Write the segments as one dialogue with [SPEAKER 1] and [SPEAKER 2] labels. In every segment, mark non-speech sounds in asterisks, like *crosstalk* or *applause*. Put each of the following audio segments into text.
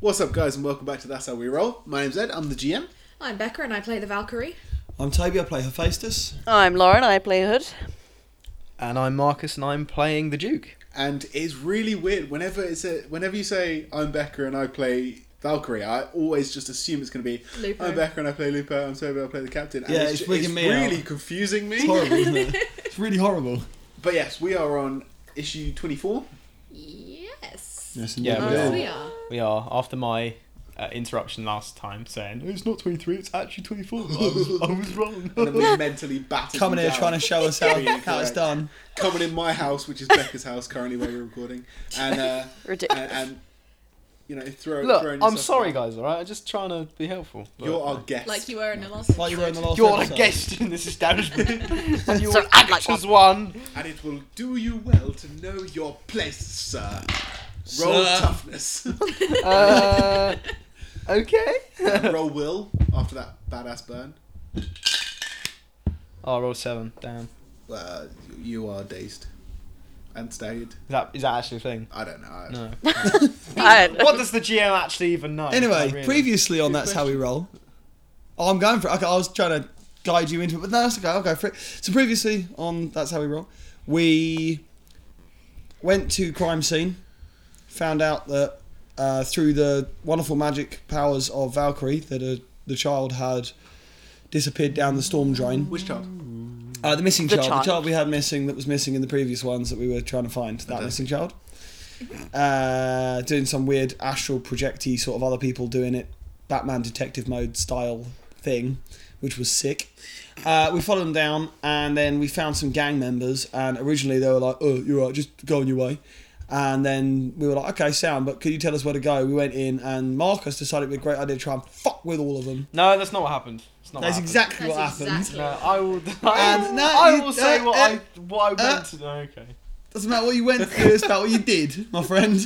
[SPEAKER 1] What's up, guys, and welcome back to That's How We Roll. My name's Ed, I'm the GM.
[SPEAKER 2] I'm Becca and I play the Valkyrie.
[SPEAKER 3] I'm Toby, I play Hephaestus.
[SPEAKER 4] I'm Lauren, I play Hood.
[SPEAKER 5] And I'm Marcus, and I'm playing the Duke.
[SPEAKER 1] And it's really weird whenever it's a, whenever you say I'm Becca and I play Valkyrie, I always just assume it's going to be
[SPEAKER 2] Lupo.
[SPEAKER 1] I'm Becca and I play Lupo, I'm Toby, I play the captain. And
[SPEAKER 3] Yeah, it's
[SPEAKER 1] ju-
[SPEAKER 3] wigging me out.
[SPEAKER 1] really confusing
[SPEAKER 5] *laughs*
[SPEAKER 3] It's
[SPEAKER 1] me.
[SPEAKER 3] horrible, isn't it? It's really horrible.
[SPEAKER 1] But yes, we are on issue 24.
[SPEAKER 2] Yes.
[SPEAKER 3] Yes,
[SPEAKER 5] indeed. Yeah, we
[SPEAKER 2] Yes,
[SPEAKER 5] are.
[SPEAKER 2] we are.
[SPEAKER 5] We are after my uh, interruption last time saying it's not twenty three, it's actually twenty four. I, was- I was wrong.
[SPEAKER 1] And then
[SPEAKER 5] *laughs*
[SPEAKER 1] we mentally battered
[SPEAKER 3] Coming
[SPEAKER 1] you
[SPEAKER 3] here
[SPEAKER 1] down.
[SPEAKER 3] trying to show us how,
[SPEAKER 1] Yeah,
[SPEAKER 3] how it's
[SPEAKER 1] correct.
[SPEAKER 3] done.
[SPEAKER 1] Coming in my house, which is Becca's house currently where we're recording. And, uh,
[SPEAKER 4] Ridiculous.
[SPEAKER 1] and, and you know, throw,
[SPEAKER 5] Look,
[SPEAKER 1] throwing
[SPEAKER 5] I'm
[SPEAKER 1] yourself
[SPEAKER 5] sorry,
[SPEAKER 1] out.
[SPEAKER 5] guys. All right, I'm just trying to be helpful. but-
[SPEAKER 1] You're our guest.
[SPEAKER 2] Like you were in the last
[SPEAKER 3] Like you were in the
[SPEAKER 2] episode.
[SPEAKER 3] last
[SPEAKER 5] You're a
[SPEAKER 3] episode.
[SPEAKER 5] guest in this establishment. and you
[SPEAKER 4] So
[SPEAKER 5] all
[SPEAKER 4] I'd like
[SPEAKER 5] act as one.
[SPEAKER 1] And it will do you well to know your place, sir. Roll
[SPEAKER 3] Sir. *laughs*
[SPEAKER 1] toughness.
[SPEAKER 5] Uh, okay. *laughs*
[SPEAKER 1] And roll will after that badass burn.
[SPEAKER 5] Oh, I rolled seven. Damn.
[SPEAKER 1] Uh, you are dazed and staggered.
[SPEAKER 5] Is that is that actually a thing?
[SPEAKER 1] I don't know. I-
[SPEAKER 5] No.
[SPEAKER 4] *laughs* I don't know.
[SPEAKER 5] what does the GM actually even know?
[SPEAKER 3] Anyway,
[SPEAKER 5] Not really.
[SPEAKER 3] previously on That's How We Roll. Oh, I'm going for it. Okay, I was trying to guide you into it, but no, that's okay. I'll go for it. So, previously on That's How We Roll, we went to crime scene, found out that uh, through the wonderful magic powers of Valkyrie, that a, the child had disappeared down the storm drain.
[SPEAKER 1] Which child?
[SPEAKER 3] Uh, the missing
[SPEAKER 4] The
[SPEAKER 3] child,
[SPEAKER 4] child.
[SPEAKER 3] the child we had missing that was missing in the previous ones that we were trying to find. That missing
[SPEAKER 1] Fantastic.
[SPEAKER 3] child, uh, doing some weird astral projecty sort of other people doing it, Batman detective mode style thing, which was sick. Uh, we followed them down, and then we found some gang members. And originally they were like, "Oh, you're right, just go on your way." And then we were like, "Okay, sound, but could you tell us where to go?" We went in, and Marcus decided it'd be a great idea to try and fuck with all of them.
[SPEAKER 5] No, that's not what happened. It's not.
[SPEAKER 3] That's
[SPEAKER 5] what happened.
[SPEAKER 3] exactly what
[SPEAKER 2] That's
[SPEAKER 3] happened.
[SPEAKER 2] exactly.
[SPEAKER 5] No, I will. *laughs* I will,
[SPEAKER 3] And no,
[SPEAKER 5] I
[SPEAKER 3] you-
[SPEAKER 5] will say
[SPEAKER 3] uh,
[SPEAKER 5] what
[SPEAKER 3] uh,
[SPEAKER 5] I what I
[SPEAKER 3] uh,
[SPEAKER 5] meant to. Okay.
[SPEAKER 3] Doesn't matter what you went through, it's about what you did, my friend.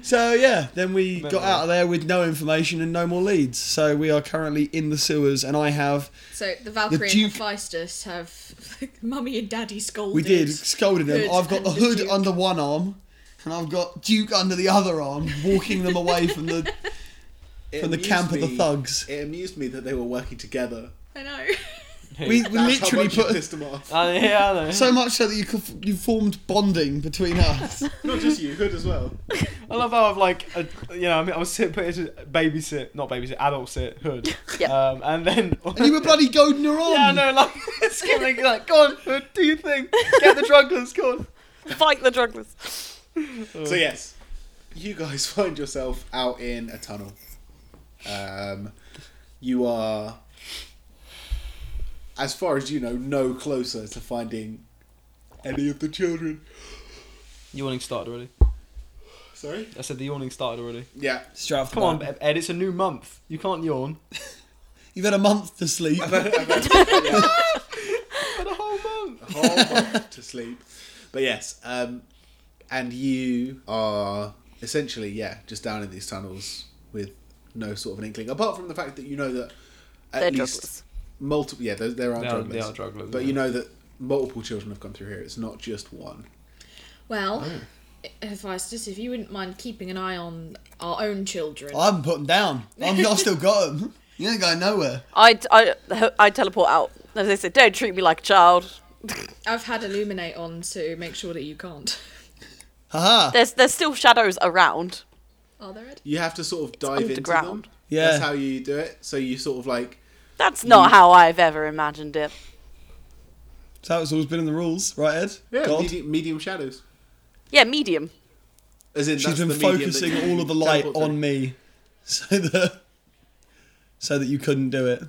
[SPEAKER 3] So yeah, then we
[SPEAKER 5] No,
[SPEAKER 3] got
[SPEAKER 5] no.
[SPEAKER 3] out of there with no information and no more leads. So we are currently in the sewers, and I have
[SPEAKER 2] So the Valkyrie
[SPEAKER 3] Duke-
[SPEAKER 2] and Hephaestus have *laughs* mummy and daddy scolded.
[SPEAKER 3] we did scolded them.
[SPEAKER 2] Hood
[SPEAKER 3] I've got the
[SPEAKER 2] and the
[SPEAKER 3] hood
[SPEAKER 2] Duke.
[SPEAKER 3] under one arm, and I've got Duke under the other arm, walking them away from the
[SPEAKER 1] It
[SPEAKER 3] from the
[SPEAKER 1] amused
[SPEAKER 3] camp of the
[SPEAKER 1] me-
[SPEAKER 3] thugs.
[SPEAKER 1] It amused me that they were working together.
[SPEAKER 2] I know. *laughs*
[SPEAKER 3] We, we
[SPEAKER 1] That's how
[SPEAKER 3] literally
[SPEAKER 1] much it
[SPEAKER 3] put
[SPEAKER 1] pissed them
[SPEAKER 3] *laughs*
[SPEAKER 1] off.
[SPEAKER 5] Uh, yeah, I know.
[SPEAKER 3] so much so that you could, you formed bonding between us.
[SPEAKER 1] Not just you, Hood as well.
[SPEAKER 5] I love how I've like, a, you know, I mean, I was sit, put into babysit, not babysit, adult sit, hood.
[SPEAKER 4] Yeah.
[SPEAKER 5] Um, and then.
[SPEAKER 3] and you were bloody goading her on.
[SPEAKER 5] yeah, I know, like, *laughs* it's kind of like, like, go on, hood, do your thing. Get the drugglers, go on.
[SPEAKER 4] Fight the druglers.
[SPEAKER 1] So yes, you guys *laughs* find yourself out in a tunnel. Um, you are, as far as you know, no closer to finding any of the children.
[SPEAKER 5] Yawning started already.
[SPEAKER 1] Sorry.
[SPEAKER 5] I said the yawning started already.
[SPEAKER 1] Yeah,
[SPEAKER 3] Straight off the
[SPEAKER 5] Come on,
[SPEAKER 3] bat.
[SPEAKER 5] Ed, Ed, it's a new month. You can't yawn.
[SPEAKER 3] you've had a month
[SPEAKER 1] *laughs*
[SPEAKER 3] to sleep.
[SPEAKER 5] For the whole month.
[SPEAKER 1] whole
[SPEAKER 5] *laughs*
[SPEAKER 1] month to sleep. But yes, um, and you are essentially yeah just down in these tunnels with no sort of an inkling, apart from the fact that you know that at
[SPEAKER 4] They're
[SPEAKER 1] least
[SPEAKER 4] jugglers.
[SPEAKER 1] multiple yeah there, there are
[SPEAKER 5] They are-
[SPEAKER 1] jugglers,
[SPEAKER 5] they are jugglers,
[SPEAKER 1] but
[SPEAKER 5] yeah.
[SPEAKER 1] you know that multiple children have come through here. It's not just one.
[SPEAKER 2] Well,
[SPEAKER 3] Oh.
[SPEAKER 2] Hephaestus, if you wouldn't mind keeping an eye on our own children.
[SPEAKER 3] I haven't put them down. I'm, I've still got them. You ain't going nowhere.
[SPEAKER 4] I, I, I teleport out. As they said, don't treat me like a child.
[SPEAKER 2] I've had Illuminate on to make sure that you can't. *laughs*
[SPEAKER 3] Haha.
[SPEAKER 4] There's, there's still shadows around.
[SPEAKER 2] Are there? Ed?
[SPEAKER 1] You have to sort of dive into them.
[SPEAKER 4] underground.
[SPEAKER 3] Yeah.
[SPEAKER 1] that's how you do it. So you sort of like
[SPEAKER 4] That's
[SPEAKER 3] Mm.
[SPEAKER 4] not how I've ever imagined it.
[SPEAKER 3] So it's always been in the rules, right, Ed? God.
[SPEAKER 1] medium, medium shadows.
[SPEAKER 4] Yeah, medium.
[SPEAKER 1] As in,
[SPEAKER 3] She's
[SPEAKER 1] that's
[SPEAKER 3] been
[SPEAKER 1] the medium that
[SPEAKER 3] focusing
[SPEAKER 1] you *laughs*
[SPEAKER 3] all of the light
[SPEAKER 1] teleport to.
[SPEAKER 3] on me, *laughs* so that so that you couldn't do it.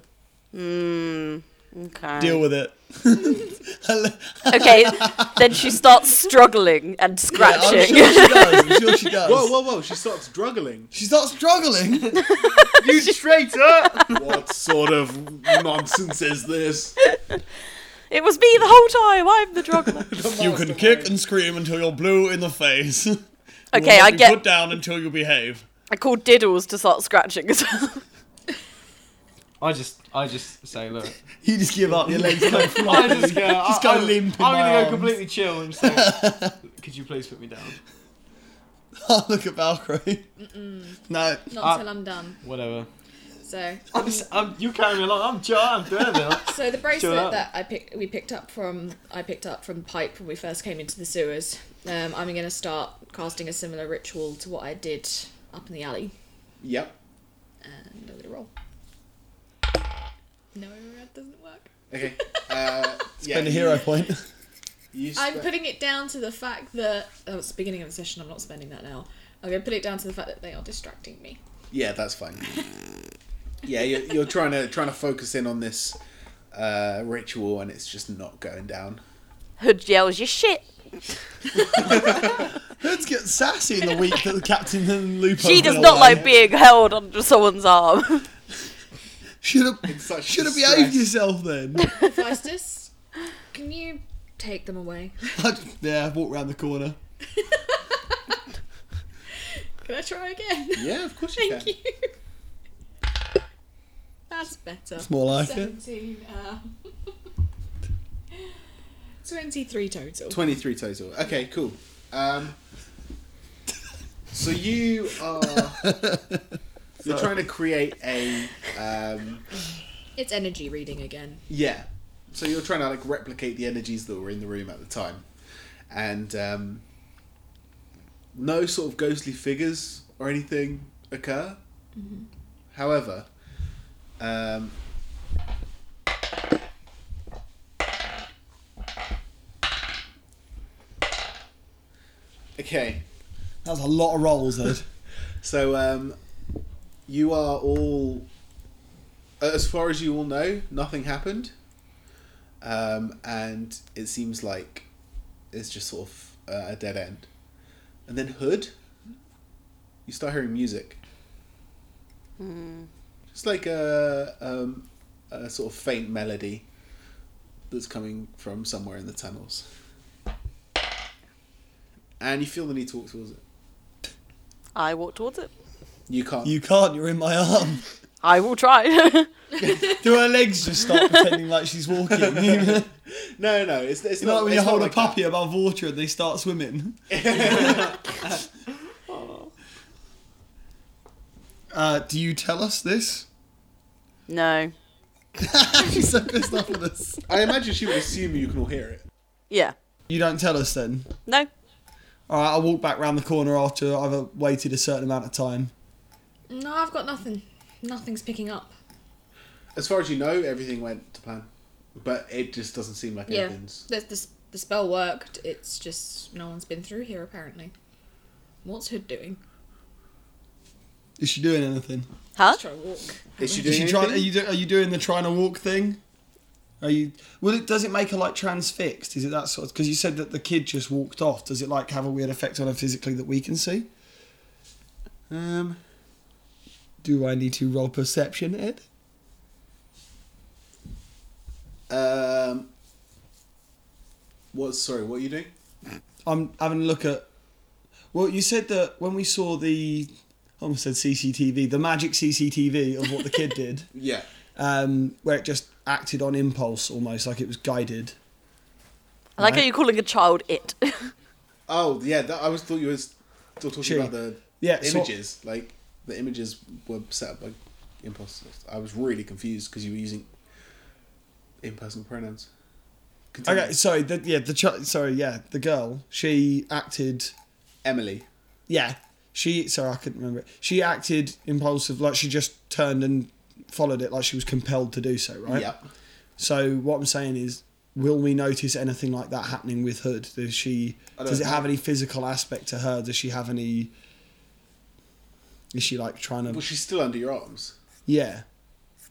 [SPEAKER 4] Hmm, Okay.
[SPEAKER 3] Deal with it. *laughs*
[SPEAKER 4] okay, then she starts struggling and
[SPEAKER 3] I'm
[SPEAKER 4] scratching.
[SPEAKER 3] sure she does. I'm sure
[SPEAKER 4] *laughs*
[SPEAKER 3] she does.
[SPEAKER 1] Whoa, whoa, whoa! She starts struggling.
[SPEAKER 3] She
[SPEAKER 1] *laughs*
[SPEAKER 3] starts struggling.
[SPEAKER 5] You traitor!
[SPEAKER 1] What sort of nonsense is this?
[SPEAKER 4] It was me the whole time. I'm the druggler.
[SPEAKER 3] you can kick and scream until you're blue in the face. *laughs* You will
[SPEAKER 4] Okay,
[SPEAKER 3] not
[SPEAKER 4] I
[SPEAKER 3] be
[SPEAKER 4] get-
[SPEAKER 3] put down until you behave.
[SPEAKER 4] I called Diddles to start scratching as well.
[SPEAKER 5] I just, I just say, look.
[SPEAKER 3] You just give up. Your *laughs* legs go
[SPEAKER 5] *laughs* I
[SPEAKER 3] flying.
[SPEAKER 5] *laughs* just go.
[SPEAKER 3] Just
[SPEAKER 5] I,
[SPEAKER 3] go
[SPEAKER 5] I,
[SPEAKER 3] limp in
[SPEAKER 5] I'm
[SPEAKER 3] my
[SPEAKER 5] gonna go
[SPEAKER 3] arms.
[SPEAKER 5] *laughs* completely chill and say, "Could you please put me down?"
[SPEAKER 3] Look at Valkyrie. No.
[SPEAKER 2] Not
[SPEAKER 5] Uh,
[SPEAKER 2] until I'm done.
[SPEAKER 5] Whatever.
[SPEAKER 2] So,
[SPEAKER 5] I'm, s am you carry me along. I'm John. I'm doing *laughs* it.
[SPEAKER 2] so the
[SPEAKER 5] up.
[SPEAKER 2] bracelet that I pick, we picked up from, I picked up from Pipe when we first came into the sewers. Um, I'm going to start casting a similar ritual to what I did up in the alley,
[SPEAKER 1] Yep.
[SPEAKER 2] and I'm going to roll. No, that doesn't work.
[SPEAKER 1] Okay. Uh, yeah,
[SPEAKER 3] Spend a
[SPEAKER 1] you-
[SPEAKER 3] hero point. *laughs*
[SPEAKER 1] you
[SPEAKER 2] I'm
[SPEAKER 1] spe-
[SPEAKER 2] putting it down to the fact that oh, it's the beginning of the session. I'm not spending that now. I'm going to put it down to the fact that they are distracting *laughs* me.
[SPEAKER 1] Yeah, that's fine. yeah, you're, you're trying to trying to focus in on this uh, ritual, and it's just not going down.
[SPEAKER 4] Hood yells, "You shit!"
[SPEAKER 3] Let's get sassy in the week that the captain and Lupo.
[SPEAKER 4] She does not like being held under someone's arm. *laughs*
[SPEAKER 3] Should have.
[SPEAKER 1] such
[SPEAKER 3] Should have
[SPEAKER 1] distress.
[SPEAKER 3] behaved yourself *laughs* then.
[SPEAKER 2] Festus, can you take them away?
[SPEAKER 3] I just- yeah, walk round the corner.
[SPEAKER 2] Can I try again?
[SPEAKER 1] Yeah, of course you
[SPEAKER 2] Thank
[SPEAKER 1] can.
[SPEAKER 2] you. That's better.
[SPEAKER 3] It's more like it.
[SPEAKER 2] 17. Uh, *laughs* 23 total.
[SPEAKER 1] Twenty three total. Okay, cool. Um, so you
[SPEAKER 3] *laughs*
[SPEAKER 1] are you're trying to create a um,
[SPEAKER 2] It's energy reading again.
[SPEAKER 1] yeah. So you're trying to like replicate the energies that were in the room at the time, and um, no sort of ghostly figures or anything occur. However, um, okay.
[SPEAKER 3] That was a lot of rolls, Ed.
[SPEAKER 1] So um, you are all, as far as you all know, nothing happened, um, and it seems like it's just sort of uh, a dead end. And then Hood, you start hearing music. Just like a, um, a sort of faint melody that's coming from somewhere in the tunnels. And you feel the need to walk towards it.
[SPEAKER 4] I walk towards it.
[SPEAKER 1] You can't.
[SPEAKER 3] You can't. You're in my arm.
[SPEAKER 4] I will try. *laughs*
[SPEAKER 3] Do her legs just *laughs* start pretending like she's walking? *laughs* you know
[SPEAKER 1] No, no, it's, it's not.
[SPEAKER 3] when you
[SPEAKER 1] it's not
[SPEAKER 3] hold
[SPEAKER 1] like
[SPEAKER 3] a puppy above water and they start *laughs* swimming. uh, do you tell us *laughs* this?
[SPEAKER 4] no.
[SPEAKER 3] she's so pissed off with us.
[SPEAKER 1] that. I imagine she would assume you can all hear it.
[SPEAKER 4] Yeah.
[SPEAKER 3] You don't tell us then.
[SPEAKER 4] No.
[SPEAKER 3] All right, I'll walk back round the corner after I've uh, waited a certain amount of time.
[SPEAKER 2] No, I've got nothing. Nothing's picking up.
[SPEAKER 1] As far as you know, everything went to plan, but it just doesn't seem like
[SPEAKER 2] Yeah.
[SPEAKER 1] anything's.
[SPEAKER 2] The, the, the spell worked. It's just no one's been through here apparently. What's Hood doing?
[SPEAKER 3] Is she doing anything?
[SPEAKER 4] Huh?
[SPEAKER 2] Let's try to walk.
[SPEAKER 1] Is she
[SPEAKER 3] Is
[SPEAKER 1] doing
[SPEAKER 3] she
[SPEAKER 1] anything?
[SPEAKER 3] trying? Are you do, are you doing the trying to walk thing? Are you? Will it? Does it make her like transfixed? Is it that sort? Because you said that the kid just walked off. Does it like have a weird effect on her physically that we can see?
[SPEAKER 1] Um,
[SPEAKER 3] Do I need to roll perception, Ed?
[SPEAKER 1] um, what? Sorry, what are you doing?
[SPEAKER 3] I'm having a look at. Well, you said that when we saw the, I almost said CCTV, the magic CCTV of what the *laughs* kid did,
[SPEAKER 1] Yeah.
[SPEAKER 3] um, where it just acted on impulse almost, like it was guided.
[SPEAKER 4] I like how
[SPEAKER 3] Right.
[SPEAKER 4] you're calling a child it. *laughs*
[SPEAKER 1] Oh, yeah. That, I was thought you were still talking
[SPEAKER 3] She-
[SPEAKER 1] about the
[SPEAKER 3] yeah, so-
[SPEAKER 1] images. Like the images were set up by impulse. I was really confused because you were using impersonal pronouns. Continue.
[SPEAKER 3] Okay, sorry. The, yeah, the ch- sorry, yeah, the girl. She acted.
[SPEAKER 1] Emily.
[SPEAKER 3] Yeah, she. Sorry, I couldn't remember. It. She acted impulsive, like she just turned and followed it, like she was compelled to do so. Right.
[SPEAKER 1] Yep.
[SPEAKER 3] So what I'm saying is, will we notice anything like that happening with Hood? Does she?
[SPEAKER 1] I don't
[SPEAKER 3] Does it
[SPEAKER 1] know.
[SPEAKER 3] have any physical aspect to her? Does she have any? Is she like trying to?
[SPEAKER 1] Well, she's still under your arms.
[SPEAKER 3] yeah.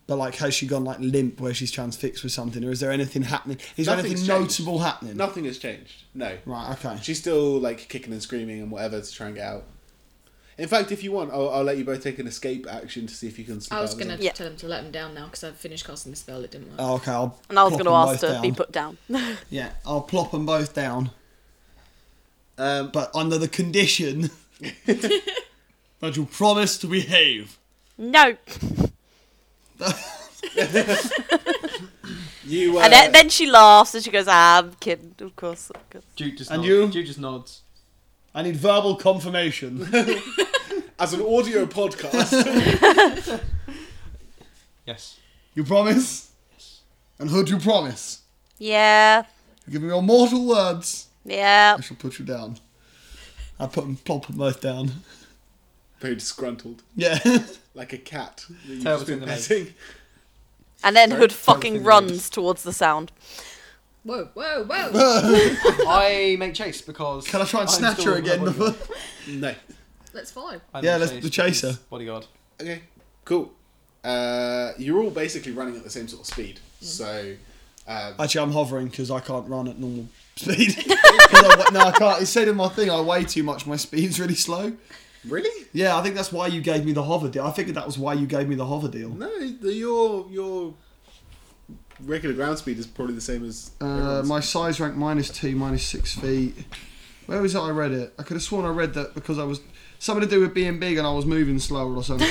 [SPEAKER 3] But like, has she gone like limp where she's transfixed with something, or is there anything happening? Is there
[SPEAKER 1] Nothing's
[SPEAKER 3] anything
[SPEAKER 1] changed.
[SPEAKER 3] notable happening?
[SPEAKER 1] Nothing has changed. No.
[SPEAKER 3] Right. Okay.
[SPEAKER 1] She's still like kicking and screaming and whatever to try and get out. In fact, if you want, I'll, I'll let you both take an escape action to see if you can. slip
[SPEAKER 2] I was
[SPEAKER 1] out of
[SPEAKER 2] gonna
[SPEAKER 1] the
[SPEAKER 4] Yeah.
[SPEAKER 2] tell him to let him down now because I've finished casting the spell. It didn't work.
[SPEAKER 3] Oh, okay. I'll
[SPEAKER 4] And I was
[SPEAKER 3] plop
[SPEAKER 4] going to
[SPEAKER 3] them
[SPEAKER 4] ask
[SPEAKER 3] both
[SPEAKER 4] to be
[SPEAKER 3] down.
[SPEAKER 4] put down. *laughs*
[SPEAKER 3] Yeah, I'll plop them both down,
[SPEAKER 1] zone. Um,
[SPEAKER 3] but under the
[SPEAKER 5] *laughs*
[SPEAKER 3] condition that you promise to behave.
[SPEAKER 4] no.
[SPEAKER 1] you uh,
[SPEAKER 4] and then, then she laughs and she goes, ah, I'm kidding, of course. of course."
[SPEAKER 5] Duke just
[SPEAKER 3] And
[SPEAKER 5] nods.
[SPEAKER 3] you?
[SPEAKER 5] Duke just nods.
[SPEAKER 3] I need verbal confirmation.
[SPEAKER 5] *laughs*
[SPEAKER 1] As an audio
[SPEAKER 2] *laughs*
[SPEAKER 1] podcast,
[SPEAKER 5] Yes.
[SPEAKER 3] you promise? And Hood, you promise?
[SPEAKER 4] Yeah.
[SPEAKER 3] You give me your mortal words.
[SPEAKER 4] Yeah.
[SPEAKER 3] I shall put you down. I put him plop them both down. *laughs*
[SPEAKER 1] very disgruntled,
[SPEAKER 3] Yeah.
[SPEAKER 1] like a cat that you've
[SPEAKER 5] Tail
[SPEAKER 1] just been
[SPEAKER 5] between the legs.
[SPEAKER 1] petting.
[SPEAKER 4] And then
[SPEAKER 1] Sorry,
[SPEAKER 4] Hood
[SPEAKER 1] sorry,
[SPEAKER 4] fucking
[SPEAKER 1] finger
[SPEAKER 4] runs towards the sound.
[SPEAKER 2] Whoa, whoa, whoa!
[SPEAKER 3] *laughs*
[SPEAKER 5] I make chase because.
[SPEAKER 3] Can I try and
[SPEAKER 5] I'm
[SPEAKER 3] snatch
[SPEAKER 5] still
[SPEAKER 3] her again?
[SPEAKER 5] the bodyguard.
[SPEAKER 1] No.
[SPEAKER 2] Let's follow.
[SPEAKER 5] I'm
[SPEAKER 3] Yeah,
[SPEAKER 5] the
[SPEAKER 3] let's- the chaser.
[SPEAKER 5] because Bodyguard.
[SPEAKER 1] Okay, cool. Uh, you're all basically running at the same sort of speed,
[SPEAKER 2] Mm.
[SPEAKER 1] so um,
[SPEAKER 3] Actually, I'm hovering because I can't run at
[SPEAKER 5] *laughs*
[SPEAKER 3] normal speed. *laughs* 'Cause I wa- no, I can't. It said in my thing I weigh too much. My speed's really slow.
[SPEAKER 1] really,
[SPEAKER 3] Yeah, I think that's why you gave me the hover deal. I figured that was why you gave me the hover deal.
[SPEAKER 1] no, the, your your regular ground speed is probably the same as
[SPEAKER 3] Uh,
[SPEAKER 1] everyone's.
[SPEAKER 3] my size rank minus two, minus six feet. Where was it? I read it. I could have sworn I read that because I was something to do with being big and I was moving slower or *laughs* something.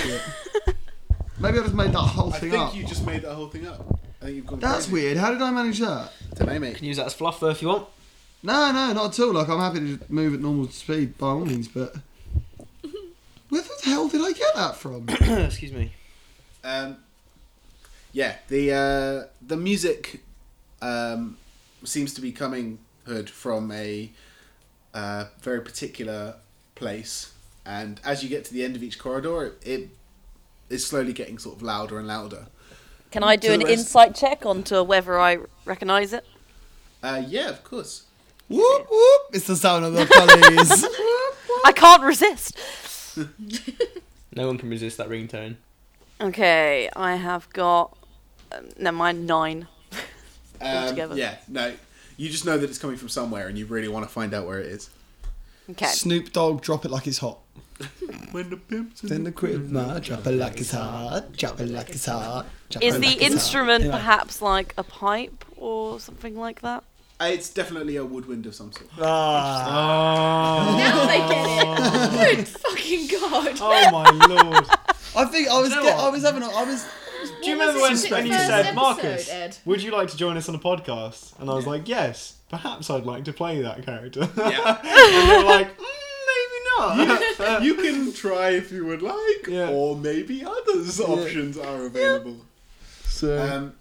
[SPEAKER 3] Maybe I just made that whole
[SPEAKER 1] I
[SPEAKER 3] thing
[SPEAKER 1] think
[SPEAKER 3] up.
[SPEAKER 1] you just made that whole thing up. I think you've gone.
[SPEAKER 3] That's
[SPEAKER 1] crazy.
[SPEAKER 3] weird. How did I manage that?
[SPEAKER 1] Today,
[SPEAKER 5] You
[SPEAKER 1] mate.
[SPEAKER 5] can use that as fluff though if you want. *clears throat*
[SPEAKER 3] No, no, not at all. Like I'm happy to move at normal speed by all means, but where the hell did I get that from?
[SPEAKER 5] Excuse me.
[SPEAKER 1] Um, yeah, the uh, the music um, seems to be coming hood from a uh, very particular place, and as you get to the end of each corridor, it, it is slowly getting sort of louder and louder.
[SPEAKER 4] Can I do
[SPEAKER 1] To
[SPEAKER 4] an
[SPEAKER 1] the rest.
[SPEAKER 4] insight check onto whether I recognise it?
[SPEAKER 1] Uh, yeah, of course.
[SPEAKER 3] *coughs* whoop whoop! It's the sound of the *laughs* police.
[SPEAKER 4] I can't resist.
[SPEAKER 5] No one can resist that ringtone.
[SPEAKER 4] Okay, I have got. Um, never mind, nine.
[SPEAKER 1] Um,
[SPEAKER 4] Altogether.
[SPEAKER 1] yeah, no, you just know that it's coming from somewhere, and you really want to find out where it is.
[SPEAKER 4] Okay.
[SPEAKER 3] Snoop Dogg, drop it like it's hot.
[SPEAKER 1] When the pimps
[SPEAKER 3] Then the crib, ma, drop it like it's hot. Drop it like it's hot. drop
[SPEAKER 4] Is
[SPEAKER 3] it
[SPEAKER 4] the
[SPEAKER 3] like it's hot.
[SPEAKER 4] instrument
[SPEAKER 3] Anyway,
[SPEAKER 4] perhaps like a pipe or something like that?
[SPEAKER 1] Uh, it's definitely a woodwind of some sort.
[SPEAKER 3] ah,
[SPEAKER 2] Now they
[SPEAKER 3] Oh.
[SPEAKER 2] get it. *laughs* Good fucking god.
[SPEAKER 5] Oh my lord.
[SPEAKER 3] I think I was.
[SPEAKER 5] You know
[SPEAKER 3] get-
[SPEAKER 5] what?
[SPEAKER 3] I was having. A, I was.
[SPEAKER 5] Do you
[SPEAKER 2] What
[SPEAKER 5] remember when,
[SPEAKER 2] was it
[SPEAKER 5] when
[SPEAKER 2] in
[SPEAKER 5] you
[SPEAKER 2] the first
[SPEAKER 5] said,
[SPEAKER 2] episode,
[SPEAKER 5] Marcus,
[SPEAKER 2] Ed?
[SPEAKER 5] would you like to join us on a podcast? And I was like, yes, perhaps I'd like to play that character.
[SPEAKER 1] Yeah,
[SPEAKER 5] *laughs* and you were like, mm, maybe *laughs* not.
[SPEAKER 1] you can try if you would like,
[SPEAKER 5] Yeah.
[SPEAKER 1] or maybe others options are available.
[SPEAKER 5] so
[SPEAKER 1] Um,
[SPEAKER 5] uh,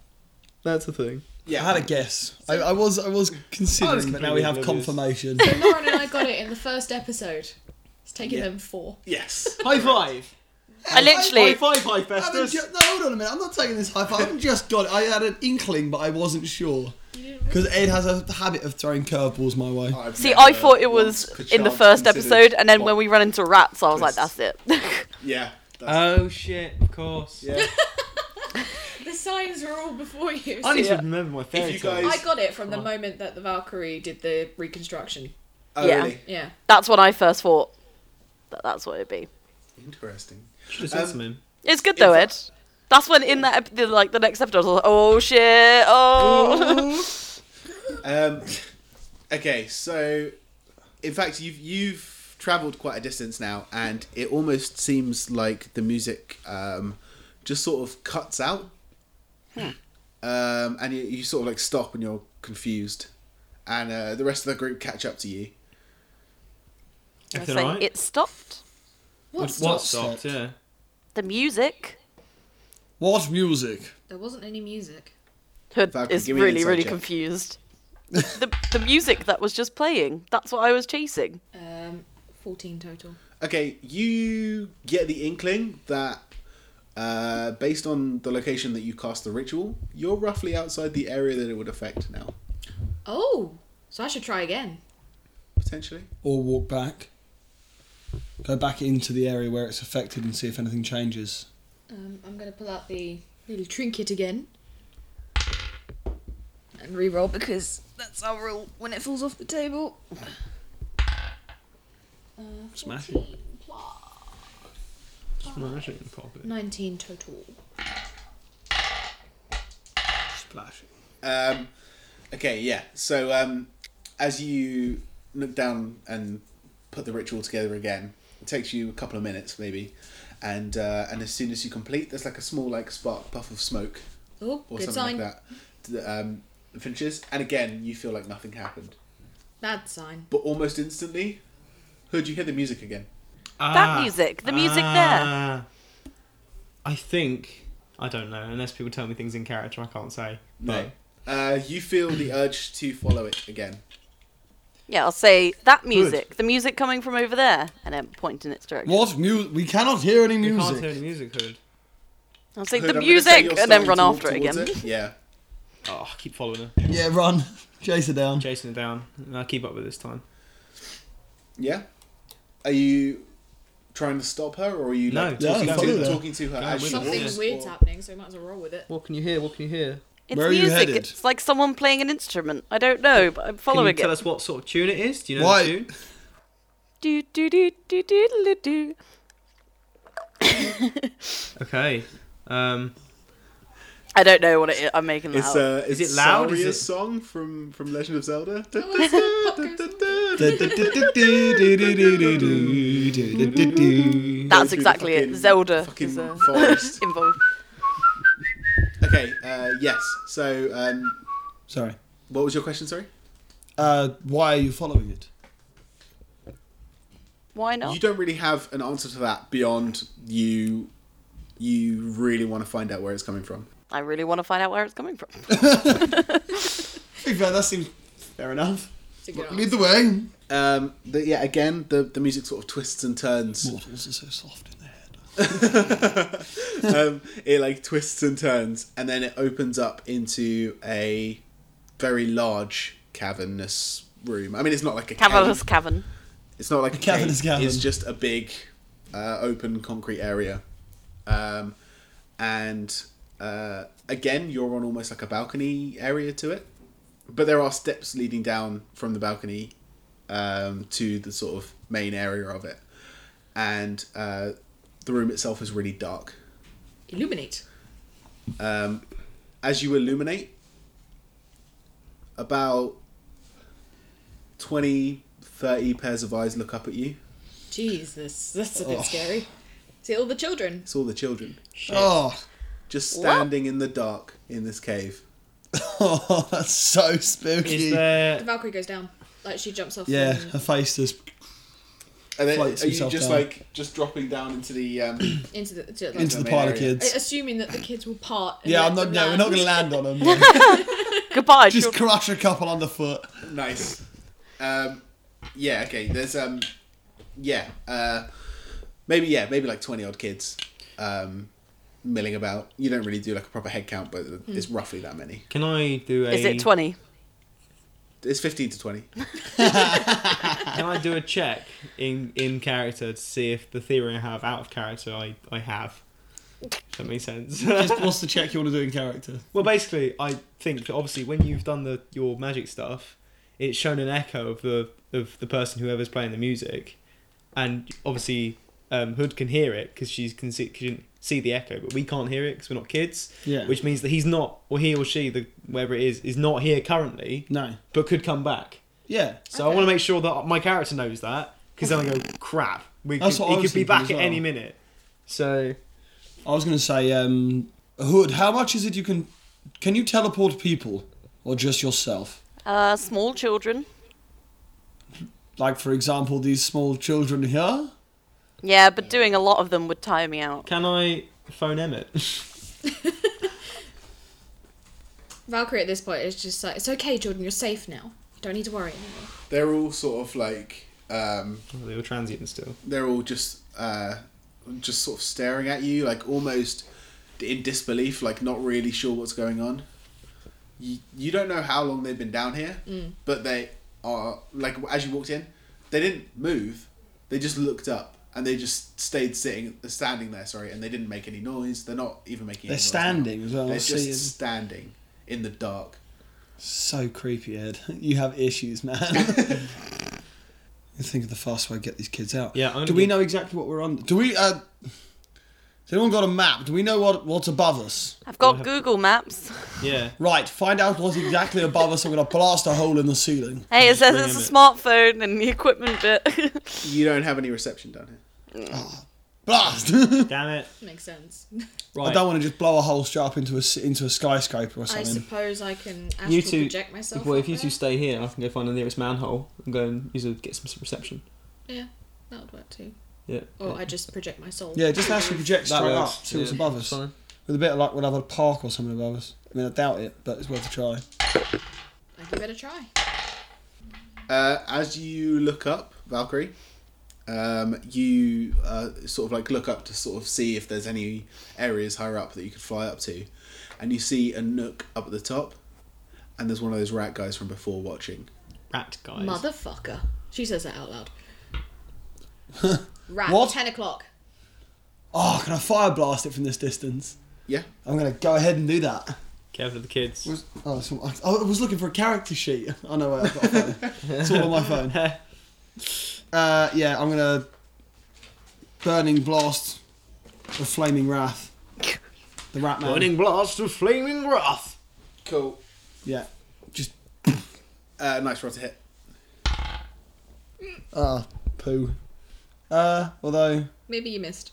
[SPEAKER 5] that's a thing.
[SPEAKER 1] yeah,
[SPEAKER 3] I had a guess. I, I was. I was considering, but now we have
[SPEAKER 5] completely oblivious.
[SPEAKER 3] confirmation. *laughs*
[SPEAKER 2] Lauren and I got it in the first episode. It's taken
[SPEAKER 1] Yeah.
[SPEAKER 2] them four.
[SPEAKER 1] yes.
[SPEAKER 5] High five.
[SPEAKER 4] I literally.
[SPEAKER 5] High five, high
[SPEAKER 3] I haven't
[SPEAKER 5] Festus.
[SPEAKER 3] ju- no, hold on a minute. I'm not taking this high five. I've just got it. I had an inkling, but I wasn't sure. Because Ed has a habit of throwing curveballs my way.
[SPEAKER 1] I've
[SPEAKER 4] See,
[SPEAKER 1] never
[SPEAKER 4] I thought it
[SPEAKER 1] once
[SPEAKER 4] was
[SPEAKER 1] perchance
[SPEAKER 4] in the first
[SPEAKER 1] considered-
[SPEAKER 4] episode, and then when
[SPEAKER 1] Well,
[SPEAKER 4] we run into rats, I was like,
[SPEAKER 1] Twists.
[SPEAKER 4] that's it. *laughs*
[SPEAKER 1] yeah, that's,
[SPEAKER 5] Oh shit, of course.
[SPEAKER 1] yeah.
[SPEAKER 2] The signs were all before you.
[SPEAKER 5] I need
[SPEAKER 2] so-
[SPEAKER 5] to remember my fairy
[SPEAKER 1] you
[SPEAKER 5] tales.
[SPEAKER 1] guys-
[SPEAKER 2] I got it from the moment that the Valkyrie did the reconstruction.
[SPEAKER 1] Oh,
[SPEAKER 4] Yeah.
[SPEAKER 1] really?
[SPEAKER 2] Yeah.
[SPEAKER 4] that's what I first thought. That that's what it'd be.
[SPEAKER 1] Interesting.
[SPEAKER 5] Should've
[SPEAKER 1] Um,
[SPEAKER 5] said something.
[SPEAKER 4] It's good though, Ed.
[SPEAKER 1] fact-
[SPEAKER 4] That's when in that ep- the, like the next episode, I was like, oh shit,
[SPEAKER 1] *laughs*
[SPEAKER 4] oh.
[SPEAKER 1] Um, okay, so in fact, you've you've travelled quite a distance now, and it almost seems like the music um, just sort of cuts out, um, and you, you sort of like stop and you're confused, and uh, the rest of the group catch up to you.
[SPEAKER 4] I
[SPEAKER 5] Everything
[SPEAKER 4] say,
[SPEAKER 5] alright?
[SPEAKER 4] It stopped.
[SPEAKER 2] What?
[SPEAKER 5] What
[SPEAKER 3] stopped?
[SPEAKER 5] stopped? Yeah.
[SPEAKER 4] The music
[SPEAKER 3] What music?
[SPEAKER 2] There wasn't any music.
[SPEAKER 4] Hood
[SPEAKER 1] Falcon,
[SPEAKER 4] is
[SPEAKER 1] give me an
[SPEAKER 4] really,
[SPEAKER 1] insight
[SPEAKER 4] really
[SPEAKER 1] check. *laughs*
[SPEAKER 4] confused. the, the music that was just playing, that's what I was chasing.
[SPEAKER 2] Um, 14 total.
[SPEAKER 1] Okay, you get the inkling that uh, based on the location that you cast the ritual, you're roughly outside the area that it would affect now,
[SPEAKER 2] Oh, so I should try again.
[SPEAKER 1] potentially.
[SPEAKER 3] Or walk back. Go back into the area where it's affected and see if anything changes.
[SPEAKER 2] Um, I'm going to pull out the little trinket again and re-roll because that's our rule when it falls off the table. Uh,
[SPEAKER 3] Smash it.
[SPEAKER 2] 14 plus
[SPEAKER 5] Smash it and pop it.
[SPEAKER 2] 19 total.
[SPEAKER 3] Splash.
[SPEAKER 1] Um, okay, yeah. So um, as you look down and put the ritual together again, it takes you a couple of minutes maybe, and uh, and as soon as you complete, there's like a small like spark puff of smoke
[SPEAKER 2] Oh,
[SPEAKER 1] or
[SPEAKER 2] good
[SPEAKER 1] something
[SPEAKER 2] sign.
[SPEAKER 1] like that that um, finishes, and again you feel like nothing happened,
[SPEAKER 2] Bad sign.
[SPEAKER 1] but almost instantly, Hood, you hear the music again.
[SPEAKER 4] That music, the music
[SPEAKER 5] ah. I think I don't know unless people tell me things in character. I can't say. But
[SPEAKER 1] Uh, you feel the urge to follow it again.
[SPEAKER 4] Yeah, I'll say that music, the music coming from over there, and then point in its direction.
[SPEAKER 3] What music? We cannot hear any
[SPEAKER 5] you can't hear
[SPEAKER 3] music.
[SPEAKER 5] any music. Hood.
[SPEAKER 4] I'll say
[SPEAKER 1] Hood,
[SPEAKER 4] the
[SPEAKER 1] I'm gonna say
[SPEAKER 4] music,
[SPEAKER 1] you're
[SPEAKER 4] and then
[SPEAKER 1] starting
[SPEAKER 4] run
[SPEAKER 1] to walk
[SPEAKER 4] after it
[SPEAKER 1] towards
[SPEAKER 4] again.
[SPEAKER 1] it. Yeah.
[SPEAKER 5] Oh, I keep following her,
[SPEAKER 3] Yeah, run. *laughs* Chase it down.
[SPEAKER 5] chasing her down. And I keep up with this time.
[SPEAKER 1] Yeah. Are you trying to stop her, or are you
[SPEAKER 5] No,
[SPEAKER 1] like,
[SPEAKER 5] Yeah,
[SPEAKER 1] talking,
[SPEAKER 3] follow
[SPEAKER 1] to,
[SPEAKER 3] her.
[SPEAKER 1] talking to her?
[SPEAKER 5] Go
[SPEAKER 1] as
[SPEAKER 5] with
[SPEAKER 1] she
[SPEAKER 5] her.
[SPEAKER 2] Something
[SPEAKER 1] walks,
[SPEAKER 5] Yeah.
[SPEAKER 2] weird's
[SPEAKER 1] or-
[SPEAKER 2] happening, so we might as well roll with it.
[SPEAKER 5] What can you hear? What can you hear?
[SPEAKER 4] It's
[SPEAKER 3] Where are you
[SPEAKER 4] music.
[SPEAKER 3] headed?
[SPEAKER 4] It's like someone playing an instrument. I don't know, but I'm
[SPEAKER 5] Can you
[SPEAKER 4] following
[SPEAKER 5] tell
[SPEAKER 4] it.
[SPEAKER 5] us what sort of tune it is? Do you know
[SPEAKER 3] Why-
[SPEAKER 5] the tune?
[SPEAKER 4] Do do do do do do do.
[SPEAKER 5] Okay. Um,
[SPEAKER 4] I don't know what it is. I'm making that
[SPEAKER 1] It's
[SPEAKER 4] up.
[SPEAKER 1] uh,
[SPEAKER 5] Is
[SPEAKER 1] it's
[SPEAKER 5] it loud? Is
[SPEAKER 1] Saria's
[SPEAKER 5] it-
[SPEAKER 1] song from from Legend of Zelda?
[SPEAKER 3] That's
[SPEAKER 4] That's
[SPEAKER 1] through the
[SPEAKER 4] exactly
[SPEAKER 1] fucking-
[SPEAKER 4] it. Zelda
[SPEAKER 1] fucking
[SPEAKER 4] is uh, *laughs*
[SPEAKER 1] forest.
[SPEAKER 4] involved.
[SPEAKER 1] okay. Uh, yes. So, um,
[SPEAKER 3] Sorry.
[SPEAKER 1] what was your question? Sorry.
[SPEAKER 3] Uh, why are you following it?
[SPEAKER 4] Why not?
[SPEAKER 1] You don't really have an answer to that beyond you. You really want to find out where it's coming from.
[SPEAKER 4] I really want to find out where it's
[SPEAKER 1] *laughs*
[SPEAKER 4] coming from.
[SPEAKER 3] that seems fair enough.
[SPEAKER 2] It's a good answer.
[SPEAKER 3] Either way,
[SPEAKER 1] Um, the, yeah. Again, the the music sort of twists and turns.
[SPEAKER 3] mortals are so soft in their head.
[SPEAKER 1] *laughs* um, it like twists and turns, and then it opens up into a very large cavernous room. I mean, it's not like a
[SPEAKER 4] Cavernous
[SPEAKER 1] cave.
[SPEAKER 4] cavern.
[SPEAKER 1] It's not like a
[SPEAKER 3] Cavernous
[SPEAKER 1] cave.
[SPEAKER 3] cavern.
[SPEAKER 1] It's just a big, uh, open concrete area, um, and uh, again, you're on almost like a balcony area to it, but there are steps leading down from the balcony um, to the sort of main area of it, and uh, the room itself is really dark.
[SPEAKER 2] Illuminate.
[SPEAKER 1] um, as you illuminate about 20 30 pairs of eyes look up at you
[SPEAKER 2] Jesus, that's a bit scary. See all the children.
[SPEAKER 1] it's all the children
[SPEAKER 3] Oh,
[SPEAKER 1] just standing in the dark in this cave
[SPEAKER 3] *laughs* oh, that's so
[SPEAKER 5] is
[SPEAKER 3] spooky.
[SPEAKER 5] there?
[SPEAKER 2] The Valkyrie goes down. Like she jumps off.
[SPEAKER 3] Yeah,
[SPEAKER 2] and
[SPEAKER 3] her face just.
[SPEAKER 1] and then
[SPEAKER 3] Floats
[SPEAKER 1] are you
[SPEAKER 3] himself
[SPEAKER 1] just
[SPEAKER 3] down.
[SPEAKER 1] like just dropping down into the um, *coughs*
[SPEAKER 2] into the to, like, uh,
[SPEAKER 3] Into the
[SPEAKER 1] main
[SPEAKER 3] pile of
[SPEAKER 1] area.
[SPEAKER 3] kids.
[SPEAKER 2] assuming that the kids will part. and
[SPEAKER 3] Yeah,
[SPEAKER 2] let
[SPEAKER 3] I'm
[SPEAKER 2] them
[SPEAKER 3] not. No, we're
[SPEAKER 2] land.
[SPEAKER 3] not going to land on them.
[SPEAKER 4] Goodbye.
[SPEAKER 3] Just
[SPEAKER 4] children.
[SPEAKER 3] crush a couple underfoot.
[SPEAKER 1] nice um, yeah okay there's um yeah uh, maybe yeah maybe like 20 odd kids um, milling about you don't really do like a proper head count but it's roughly that many
[SPEAKER 5] Can I do a?
[SPEAKER 4] Is it twenty?
[SPEAKER 1] it's 15 to *laughs* 20
[SPEAKER 5] Can I do a check in in character to see if the theory I have out of character I I have? If that makes sense.
[SPEAKER 3] Just what's the check you want to do in character?
[SPEAKER 5] well, basically, I think that obviously when you've done the your magic stuff, it's shown an echo of the of the person whoever's playing the music, and obviously um, Hood can hear it because she can see can see the echo, but we can't hear it because we're not kids.
[SPEAKER 3] Yeah.
[SPEAKER 5] Which means that he's not, or he or she, the wherever it is, is not here currently,
[SPEAKER 3] No.
[SPEAKER 5] but could come back.
[SPEAKER 3] Yeah.
[SPEAKER 5] So I want to make sure that my character knows that because then I go, crap, we
[SPEAKER 3] That's
[SPEAKER 5] could,
[SPEAKER 3] what I
[SPEAKER 5] he
[SPEAKER 3] was
[SPEAKER 5] could be
[SPEAKER 3] thinking
[SPEAKER 5] back
[SPEAKER 3] as
[SPEAKER 5] at
[SPEAKER 3] well.
[SPEAKER 5] any minute. So
[SPEAKER 3] I was going to say, um, Hood, how much is it you can. Can you teleport people or just yourself?
[SPEAKER 4] Uh, small children.
[SPEAKER 3] Like, for example, these small children here?
[SPEAKER 4] Yeah, but doing a lot of them would tire me out.
[SPEAKER 5] can I phone Emmett? *laughs*
[SPEAKER 2] Valkyrie at this point is just like, it's okay, Jordan, you're safe now. You don't need to worry anymore.
[SPEAKER 1] they're all sort of like um,
[SPEAKER 5] Oh, they were transient still.
[SPEAKER 1] they're all just uh, just sort of staring at you like almost in disbelief like not really sure what's going on you, you don't know how long they've been down here but they are like as you walked in they didn't move they just looked up and they just stayed sitting standing there sorry and they didn't make any noise they're not even making any noise
[SPEAKER 3] They're standing as well,
[SPEAKER 1] they're
[SPEAKER 3] I
[SPEAKER 1] just
[SPEAKER 3] see.
[SPEAKER 1] standing in the dark
[SPEAKER 3] So creepy, Ed. *laughs* You have issues,
[SPEAKER 5] *laughs*
[SPEAKER 3] man. you think of the fast way to get these kids out.
[SPEAKER 5] Yeah, I'm gonna
[SPEAKER 3] Do we
[SPEAKER 5] be-
[SPEAKER 3] know exactly what we're on? Do we. Uh, has anyone got a map? Do we know what, what's above us?
[SPEAKER 4] I've got Google Maps.
[SPEAKER 5] Yeah.
[SPEAKER 3] Right, find out what's exactly above us. I'm going to blast a hole in the ceiling.
[SPEAKER 4] Hey, it says
[SPEAKER 5] bring
[SPEAKER 4] it's a
[SPEAKER 5] Emmett.
[SPEAKER 4] smartphone and the equipment bit. *laughs*
[SPEAKER 1] you don't have any reception down here
[SPEAKER 3] Blast! *laughs*
[SPEAKER 5] Damn *laughs* it.
[SPEAKER 2] Makes sense.
[SPEAKER 5] Right.
[SPEAKER 3] I don't want to just blow a hole straight up into a, s- into a skyscraper or
[SPEAKER 2] I
[SPEAKER 3] something.
[SPEAKER 2] suppose I can astral
[SPEAKER 5] You two-
[SPEAKER 2] project myself.
[SPEAKER 5] well,
[SPEAKER 2] out
[SPEAKER 5] if you
[SPEAKER 2] there.
[SPEAKER 5] two stay here, I can go find the nearest manhole and go and use a, get some reception.
[SPEAKER 2] Yeah. That would work too.
[SPEAKER 5] Yeah.
[SPEAKER 2] Or I just project my soul.
[SPEAKER 3] Yeah, just actually project
[SPEAKER 5] That
[SPEAKER 3] straight up,
[SPEAKER 5] works.
[SPEAKER 3] see what's
[SPEAKER 5] Yeah.
[SPEAKER 3] above us.
[SPEAKER 5] Fine.
[SPEAKER 3] With a bit of luck, we'll have a park or something above us. I mean, I doubt it, but it's worth a try.
[SPEAKER 2] I give it a try.
[SPEAKER 1] Uh, as you look up, Valkyrie, um, you uh, sort of like look up to sort of see if there's any areas higher up that you could fly up to, and you see a nook up at the top, and there's one of those rat guys from before watching.
[SPEAKER 5] Rat guys.
[SPEAKER 2] Motherfucker. She says that out loud.
[SPEAKER 3] *laughs*
[SPEAKER 2] Rat.
[SPEAKER 3] What?
[SPEAKER 2] 10 o'clock.
[SPEAKER 3] Oh, can I fire blast it from this distance?
[SPEAKER 1] Yeah,
[SPEAKER 3] I'm gonna go ahead and do that.
[SPEAKER 5] Careful of the kids. *laughs*
[SPEAKER 3] Was- Oh, it's on- I- I was looking for a character sheet. *laughs* I know where I've got a phone. It's all on my phone.
[SPEAKER 1] *laughs*
[SPEAKER 3] Uh, yeah, I'm gonna burning blast of flaming wrath. The rat man.
[SPEAKER 5] blast of flaming wrath.
[SPEAKER 1] cool.
[SPEAKER 3] Yeah, just
[SPEAKER 1] Uh, nice roll to hit.
[SPEAKER 3] ah poo. Uh, although
[SPEAKER 2] Maybe you missed.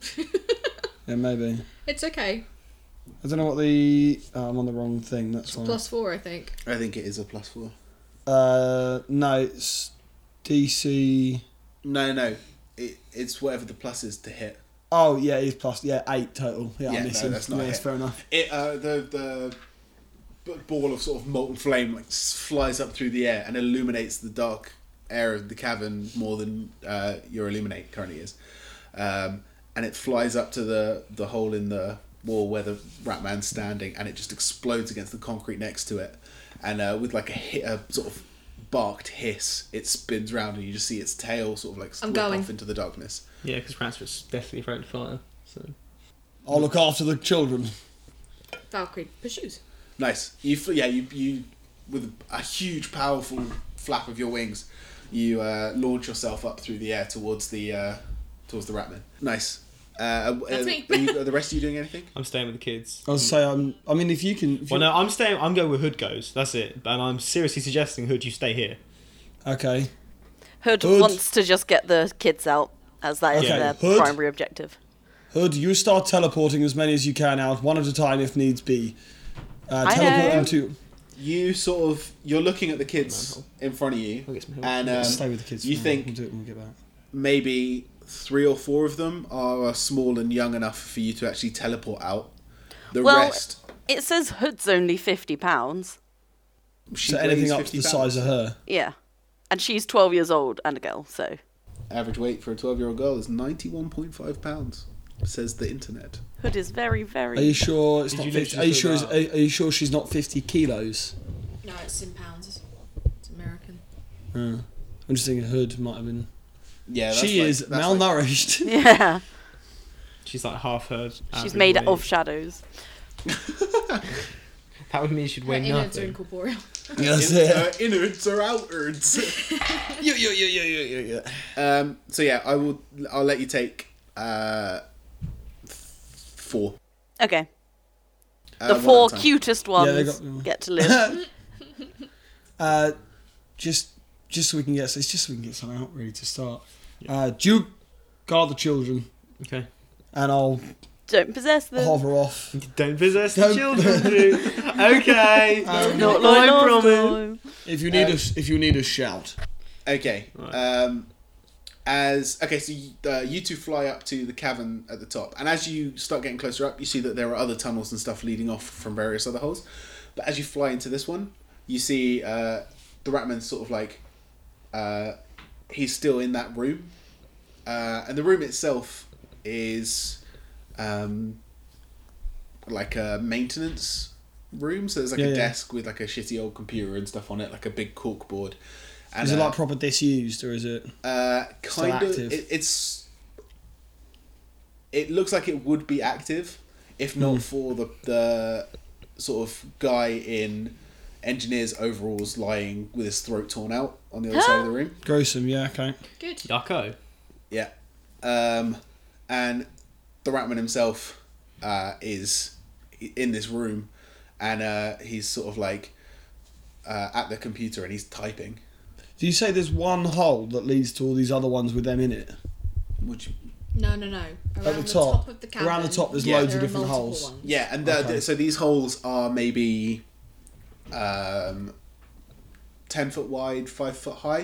[SPEAKER 2] *laughs*
[SPEAKER 3] yeah, maybe
[SPEAKER 2] It's okay.
[SPEAKER 3] I don't know what the. Oh, I'm on the wrong thing. That's fine.
[SPEAKER 2] Plus four, I think.
[SPEAKER 1] I think it is a plus four.
[SPEAKER 3] Uh, no, it's DC.
[SPEAKER 1] No, no, it, it's whatever the plus is to hit.
[SPEAKER 3] Oh yeah, it's plus yeah eight total.
[SPEAKER 1] Yeah,
[SPEAKER 3] Yeah, I'm
[SPEAKER 1] no,
[SPEAKER 3] missing.
[SPEAKER 1] that's not
[SPEAKER 3] yeah,
[SPEAKER 1] a
[SPEAKER 3] it's
[SPEAKER 1] hit.
[SPEAKER 3] fair enough.
[SPEAKER 1] It uh, the the b- ball of sort of molten flame like s- flies up through the air and illuminates the dark air of the cavern more than uh, your illuminate currently is, um, and it flies up to the the hole in the wall where the rat man's standing, and it just explodes against the concrete next to it, and uh, with like a hit a sort of barked hiss, it spins round and you just see its tail sort of like
[SPEAKER 2] I'm
[SPEAKER 1] slip
[SPEAKER 2] going.
[SPEAKER 1] off into the darkness.
[SPEAKER 5] Yeah, because rats were deathly afraid of fire. So
[SPEAKER 3] I'll look after the children.
[SPEAKER 2] Valkyrie pursues.
[SPEAKER 1] Nice. You fl- yeah you you with a huge powerful flap of your wings, you uh, launch yourself up through the air towards the uh, towards the ratman. Nice. Uh,
[SPEAKER 2] That's
[SPEAKER 1] uh,
[SPEAKER 2] me.
[SPEAKER 1] Are, you, are the rest of you doing anything?
[SPEAKER 5] I'm staying with the kids.
[SPEAKER 1] Mm.
[SPEAKER 3] I was say I'm. I mean, if you can. If
[SPEAKER 5] Well,
[SPEAKER 3] you-
[SPEAKER 5] no, I'm staying. I'm going where Hood goes. That's it. And I'm seriously suggesting Hood, you stay here.
[SPEAKER 3] Okay.
[SPEAKER 4] Hood,
[SPEAKER 3] Hood.
[SPEAKER 4] wants to just get the kids out, as that is
[SPEAKER 5] Okay,
[SPEAKER 4] their
[SPEAKER 3] Hood.
[SPEAKER 4] primary objective.
[SPEAKER 3] Hood, you start teleporting as many as you can out, one at a time if needs be. Uh,
[SPEAKER 4] I
[SPEAKER 3] teleport
[SPEAKER 4] know.
[SPEAKER 3] them to.
[SPEAKER 1] You sort of you're looking at the kids in front of you,
[SPEAKER 5] I'll get some help.
[SPEAKER 1] and um,
[SPEAKER 3] Just stay with the kids.
[SPEAKER 1] You
[SPEAKER 3] for now.
[SPEAKER 1] think
[SPEAKER 3] We'll do it when we get back.
[SPEAKER 1] maybe three or four of them are small and young enough for you to actually teleport out. The
[SPEAKER 4] Well,
[SPEAKER 1] rest,
[SPEAKER 4] It says Hood's only 50 pounds.
[SPEAKER 1] she
[SPEAKER 3] So anything
[SPEAKER 1] weighs
[SPEAKER 3] up to
[SPEAKER 1] 50
[SPEAKER 3] the
[SPEAKER 1] pounds.
[SPEAKER 3] size of her.
[SPEAKER 4] Yeah. And she's 12 years old and a girl, so.
[SPEAKER 1] Average weight for a 12 year old girl is 91.5 pounds, says the internet.
[SPEAKER 4] Hood is very, very.
[SPEAKER 3] Are you sure it's
[SPEAKER 5] Did
[SPEAKER 3] not?
[SPEAKER 5] you
[SPEAKER 3] 50,
[SPEAKER 5] literally
[SPEAKER 3] are you
[SPEAKER 5] just
[SPEAKER 3] sure?
[SPEAKER 5] do
[SPEAKER 3] Is, are,
[SPEAKER 5] that?
[SPEAKER 3] are you sure she's not fifty kilos?
[SPEAKER 2] No, it's in pounds. It's American.
[SPEAKER 3] Uh, I'm just thinking Hood might have been.
[SPEAKER 1] Yeah, that's
[SPEAKER 3] she
[SPEAKER 1] like-
[SPEAKER 3] is
[SPEAKER 1] that's like-
[SPEAKER 3] malnourished.
[SPEAKER 4] *laughs* Yeah.
[SPEAKER 5] She's like half Hood.
[SPEAKER 4] She's
[SPEAKER 5] average
[SPEAKER 4] made
[SPEAKER 5] weight.
[SPEAKER 4] of shadows.
[SPEAKER 5] That would mean she'd
[SPEAKER 2] Her
[SPEAKER 5] weigh
[SPEAKER 2] innards are
[SPEAKER 5] nothing.
[SPEAKER 2] incorporeal.
[SPEAKER 3] Yeah, *laughs* that's
[SPEAKER 1] In-
[SPEAKER 3] it.
[SPEAKER 1] uh,
[SPEAKER 3] *laughs*
[SPEAKER 1] innards or
[SPEAKER 4] *laughs*
[SPEAKER 1] outwards.
[SPEAKER 3] Yeah, yeah, yeah, yeah, yeah, yeah, yeah.
[SPEAKER 1] um, so yeah, I will. I'll let you take uh, f- four.
[SPEAKER 4] Okay.
[SPEAKER 1] Uh,
[SPEAKER 4] The
[SPEAKER 1] one
[SPEAKER 4] four
[SPEAKER 1] at a time.
[SPEAKER 4] cutest
[SPEAKER 3] Yeah, they
[SPEAKER 4] ones
[SPEAKER 3] got-
[SPEAKER 4] get
[SPEAKER 3] *laughs*
[SPEAKER 4] to live.
[SPEAKER 3] Uh, just just so we can get it's just so we can get something out really to start. Uh, Duke, guard the children,
[SPEAKER 5] Okay.
[SPEAKER 3] and I'll
[SPEAKER 4] Don't possess them.
[SPEAKER 3] hover off.
[SPEAKER 5] Don't possess the
[SPEAKER 3] Don't-
[SPEAKER 5] children, Duke. Okay.
[SPEAKER 4] Not
[SPEAKER 5] I
[SPEAKER 4] long
[SPEAKER 5] promise.
[SPEAKER 4] after.
[SPEAKER 3] If you need a if you need a shout.
[SPEAKER 1] Okay.
[SPEAKER 5] Right.
[SPEAKER 1] Um, as okay, so you, uh, you two fly up to the cavern at the top, and as you start getting closer up, you see that there are other tunnels and stuff leading off from various other holes. But as you fly into this one, you see uh, the Ratman sort of like uh, he's still in that room, uh, and the room itself is um, like a maintenance room. So there's like
[SPEAKER 3] Yeah,
[SPEAKER 1] a
[SPEAKER 3] yeah.
[SPEAKER 1] desk with like a shitty old computer and stuff on it, like a big cork board. And,
[SPEAKER 3] Is it
[SPEAKER 1] uh,
[SPEAKER 3] like proper disused or is it?
[SPEAKER 1] uh,
[SPEAKER 3] Still
[SPEAKER 1] kind of.
[SPEAKER 3] active.
[SPEAKER 1] It, it's. It looks like it would be active, if not
[SPEAKER 3] Hmm.
[SPEAKER 1] for the the sort of guy in engineer's overalls lying with his throat torn out on the other side of the room.
[SPEAKER 3] Gruesome, yeah, okay.
[SPEAKER 2] *laughs* Good.
[SPEAKER 5] Yucko.
[SPEAKER 1] Yeah, um, and the Ratman himself uh, is i- in this room, and uh, he's sort of like uh, at the computer and he's typing.
[SPEAKER 3] Do you say there's one hole that leads to all these other ones with them in it?
[SPEAKER 1] Would you
[SPEAKER 2] No, no, no. Around
[SPEAKER 3] At the
[SPEAKER 2] the,
[SPEAKER 3] top.
[SPEAKER 2] top. of the cavern.
[SPEAKER 3] Around the top, there's
[SPEAKER 1] Yeah.
[SPEAKER 3] loads
[SPEAKER 2] there
[SPEAKER 3] of
[SPEAKER 2] are
[SPEAKER 3] different
[SPEAKER 2] multiple
[SPEAKER 3] holes.
[SPEAKER 2] ones.
[SPEAKER 1] Yeah, and the,
[SPEAKER 3] Okay.
[SPEAKER 1] the- so these holes are maybe um, ten foot wide, five foot high,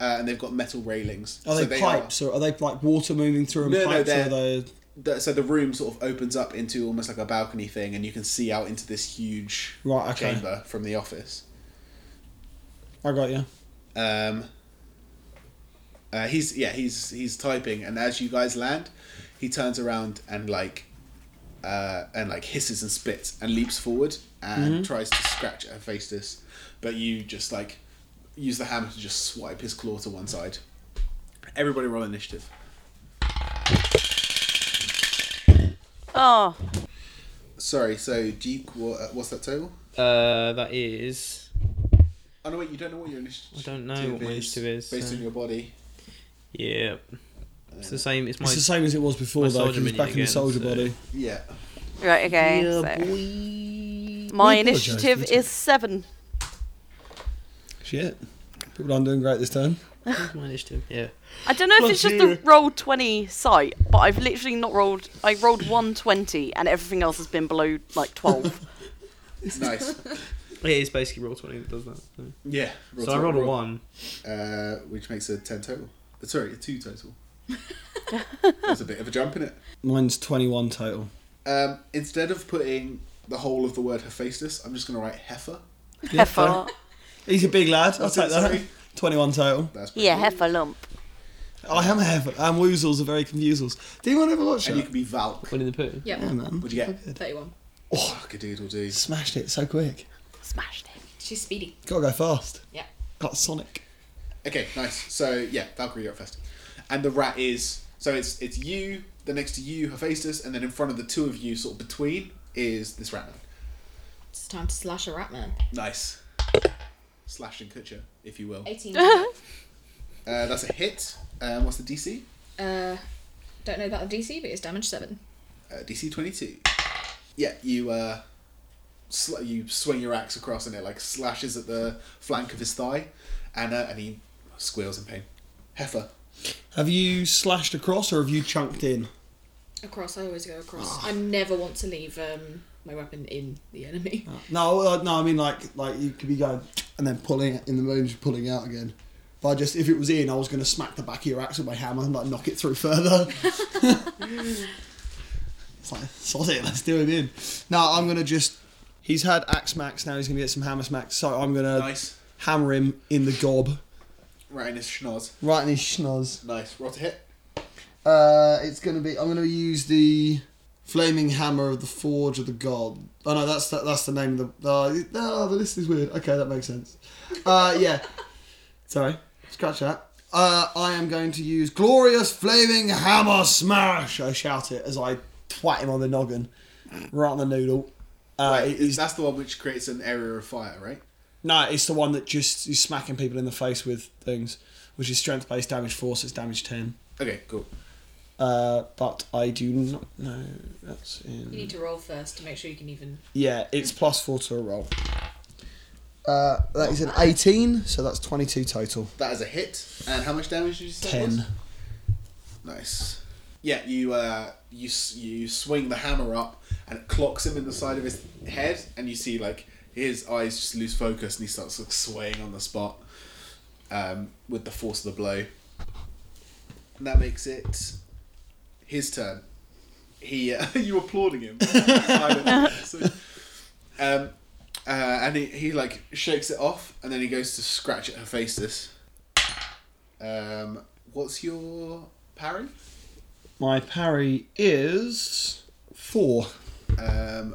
[SPEAKER 1] uh, and they've got metal railings.
[SPEAKER 3] Are they
[SPEAKER 1] So they are-
[SPEAKER 3] pipes or are they like water moving through them?
[SPEAKER 1] No, no,
[SPEAKER 3] pipes or
[SPEAKER 1] they're-
[SPEAKER 3] are they
[SPEAKER 1] the, so the room sort of opens up into almost like a balcony thing, and you can see out into this huge
[SPEAKER 3] Right, okay.
[SPEAKER 1] chamber from the office.
[SPEAKER 3] I got you.
[SPEAKER 1] Um, uh, he's yeah, he's he's typing, and as you guys land, he turns around and like, uh, and like hisses and spits and leaps forward
[SPEAKER 5] Mm-hmm.
[SPEAKER 1] and tries to scratch at Hephaestus, but you just like use the hammer to just swipe his claw to one side. Everybody roll initiative.
[SPEAKER 4] Oh,
[SPEAKER 1] Sorry, so Duke, what, uh, what's that total?
[SPEAKER 5] Uh, that is.
[SPEAKER 1] Oh no, wait, you don't know what your initiative.
[SPEAKER 5] I don't know what my initiative is,
[SPEAKER 1] based
[SPEAKER 5] so-
[SPEAKER 1] on your body.
[SPEAKER 5] Yeah. It's the same. It's my.
[SPEAKER 3] It's the same as it was before
[SPEAKER 5] my
[SPEAKER 3] though,
[SPEAKER 5] soldier uh,
[SPEAKER 3] because it's
[SPEAKER 5] minion
[SPEAKER 3] back in the
[SPEAKER 5] again,
[SPEAKER 3] soldier
[SPEAKER 5] so-
[SPEAKER 3] body.
[SPEAKER 5] *laughs*
[SPEAKER 1] Yeah.
[SPEAKER 4] right, okay. so. My
[SPEAKER 3] We apologise,
[SPEAKER 4] initiative
[SPEAKER 3] didn't we?
[SPEAKER 4] is seven.
[SPEAKER 3] Shit. People aren't doing great this turn.
[SPEAKER 5] *laughs* What's my initiative? Yeah.
[SPEAKER 4] I don't know if
[SPEAKER 5] Plus
[SPEAKER 4] it's just
[SPEAKER 5] you.
[SPEAKER 4] the roll 20 site, but I've literally not rolled. I rolled 120 and everything else has been below like
[SPEAKER 5] *laughs*
[SPEAKER 4] 12.
[SPEAKER 1] Nice.
[SPEAKER 5] It is basically roll twenty that does that. So,
[SPEAKER 1] Yeah.
[SPEAKER 5] So I rolled a one.
[SPEAKER 1] uh, which makes a 10 total. Uh, Sorry, a 2 total. There's a bit of a jump in it.
[SPEAKER 3] Mine's 21 total.
[SPEAKER 1] Um, instead of putting the whole of the word Hephaestus, I'm just going to write Heifer.
[SPEAKER 4] Heifer.
[SPEAKER 3] He's a big lad. I'll
[SPEAKER 1] What's
[SPEAKER 3] take
[SPEAKER 1] it,
[SPEAKER 3] that.
[SPEAKER 1] sorry?
[SPEAKER 3] 21 total.
[SPEAKER 1] That's pretty
[SPEAKER 4] Yeah,
[SPEAKER 1] cool.
[SPEAKER 4] heifer lump.
[SPEAKER 3] I am a heifer. And Woozles are very confusals. Did anyone ever watch
[SPEAKER 1] And you
[SPEAKER 3] that?
[SPEAKER 1] can be Valk.
[SPEAKER 5] One in the poo.
[SPEAKER 2] Yep.
[SPEAKER 3] Yeah, man.
[SPEAKER 1] What'd you get?
[SPEAKER 2] Thirty-one.
[SPEAKER 3] Oh,
[SPEAKER 1] Fuck a doodle do.
[SPEAKER 3] smashed it so quick.
[SPEAKER 4] Smashed it.
[SPEAKER 2] She's speedy.
[SPEAKER 3] Gotta go fast.
[SPEAKER 2] Yeah.
[SPEAKER 3] Got Sonic.
[SPEAKER 1] Okay, nice. So, yeah, Valkyrie, you're up first. And the rat is. So it's it's you, then next to you, Hephaestus, and then in front of the two of you, sort of between, is this rat man.
[SPEAKER 2] It's time to slash a rat man.
[SPEAKER 1] Nice. Slash and Kutcher, if you will.
[SPEAKER 2] Eighteen.
[SPEAKER 1] Uh, that's a hit. Um, what's the DC?
[SPEAKER 2] *laughs* uh, don't know about the DC, but it's damage seven.
[SPEAKER 1] Uh, DC twenty two. Yeah, you uh, sl- you swing your axe across, and it like slashes at the flank of his thigh, and uh, and he squeals in pain. Heifer.
[SPEAKER 3] Have you slashed across or have you chunked in?
[SPEAKER 2] Across. I always go across. I never want to leave um, my weapon in the enemy.
[SPEAKER 3] No, uh, no. I mean, like, like you could be going and then pulling it in the moon, just pulling out again. But I just, if it was in, I was going to smack the back of your axe with my hammer and like knock it through further. it's like sod it, let's do it in. No, I'm going to just. He's had axe smacks. Now he's going to get some hammer smacks. So I'm going to
[SPEAKER 1] Nice.
[SPEAKER 3] hammer him in the gob,
[SPEAKER 1] Right in his schnoz.
[SPEAKER 3] right in his schnoz.
[SPEAKER 1] Nice. Roll to hit.
[SPEAKER 3] Uh, it's gonna be. I'm gonna use the flaming hammer of the forge of the god. Oh no, that's the, that's the name of the. Uh, oh, the list is weird. Okay, that makes sense. Uh, yeah. *laughs* Sorry, scratch that. Uh, I am going to use glorious flaming hammer smash. I shout it as I twat him on the noggin, right on the noodle. Uh,
[SPEAKER 1] Right,
[SPEAKER 3] it is-
[SPEAKER 1] that's the one which creates an area of fire, right?
[SPEAKER 3] no, it's the one that just is smacking people in the face with things, which is strength based damage force. It's damage ten.
[SPEAKER 1] Okay, cool.
[SPEAKER 3] Uh, but I do not know. That's in.
[SPEAKER 2] You need to roll first to make sure you can even.
[SPEAKER 3] Yeah, it's plus four to a roll. Uh, that is an 18, so that's 22 total.
[SPEAKER 1] That is a hit. And how much damage did you say? it was?
[SPEAKER 3] 10.
[SPEAKER 1] Nice. Yeah, you uh, you s- you swing the hammer up and it clocks him in the side of his head, and you see like his eyes just lose focus, and he starts like, swaying on the spot um, with the force of the blow. And that makes it his turn. He uh, *laughs* you applauding him. So, um, uh, and he, he like shakes it off, and then he goes to scratch at Hephaestus. Um, what's your parry?
[SPEAKER 3] My parry is 4.
[SPEAKER 1] Um,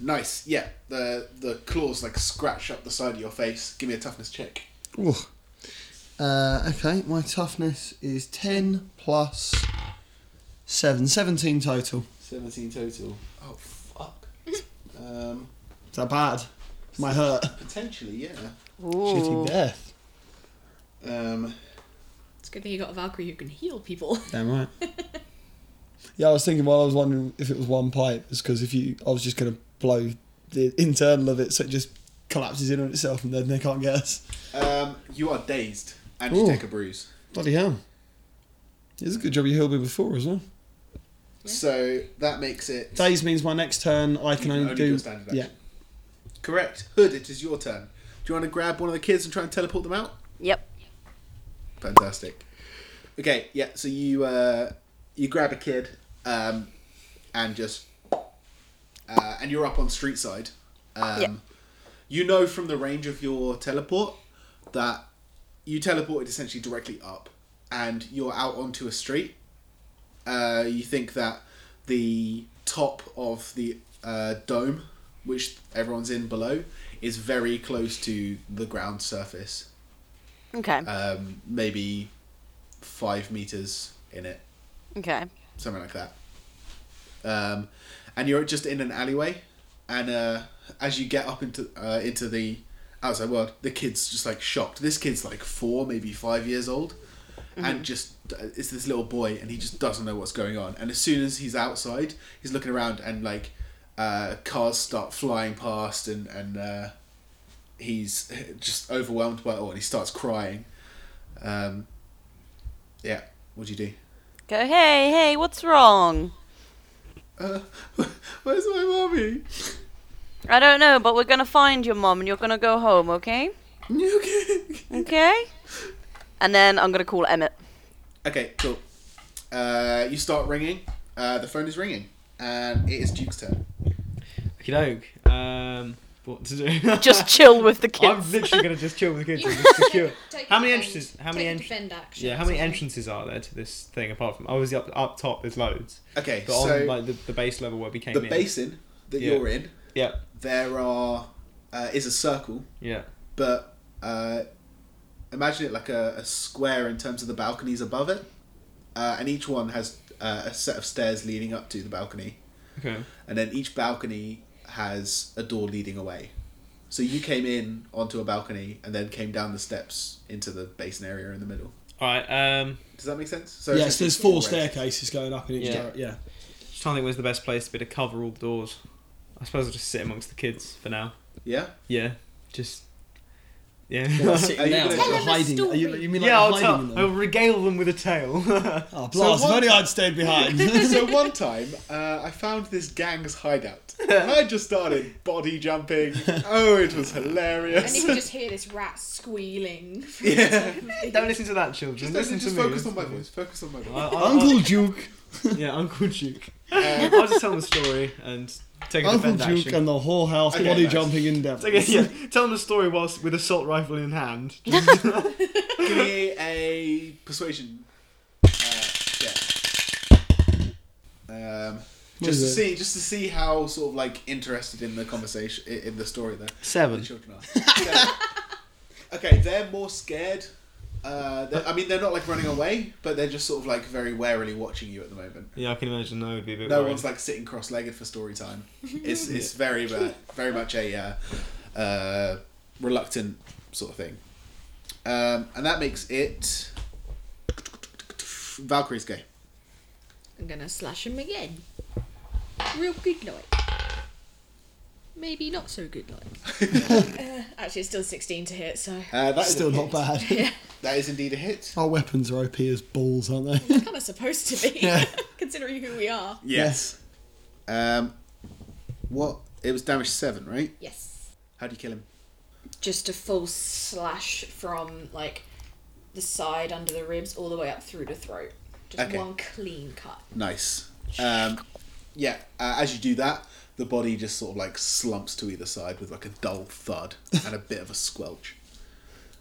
[SPEAKER 1] nice. Yeah, the the claws like scratch up the side of your face. Give me a toughness check.
[SPEAKER 3] Ooh. Uh, okay, my toughness is 10 plus 7, 17 total.
[SPEAKER 1] Seventeen total. Oh fuck. um,
[SPEAKER 3] Is that bad? My hurt.
[SPEAKER 1] potentially, yeah.
[SPEAKER 4] Ooh.
[SPEAKER 3] Shitty death.
[SPEAKER 1] Um,
[SPEAKER 2] It's a good thing you got a Valkyrie who can heal people.
[SPEAKER 3] Damn
[SPEAKER 5] *laughs*
[SPEAKER 3] right. yeah, I was thinking while I was wondering if it was one pipe, is because if you, I was just going to blow the internal of it so it just collapses in on itself and then they can't get us.
[SPEAKER 1] um, you are dazed and you
[SPEAKER 3] Ooh.
[SPEAKER 1] take a bruise.
[SPEAKER 3] Bloody hell. It's a good job you healed me before as well.
[SPEAKER 1] So that makes it
[SPEAKER 3] Days means my next turn I can
[SPEAKER 1] You
[SPEAKER 3] only,
[SPEAKER 1] only
[SPEAKER 3] do.
[SPEAKER 1] do a standard action.
[SPEAKER 3] yeah.
[SPEAKER 1] correct. Hood, it is your turn. Do you want to grab one of the kids and try and teleport them out?
[SPEAKER 4] Yep.
[SPEAKER 1] Fantastic. Okay, yeah. So you uh, you grab a kid, um, and just uh, and you're up on street side. Um,
[SPEAKER 4] Yeah.
[SPEAKER 1] You know from the range of your teleport that you teleported essentially directly up, and you're out onto a street. Uh, you think that the top of the uh, dome, which everyone's in below, is very close to the ground surface
[SPEAKER 4] Okay.
[SPEAKER 5] Uh,
[SPEAKER 1] um, maybe five meters in it,
[SPEAKER 4] okay.
[SPEAKER 1] something like that. Um, and you're just in an alleyway, and uh, as you get up into uh, into the outside world, the kid's just like shocked. This kid's like four, maybe five years old, and just uh, it's this little boy, and he just doesn't know what's going on. And as soon as he's outside, he's looking around, and like uh, cars start flying past, and and uh, he's just overwhelmed by it all, and he starts crying. Um, yeah, what do you do?
[SPEAKER 4] Go, hey, hey, what's wrong?
[SPEAKER 1] Uh, *laughs* where's my mommy?
[SPEAKER 4] I don't know, but we're gonna find your mom and you're gonna go home, okay?
[SPEAKER 1] Okay.
[SPEAKER 4] Okay? And then I'm gonna call Emmett.
[SPEAKER 1] Okay, cool. Uh, you start ringing. Uh, the phone is ringing, and it is Duke's turn.
[SPEAKER 5] Okie doke. Um, what to do? *laughs*
[SPEAKER 4] Just chill with the
[SPEAKER 5] I'm
[SPEAKER 4] kids.
[SPEAKER 5] literally gonna just chill with
[SPEAKER 2] *laughs*
[SPEAKER 5] the kids. And just secure.
[SPEAKER 2] Take
[SPEAKER 5] how many
[SPEAKER 2] defend-
[SPEAKER 5] entrances? How
[SPEAKER 2] take
[SPEAKER 5] many
[SPEAKER 2] the
[SPEAKER 5] entrances?
[SPEAKER 2] defend action
[SPEAKER 5] Yeah,
[SPEAKER 2] or
[SPEAKER 5] how many
[SPEAKER 2] something.
[SPEAKER 5] entrances are there to this thing? Apart from, obviously up up top, there's loads.
[SPEAKER 1] Okay,
[SPEAKER 5] But
[SPEAKER 1] so
[SPEAKER 5] on like the, the base level where we came
[SPEAKER 1] the
[SPEAKER 5] in.
[SPEAKER 1] basin that
[SPEAKER 5] Yeah.
[SPEAKER 1] you're in,
[SPEAKER 5] Yeah,
[SPEAKER 1] there are uh, is a circle,
[SPEAKER 5] yeah.
[SPEAKER 1] but uh, imagine it like a, a square in terms of the balconies above it, uh, and each one has uh, a set of stairs leading up to the balcony.
[SPEAKER 5] Okay.
[SPEAKER 1] and then each balcony has a door leading away. So you came in onto a balcony and then came down the steps into the basin area in the middle.
[SPEAKER 5] All right. Um,
[SPEAKER 1] Does that make sense? So it's
[SPEAKER 3] Yes,
[SPEAKER 1] just
[SPEAKER 3] there's
[SPEAKER 1] a
[SPEAKER 3] four
[SPEAKER 1] stairway.
[SPEAKER 3] staircases going up in each
[SPEAKER 5] Yeah.
[SPEAKER 3] direction.
[SPEAKER 5] *laughs*
[SPEAKER 3] Yeah.
[SPEAKER 5] just trying to think where's the best place to be to cover all the doors. I suppose I'll just sit amongst the kids for now.
[SPEAKER 1] Yeah.
[SPEAKER 5] Yeah. Just. Yeah.
[SPEAKER 3] Well,
[SPEAKER 5] *laughs* yeah,
[SPEAKER 1] Are you gonna
[SPEAKER 3] sitting down, you're
[SPEAKER 1] tell
[SPEAKER 2] him a
[SPEAKER 3] hiding. Are you,
[SPEAKER 2] story?
[SPEAKER 3] you mean like you're
[SPEAKER 5] I'll
[SPEAKER 3] hiding in
[SPEAKER 5] tell. Oh, I'll
[SPEAKER 3] them?
[SPEAKER 5] regale them with a tale. *laughs*
[SPEAKER 3] Oh, blast!
[SPEAKER 1] So
[SPEAKER 3] if
[SPEAKER 1] what-
[SPEAKER 3] only I'd stayed behind.
[SPEAKER 1] so one time, uh, I found this gang's hideout. And I just started body jumping. Oh, it was
[SPEAKER 2] And
[SPEAKER 1] hilarious.
[SPEAKER 2] you can just hear this rat squealing. *laughs* from the
[SPEAKER 1] yeah.
[SPEAKER 2] top of the-
[SPEAKER 5] Don't listen to that, children.
[SPEAKER 1] Just,
[SPEAKER 5] listen
[SPEAKER 1] just
[SPEAKER 5] to me.
[SPEAKER 1] focus on my voice. Focus on my voice.
[SPEAKER 5] I- I-
[SPEAKER 3] Uncle Duke,
[SPEAKER 5] I- yeah, Uncle Duke.
[SPEAKER 1] Uh,
[SPEAKER 5] *laughs* I'll just tell them the story and take a
[SPEAKER 3] Uncle
[SPEAKER 5] defend
[SPEAKER 3] Duke,
[SPEAKER 5] action.
[SPEAKER 3] and the whole house
[SPEAKER 1] Okay,
[SPEAKER 3] body
[SPEAKER 1] nice.
[SPEAKER 3] jumping in depth.
[SPEAKER 5] Take a- yeah, tell them the story whilst with assault rifle in hand.
[SPEAKER 1] give me a persuasion. Uh, yeah. Um,
[SPEAKER 3] What
[SPEAKER 1] just
[SPEAKER 3] is
[SPEAKER 1] to
[SPEAKER 3] it?
[SPEAKER 1] see, just to see how sort of like interested in the conversation, i- in the story there. The
[SPEAKER 5] Seven.
[SPEAKER 1] children are. So- okay, they're more scared. Uh, they're- I mean, they're not like running away, but they're just sort of like very warily watching you at the moment.
[SPEAKER 5] Yeah, I can imagine that would be a bit.
[SPEAKER 1] No
[SPEAKER 5] worried.
[SPEAKER 1] one's like sitting cross-legged for story time. It's it's very mu- very much a uh, uh, reluctant sort of thing, um, and that makes it Valkyrie's go.
[SPEAKER 2] I'm gonna slash him again. Real good like. Maybe not so good like.
[SPEAKER 5] *laughs*
[SPEAKER 2] uh, actually, it's still 16 to hit, so. *laughs*
[SPEAKER 1] Uh, that is
[SPEAKER 3] Still
[SPEAKER 1] a
[SPEAKER 3] not
[SPEAKER 1] hit.
[SPEAKER 3] bad.
[SPEAKER 5] *laughs*
[SPEAKER 2] Yeah,
[SPEAKER 1] That is indeed a hit.
[SPEAKER 3] Our weapons are OP as balls, aren't
[SPEAKER 2] *laughs*
[SPEAKER 3] they?
[SPEAKER 2] kind of supposed to be,
[SPEAKER 3] Yeah.
[SPEAKER 2] *laughs* considering who we are.
[SPEAKER 1] Yes. Um, what? It was damage seven, right?
[SPEAKER 2] Yes.
[SPEAKER 1] How do you kill him?
[SPEAKER 2] Just a full slash from, like, the side under the ribs all the way up through the throat. Just
[SPEAKER 1] Okay.
[SPEAKER 2] one clean cut.
[SPEAKER 1] Nice. Um, yeah. Uh, as you do that, the body just sort of like slumps to either side with like a dull thud and a bit of a squelch.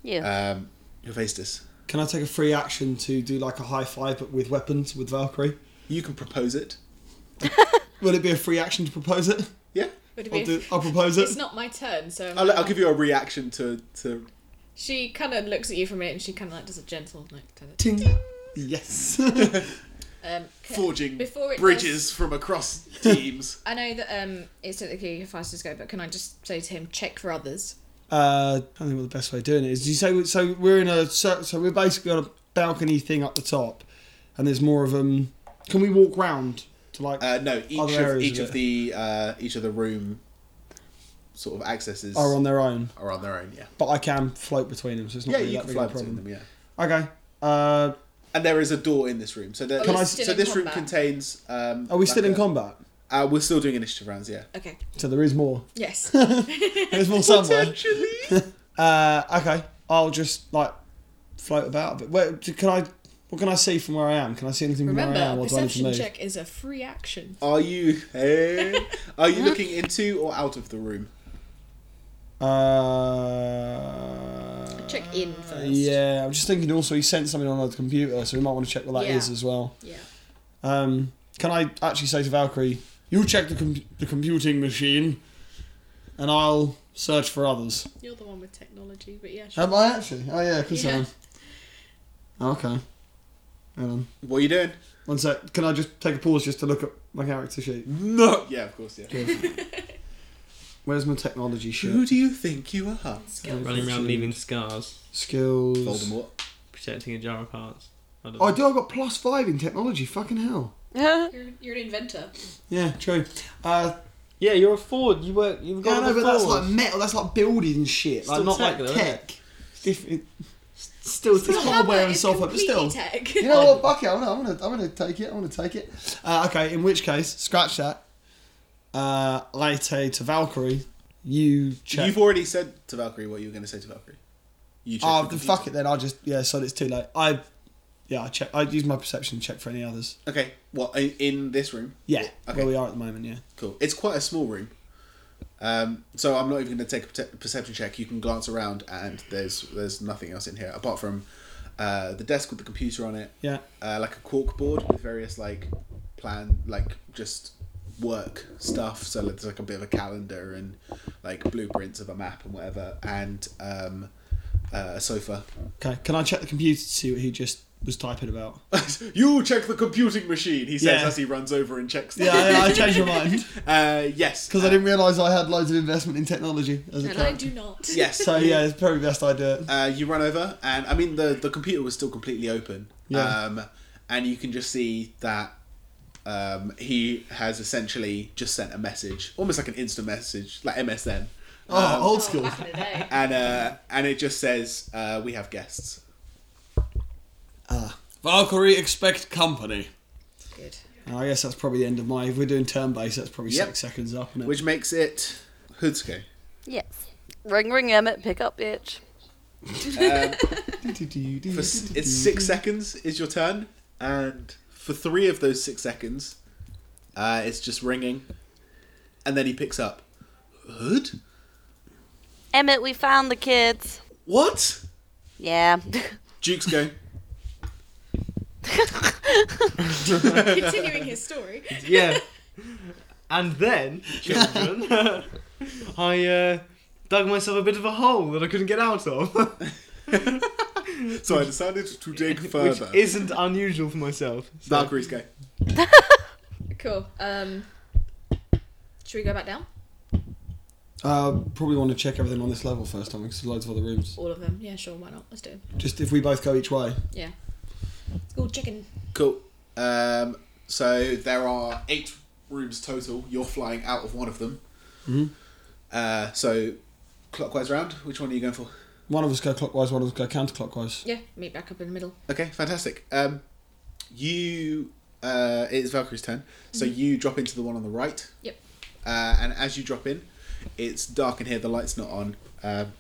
[SPEAKER 4] yeah.
[SPEAKER 1] Um, your face this.
[SPEAKER 3] Can I take a free action to do like a high five, but with weapons with Valkyrie?
[SPEAKER 1] You can propose it.
[SPEAKER 3] Will it be a free action to propose it?
[SPEAKER 1] Yeah.
[SPEAKER 2] Would it be
[SPEAKER 3] I'll,
[SPEAKER 2] a-
[SPEAKER 3] do, I'll propose
[SPEAKER 2] It's
[SPEAKER 3] it.
[SPEAKER 2] not my turn, so.
[SPEAKER 1] I'll, I'll give you a reaction to, to
[SPEAKER 2] She kind of looks at you for a minute and she kind of like does a gentle, like, kind of-
[SPEAKER 3] Ting. Yes. *laughs* Uh,
[SPEAKER 2] um, c-
[SPEAKER 1] forging
[SPEAKER 2] Before it
[SPEAKER 1] bridges from across *laughs* teams.
[SPEAKER 2] I know that um, it's technically your fastest go, but can I just say to him, check for others?
[SPEAKER 3] Uh, I don't think what the best way of doing it is. You say so we're in a so, so we're basically on a balcony thing up the top, and there's more of them. Can we walk round to like?
[SPEAKER 1] Uh, no, each
[SPEAKER 3] Other
[SPEAKER 1] of
[SPEAKER 3] areas
[SPEAKER 1] each
[SPEAKER 3] of
[SPEAKER 1] of the uh, each of the room sort of accesses
[SPEAKER 3] are on their own,
[SPEAKER 1] are on their own. Yeah,
[SPEAKER 3] but I can float between them, so it's not
[SPEAKER 1] yeah,
[SPEAKER 3] really
[SPEAKER 1] you
[SPEAKER 3] that
[SPEAKER 1] can
[SPEAKER 3] big
[SPEAKER 1] fly
[SPEAKER 3] of a
[SPEAKER 1] between
[SPEAKER 3] problem.
[SPEAKER 1] them. Yeah,
[SPEAKER 3] Okay. Uh,
[SPEAKER 1] and there is a door in this room. So there,
[SPEAKER 2] Are
[SPEAKER 3] we
[SPEAKER 1] so
[SPEAKER 3] still
[SPEAKER 2] in
[SPEAKER 1] this room
[SPEAKER 2] combat?
[SPEAKER 1] contains. Um,
[SPEAKER 3] are we
[SPEAKER 1] like
[SPEAKER 3] still in
[SPEAKER 1] a-
[SPEAKER 3] combat?
[SPEAKER 1] Uh, we're still doing initiative rounds. Yeah.
[SPEAKER 2] Okay.
[SPEAKER 3] So there
[SPEAKER 2] *laughs*
[SPEAKER 3] is more. *laughs*
[SPEAKER 2] Yes.
[SPEAKER 3] There's more somewhere. *laughs*
[SPEAKER 1] Potentially.
[SPEAKER 3] Uh, okay. I'll just like float about a bit. Where, do- can I? What can I see from where I am? Can I see anything from where I am,
[SPEAKER 2] Remember,
[SPEAKER 3] or do I need to
[SPEAKER 2] perception
[SPEAKER 3] move?
[SPEAKER 2] check is a free action.
[SPEAKER 1] Are you eh? are you looking into or out of the room?
[SPEAKER 3] Uh,
[SPEAKER 2] Check in first.
[SPEAKER 3] Yeah, I'm just thinking. Also, he sent something on the computer, so we might want to check what that is
[SPEAKER 2] Yeah.
[SPEAKER 3] as well.
[SPEAKER 2] Yeah.
[SPEAKER 3] Um, can I actually say to Valkyrie, "You check the com- the computing machine, and I'll search for others."
[SPEAKER 2] You're the one with technology, but yeah. Sure.
[SPEAKER 3] Have I actually? Oh yeah, because
[SPEAKER 2] Yeah.
[SPEAKER 3] Okay. Hang on.
[SPEAKER 1] What are you doing?
[SPEAKER 3] One sec. Can I just take a pause just to look at my character sheet?
[SPEAKER 1] No. Yeah, of course. Yeah.
[SPEAKER 3] Where's my technology
[SPEAKER 1] Who
[SPEAKER 3] sheet?
[SPEAKER 1] do you think you are?
[SPEAKER 2] Skill.
[SPEAKER 5] Running around leaving scars,
[SPEAKER 3] Skills.
[SPEAKER 1] Voldemort.
[SPEAKER 5] protecting a jar of hearts. I don't
[SPEAKER 3] Oh, I
[SPEAKER 5] know.
[SPEAKER 3] do. I've got plus five in technology. Fucking hell.
[SPEAKER 5] Uh.
[SPEAKER 2] You're, you're an inventor.
[SPEAKER 3] Yeah, true. Uh,
[SPEAKER 5] Yeah, you're a Ford. You work. You've
[SPEAKER 3] yeah,
[SPEAKER 5] got
[SPEAKER 3] no,
[SPEAKER 5] the
[SPEAKER 3] but that's
[SPEAKER 5] Ford.
[SPEAKER 3] like metal. That's like building and shit. Like
[SPEAKER 5] Still
[SPEAKER 3] not
[SPEAKER 5] tech,
[SPEAKER 3] like
[SPEAKER 5] though,
[SPEAKER 3] tech. It's different. Still, it's
[SPEAKER 2] Your
[SPEAKER 3] hardware
[SPEAKER 2] hammer
[SPEAKER 3] and
[SPEAKER 2] is
[SPEAKER 3] software, but
[SPEAKER 2] completely
[SPEAKER 3] still.
[SPEAKER 2] Tech.
[SPEAKER 3] You know what? Fuck it. I'm gonna, I'm gonna, I'm gonna take it. I'm gonna take it. Uh, okay. In which case, scratch that. Uh, later to Valkyrie, you check.
[SPEAKER 1] You've already said to Valkyrie what you were going to say to Valkyrie. You check
[SPEAKER 3] Oh,
[SPEAKER 1] the
[SPEAKER 3] then
[SPEAKER 1] computer.
[SPEAKER 3] fuck it then. I just yeah. So it's too late. I yeah. I check. I use my perception to check for any others.
[SPEAKER 1] Okay. What in, in this room?
[SPEAKER 3] Yeah.
[SPEAKER 1] Okay.
[SPEAKER 3] Where we are at the moment. Yeah.
[SPEAKER 1] Cool. It's quite a small room. Um, so I'm not even going to take a perce- perception check. You can glance around, and there's there's nothing else in here apart from uh, the desk with the computer on it,
[SPEAKER 3] Yeah.
[SPEAKER 1] uh, like a cork board with various like plan, like just work stuff. So there's like a bit of a calendar and like blueprints of a map and whatever, and um, uh, a sofa. *laughs*
[SPEAKER 3] Okay. Can I check the computer to see what he just was
[SPEAKER 1] *laughs*
[SPEAKER 3] typing about?
[SPEAKER 1] you check the computing machine, he says
[SPEAKER 3] Yeah.
[SPEAKER 1] as he runs over and checks. The
[SPEAKER 3] yeah. yeah I changed my mind
[SPEAKER 1] *laughs* Uh,
[SPEAKER 3] *laughs*
[SPEAKER 1] yes.
[SPEAKER 3] because I didn't realise I had loads of investment in technology as
[SPEAKER 2] *laughs*
[SPEAKER 3] a
[SPEAKER 2] And I
[SPEAKER 3] character.
[SPEAKER 2] do not.
[SPEAKER 1] Yes.
[SPEAKER 3] So yeah, it's probably best I do it.
[SPEAKER 1] uh, you run over, and I mean the the computer was still completely open.
[SPEAKER 3] Yeah.
[SPEAKER 1] Um, and you can just see that um, he has essentially just sent a message, almost like an instant message, like MSN.
[SPEAKER 3] Oh,
[SPEAKER 1] Um,
[SPEAKER 3] old
[SPEAKER 2] Oh,
[SPEAKER 3] school.
[SPEAKER 2] back in the day.
[SPEAKER 1] and uh, and it just says uh, we have guests.
[SPEAKER 3] Valkyrie expect company.
[SPEAKER 2] *laughs* Good.
[SPEAKER 3] Oh, I guess that's probably the end of my. If we're doing turn based, that's probably
[SPEAKER 1] Yep.
[SPEAKER 3] six seconds up. Isn't it?
[SPEAKER 1] Which makes it Hudsuke.
[SPEAKER 4] Yes. Ring, ring, Emmett, pick up, bitch.
[SPEAKER 1] For s- it's six seconds is your turn, and for three of those six seconds, uh, it's just ringing, and then he picks up. Hood?
[SPEAKER 4] Emmett, we found the kids.
[SPEAKER 1] What?
[SPEAKER 4] Yeah. *laughs*
[SPEAKER 1] Duke's going.
[SPEAKER 2] *laughs* Continuing his story.
[SPEAKER 5] yeah. And
[SPEAKER 3] *laughs*
[SPEAKER 5] then, children, *laughs* I uh, dug myself a bit of a hole that I couldn't get out of, *laughs*
[SPEAKER 1] So I decided to dig
[SPEAKER 5] which
[SPEAKER 1] further.
[SPEAKER 5] isn't unusual for myself. So-
[SPEAKER 1] Valkyrie's going.
[SPEAKER 2] *laughs* Cool. Um, should we go back down?
[SPEAKER 3] Uh, probably want to check everything on this level first, I think, 'cause there's loads of other rooms.
[SPEAKER 2] All of them. Yeah, sure. Why not? Let's do it.
[SPEAKER 3] Just if we both go each way.
[SPEAKER 2] Yeah. School chicken.
[SPEAKER 1] Cool. Um, so there are eight rooms total. You're flying out of one of them. Uh, so clockwise round. Which one are you going for?
[SPEAKER 3] One of us go clockwise, one of us go counterclockwise.
[SPEAKER 2] Yeah, meet back up in the middle.
[SPEAKER 1] Okay, fantastic. Um, you. Uh, it's Valkyrie's turn. So you drop into the one on the right.
[SPEAKER 2] Yep.
[SPEAKER 1] Uh, and as you drop in, it's dark in here. The light's not on. Um,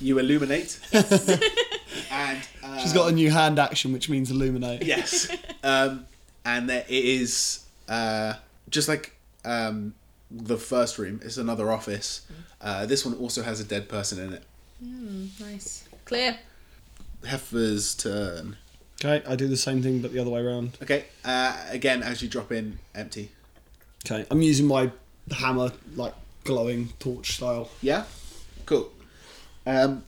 [SPEAKER 1] you illuminate. and uh,
[SPEAKER 3] She's got a new hand action, which means illuminate.
[SPEAKER 1] yes um and there it is uh just like um the first room it's another office
[SPEAKER 4] Mm.
[SPEAKER 1] uh this one also has a dead person in it
[SPEAKER 2] Nice. Clear.
[SPEAKER 1] heifer's turn
[SPEAKER 3] Okay, I do the same thing but the other way around.
[SPEAKER 1] okay uh again as you drop in empty
[SPEAKER 3] Okay, I'm using my hammer, like glowing torch style.
[SPEAKER 1] yeah cool um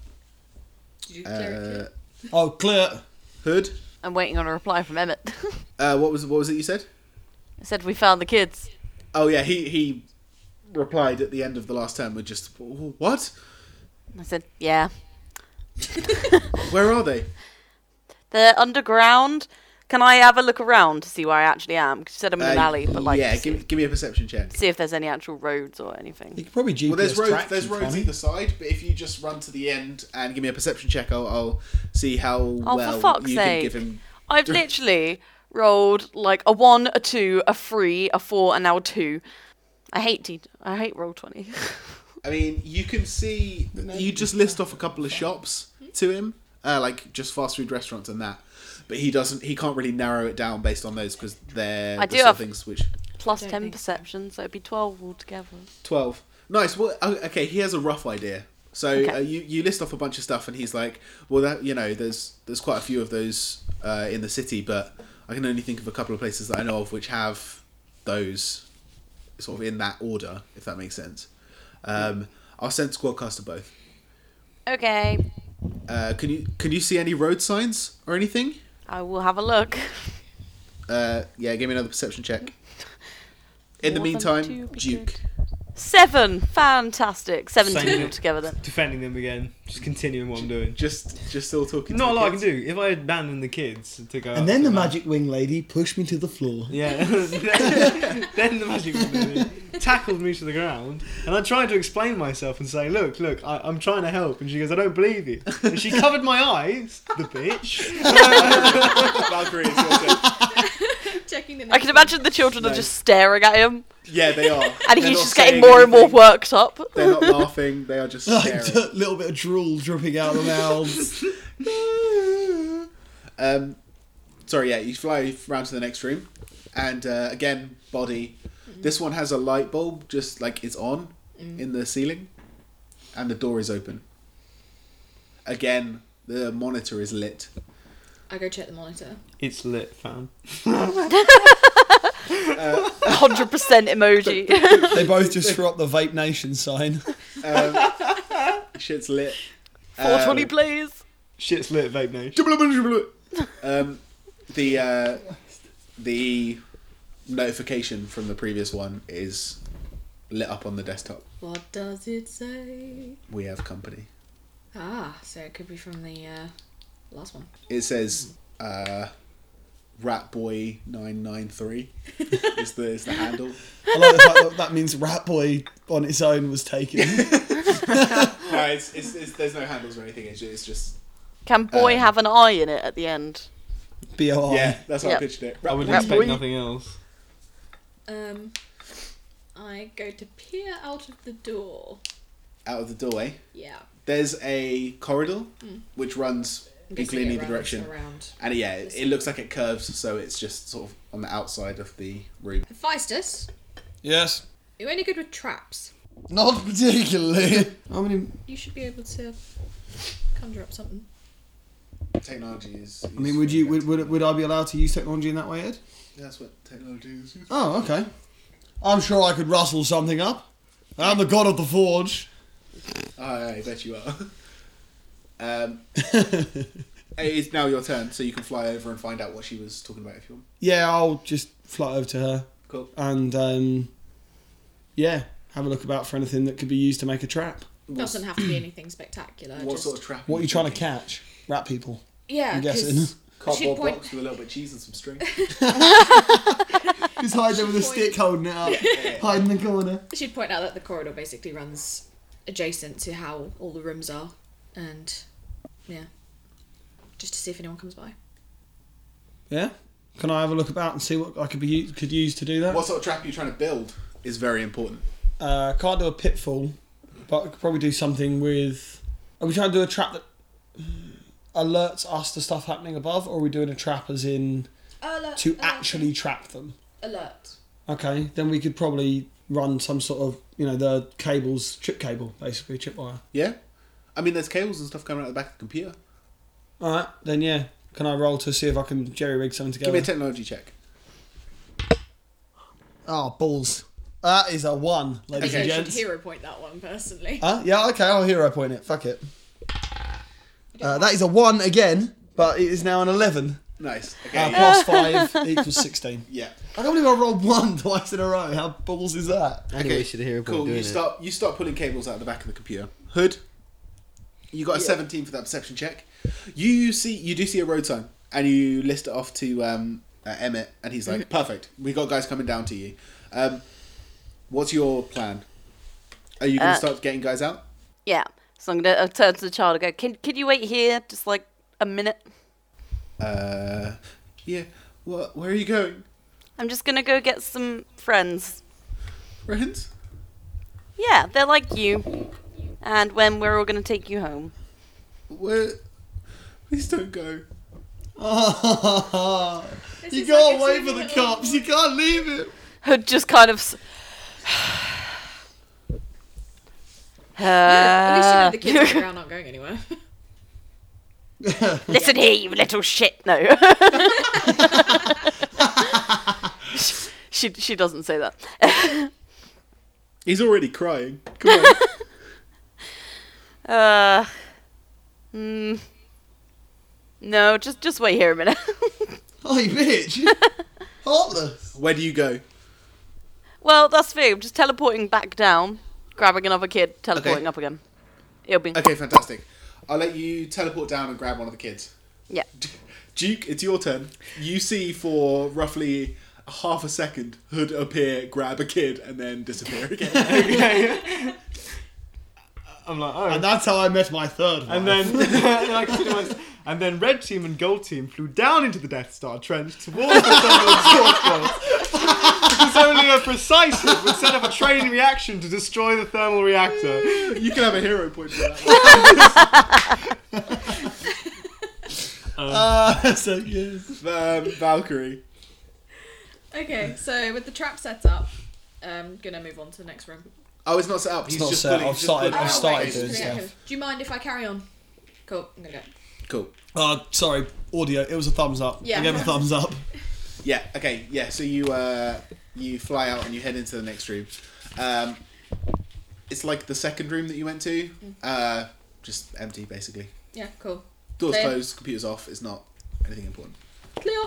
[SPEAKER 2] Did you clear it?
[SPEAKER 1] uh,
[SPEAKER 2] Clear?
[SPEAKER 3] Oh, clear.
[SPEAKER 1] hood
[SPEAKER 4] *laughs* I'm waiting on a reply from Emmett. *laughs*
[SPEAKER 1] uh what was what was it you said
[SPEAKER 4] I said we found the kids.
[SPEAKER 1] oh yeah he he replied at the end of the last term with just "Wh- what
[SPEAKER 4] I said, yeah.
[SPEAKER 1] where are they
[SPEAKER 4] They're underground. Can I have a look around to see where I actually am? 'Cause you said I'm in an
[SPEAKER 1] Uh,
[SPEAKER 4] alley, but like,
[SPEAKER 1] yeah
[SPEAKER 4] to see,
[SPEAKER 1] give, me- give me a perception check
[SPEAKER 4] see if there's any actual roads or anything.
[SPEAKER 3] You could probably GPS
[SPEAKER 1] Well, there's roads.
[SPEAKER 3] track
[SPEAKER 1] There's
[SPEAKER 3] you,
[SPEAKER 1] roads
[SPEAKER 3] can't
[SPEAKER 1] either side, but if you just run to the end and give me a perception check, I'll, I'll see how
[SPEAKER 4] Oh,
[SPEAKER 1] well
[SPEAKER 4] for fuck's
[SPEAKER 1] you can
[SPEAKER 4] sake!
[SPEAKER 1] give him.
[SPEAKER 4] I've literally rolled like a one, a two, a three, a four, and now a two. I hate D- I hate roll twenty. *laughs*
[SPEAKER 1] I mean, you can see. You just list off a couple of shops to him, uh, like just fast food restaurants and that. But he doesn't. He can't really narrow it down based on those because they're
[SPEAKER 4] I
[SPEAKER 1] the
[SPEAKER 4] do
[SPEAKER 1] sort of
[SPEAKER 4] have-
[SPEAKER 1] things which
[SPEAKER 4] Plus
[SPEAKER 2] Don't
[SPEAKER 4] 10
[SPEAKER 2] think so.
[SPEAKER 4] perception, so it'd be 12 altogether.
[SPEAKER 1] twelve. Nice. Well, o- okay. He has a rough idea. So
[SPEAKER 4] Okay.
[SPEAKER 1] uh, you you list off a bunch of stuff, and he's like, "Well, that you know, there's there's quite a few of those uh, in the city, but I can only think of a couple of places that I know of which have those sort of in that order, if that makes sense." Um, I'll send Squadcast to both.
[SPEAKER 4] Okay,
[SPEAKER 1] Uh, can you can you see any road signs or anything?
[SPEAKER 4] I will have a look. *laughs*
[SPEAKER 1] Uh, yeah, give me another perception check. In the
[SPEAKER 4] More than
[SPEAKER 1] meantime,
[SPEAKER 4] two be
[SPEAKER 1] Duke.
[SPEAKER 4] good. Seven! Fantastic. 17
[SPEAKER 5] Same.
[SPEAKER 4] altogether then.
[SPEAKER 5] Defending them again. Just continuing what I'm doing.
[SPEAKER 1] Just, just still talking.
[SPEAKER 5] Not a
[SPEAKER 1] to the
[SPEAKER 5] lot I can
[SPEAKER 1] kids.
[SPEAKER 5] do. If I abandon the kids to go.
[SPEAKER 3] And
[SPEAKER 5] out
[SPEAKER 3] then the
[SPEAKER 5] to that-
[SPEAKER 3] magic wing lady pushed me to the floor.
[SPEAKER 5] Yeah. *laughs* then the magic woman tackled me to the ground, and I tried to explain myself and say, "Look, look, I, I'm trying to help," and she goes, "I don't believe you." And she covered my eyes, the bitch.
[SPEAKER 1] Valkyrie, it's *laughs* your turn.
[SPEAKER 2] *laughs* Checking the
[SPEAKER 4] Uh, I can imagine the children are
[SPEAKER 1] No.
[SPEAKER 4] just staring at him,
[SPEAKER 1] Yeah, they
[SPEAKER 4] *laughs*
[SPEAKER 1] are.
[SPEAKER 4] and
[SPEAKER 1] They're
[SPEAKER 4] he's
[SPEAKER 1] not
[SPEAKER 4] just
[SPEAKER 1] saying
[SPEAKER 4] getting more and more
[SPEAKER 1] anything. *laughs*
[SPEAKER 4] worked up.
[SPEAKER 1] They're not laughing. They are just
[SPEAKER 3] *laughs* *laughs* Like
[SPEAKER 1] staring.
[SPEAKER 3] a little bit of drool dripping out of the mouths.
[SPEAKER 1] um, sorry, yeah, you fly round to the next room, and uh, again, body.
[SPEAKER 4] Mm-hmm.
[SPEAKER 1] This one has a light bulb, just like it's on
[SPEAKER 4] Mm.
[SPEAKER 1] in the ceiling, and the door is open. Again, the monitor is lit. *laughs*
[SPEAKER 2] I go check the monitor.
[SPEAKER 5] it's lit, fam.
[SPEAKER 4] 100% emoji.
[SPEAKER 1] Um,
[SPEAKER 4] *laughs*
[SPEAKER 3] they both just threw up the Vape Nation sign.
[SPEAKER 1] Shit's
[SPEAKER 4] *laughs*
[SPEAKER 1] lit.
[SPEAKER 4] 420, please.
[SPEAKER 5] Shit's lit, vape nation.
[SPEAKER 1] um, the uh, the notification from the previous one is lit up on the desktop.
[SPEAKER 2] What does it say?
[SPEAKER 1] We have company.
[SPEAKER 2] Ah, so it could be from the uh, last one.
[SPEAKER 1] It says uh, Ratboy nine nine three is the is the handle.
[SPEAKER 3] I like the fact that that means Rat Boy on its own was taken.
[SPEAKER 1] *laughs* *laughs* No, it's, it's, it's there's no handles or anything. It's just, it's just
[SPEAKER 4] Can boy
[SPEAKER 1] Um,
[SPEAKER 4] have an eye in it at the end?
[SPEAKER 3] B O R.
[SPEAKER 1] yeah. That's how I
[SPEAKER 4] Yep.
[SPEAKER 1] pictured it.
[SPEAKER 5] I would
[SPEAKER 1] Ratboy.
[SPEAKER 4] Rat
[SPEAKER 5] expect
[SPEAKER 4] boy.
[SPEAKER 5] nothing else.
[SPEAKER 2] Um, I go to peer out of the door.
[SPEAKER 1] out of the doorway.
[SPEAKER 2] Yeah.
[SPEAKER 1] There's a corridor which runs
[SPEAKER 2] I'm guessing
[SPEAKER 1] equally in
[SPEAKER 2] it
[SPEAKER 1] either
[SPEAKER 2] rounds
[SPEAKER 1] direction.
[SPEAKER 2] Around.
[SPEAKER 1] And yeah, it, it looks like it curves, so it's just sort of on the outside of the room.
[SPEAKER 2] Hephaestus,
[SPEAKER 3] Yes.
[SPEAKER 2] you're only good with traps.
[SPEAKER 3] Not particularly. How many?
[SPEAKER 2] You should be able to conjure up something.
[SPEAKER 1] Technology is.
[SPEAKER 3] I mean, would you would, would would I be allowed to use technology in that way, Ed?
[SPEAKER 1] That's what technology is. used
[SPEAKER 3] Oh, okay. I'm sure I could rustle something up. I'm the god of the forge.
[SPEAKER 1] for. I, I bet you are. *laughs* Um, it's now your turn, so you can fly over and find out what she was talking about if you want.
[SPEAKER 3] Yeah, I'll just fly over to her
[SPEAKER 1] Cool.
[SPEAKER 3] and um, yeah, have a look about for anything that could be used to make a trap.
[SPEAKER 2] Doesn't have to be anything spectacular.
[SPEAKER 1] What
[SPEAKER 2] just...
[SPEAKER 1] sort of trap?
[SPEAKER 3] What are you trying to
[SPEAKER 1] thinking?
[SPEAKER 3] catch? Rat *laughs* people.
[SPEAKER 2] Yeah,
[SPEAKER 3] I'm guessing.
[SPEAKER 1] Cardboard
[SPEAKER 2] She'd point-
[SPEAKER 1] box with a little bit of cheese and some string.
[SPEAKER 3] He's hiding with a stick holding it up, hiding in the corner.
[SPEAKER 2] I should point out that the corridor basically runs adjacent to how all the rooms are, and yeah, just to see if anyone comes by.
[SPEAKER 3] Yeah. Can I have a look about and see what I could be u- could use to do
[SPEAKER 1] *laughs*
[SPEAKER 3] that?
[SPEAKER 1] what sort of trap are you trying to build is very important.
[SPEAKER 3] Uh, can't do a pitfall, but I could probably do something with. Are we trying to do a trap that alerts us to stuff happening above, or are we doing a trap as in
[SPEAKER 2] Alert!
[SPEAKER 3] to actually trap them?
[SPEAKER 2] alert.
[SPEAKER 3] Okay, then we could probably run some sort of you know the cables, chip cable, basically chip wire.
[SPEAKER 1] Yeah? I mean, there's cables and stuff coming out the back of the computer.
[SPEAKER 3] All right, then yeah. Can I roll to see if I can jerry rig something
[SPEAKER 1] Give
[SPEAKER 3] together?
[SPEAKER 1] me a technology check.
[SPEAKER 3] oh balls! That is a one, ladies
[SPEAKER 1] Okay.
[SPEAKER 2] So I
[SPEAKER 3] and
[SPEAKER 2] should
[SPEAKER 3] gents.
[SPEAKER 2] hero point that one personally.
[SPEAKER 3] Huh? Yeah, okay, I'll hero point it. Fuck it. Uh, that is a 1 again, but it is now an 11.
[SPEAKER 1] Nice. Okay. *laughs*
[SPEAKER 3] Uh,
[SPEAKER 1] yeah.
[SPEAKER 3] plus
[SPEAKER 2] *laughs*
[SPEAKER 3] 5 equals 16.
[SPEAKER 1] yeah.
[SPEAKER 3] I can't believe I rolled 1 *laughs* twice in a row. How balls is that? *laughs*
[SPEAKER 1] Okay, cool. You start. You start pulling cables out of the back of the computer. Hood, you got a seventeen for that perception check. You see, you do see a road sign, and you list it off to um, uh, Emmett, and he's like, "Perfect. We got guys coming down to you. Um, what's your plan? Are you going to
[SPEAKER 4] Uh,
[SPEAKER 1] start getting guys out?
[SPEAKER 4] Yeah. So I'm going to turn to the child and go, can, can you wait here just like a minute?
[SPEAKER 1] Uh, yeah. What? Where are you going,
[SPEAKER 4] I'm just going to go get some friends.
[SPEAKER 1] friends?
[SPEAKER 4] Yeah, they're like you. And when we're all going to take you home.
[SPEAKER 1] Where? Please don't go.
[SPEAKER 2] This
[SPEAKER 3] you
[SPEAKER 2] is like
[SPEAKER 3] got
[SPEAKER 2] a
[SPEAKER 3] away from the
[SPEAKER 2] two-minute
[SPEAKER 3] cops. You can't leave it.
[SPEAKER 4] Hood just kind of. s- *sighs*
[SPEAKER 2] At least you know the
[SPEAKER 4] Uh,
[SPEAKER 2] kids on
[SPEAKER 3] *laughs*
[SPEAKER 2] the ground aren't going anywhere. *laughs*
[SPEAKER 4] Listen here, you little shit. No. She- she she doesn't say that.
[SPEAKER 1] He's already crying. Come on.
[SPEAKER 4] *laughs* Uh. Mm, no, just just wait here a minute. *laughs*
[SPEAKER 3] Oh,
[SPEAKER 2] *laughs*
[SPEAKER 3] you bitch. Heartless.
[SPEAKER 1] Where do you go?
[SPEAKER 4] well, that's the thing. I'm just teleporting back down, grabbing another kid, teleporting up again. It'll be
[SPEAKER 1] Okay, fantastic. I'll let you teleport down and grab one of the kids.
[SPEAKER 4] yeah.
[SPEAKER 1] *laughs* Duke, it's your turn. You see for roughly a half a second Hood appear, grab a kid, and then disappear
[SPEAKER 3] *laughs*
[SPEAKER 1] again.
[SPEAKER 5] I'm like, oh.
[SPEAKER 3] And that's how I met my third wife.
[SPEAKER 5] *laughs* And then, and, I consider myself- and then red team and gold team flew down into the Death Star trench towards the thermal exhaust wells. Because only a precise hit would set up a trained reaction to destroy the thermal reactor.
[SPEAKER 1] you can have a hero point for that.
[SPEAKER 3] Ah, *laughs* so yes.
[SPEAKER 1] Um, Valkyrie.
[SPEAKER 2] okay, so with the trap set up, I'm gonna move on to the next room.
[SPEAKER 1] Oh, it's not set up. He's
[SPEAKER 3] not
[SPEAKER 1] just
[SPEAKER 3] set up.
[SPEAKER 1] pulling-
[SPEAKER 3] I've
[SPEAKER 1] just
[SPEAKER 3] started-
[SPEAKER 1] pulling
[SPEAKER 3] I've
[SPEAKER 1] out.
[SPEAKER 2] Oh,
[SPEAKER 3] started
[SPEAKER 2] wait,
[SPEAKER 3] doing
[SPEAKER 2] yeah,
[SPEAKER 3] stuff.
[SPEAKER 2] Do you mind if I carry on? Cool, I'm gonna go.
[SPEAKER 1] Cool.
[SPEAKER 3] Oh, sorry. Audio. It was a thumbs up.
[SPEAKER 2] Yeah.
[SPEAKER 3] I gave a thumbs
[SPEAKER 2] *laughs*
[SPEAKER 3] up.
[SPEAKER 1] Yeah. Okay. Yeah. So you uh, you fly out and you head into the next room. Um, it's like the second room that you went to. Uh, just empty, basically.
[SPEAKER 2] Yeah, cool.
[SPEAKER 1] Doors
[SPEAKER 2] Same.
[SPEAKER 1] closed, computers off. It's not anything important.
[SPEAKER 2] Clear.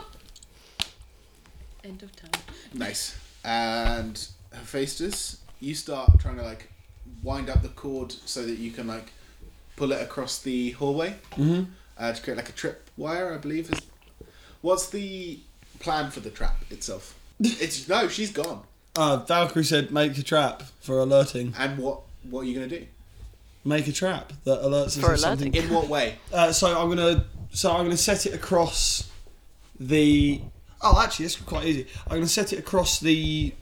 [SPEAKER 2] End of time.
[SPEAKER 1] Nice. And Hephaestus, you start trying to like wind up the cord so that you can like pull it across the hallway mm-hmm. uh, to create like a trip wire. I believe is. What's the plan for the trap *laughs* itself? It's no, she's gone.
[SPEAKER 3] Uh, Valkyrie said, "Make a trap for alerting.
[SPEAKER 1] And what what are you gonna do?
[SPEAKER 3] Make a trap that alerts us
[SPEAKER 4] For
[SPEAKER 3] of something."
[SPEAKER 1] In what way?
[SPEAKER 3] Uh, so I'm gonna, so I'm gonna set it across the. Oh, actually, it's quite easy. I'm gonna set it across the.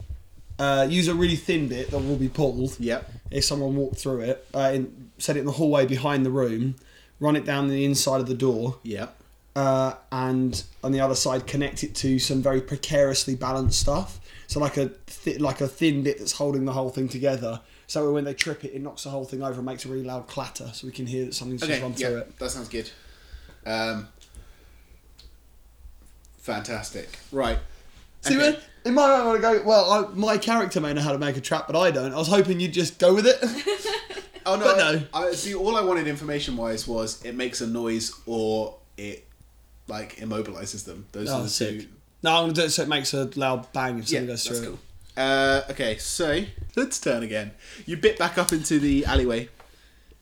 [SPEAKER 3] Uh, use a really thin bit that will be pulled.
[SPEAKER 1] Yep.
[SPEAKER 3] if someone walked through it, uh, in, set it in the hallway behind the room, run it down the inside of the door,
[SPEAKER 1] Yep.
[SPEAKER 3] uh, and on the other side connect it to some very precariously balanced stuff. So like a thi like a thin bit that's holding the whole thing together. So when they trip it, it knocks the whole thing over and makes a really loud clatter, so we can hear that something's
[SPEAKER 1] Okay.
[SPEAKER 3] just run through
[SPEAKER 1] Yeah.
[SPEAKER 3] it.
[SPEAKER 1] That sounds good. Um. Fantastic. Right.
[SPEAKER 3] See,
[SPEAKER 1] Okay.
[SPEAKER 3] man, in my mind, I want to go. Well, I, my character may know how to make a trap, but I don't. I was hoping you'd just go
[SPEAKER 1] *laughs*
[SPEAKER 3] with it.
[SPEAKER 1] Oh no!
[SPEAKER 3] But
[SPEAKER 1] I-
[SPEAKER 3] no.
[SPEAKER 1] I, see, all I wanted information-wise was it makes a noise or it like immobilizes them. Those are
[SPEAKER 3] oh,
[SPEAKER 1] the
[SPEAKER 3] sick.
[SPEAKER 1] two.
[SPEAKER 3] No, I'm gonna do it so it makes a loud bang if
[SPEAKER 1] Yeah,
[SPEAKER 3] something goes
[SPEAKER 1] that's
[SPEAKER 3] through. it.
[SPEAKER 1] cool. Uh, okay, so let's turn again. You bit back up into the alleyway.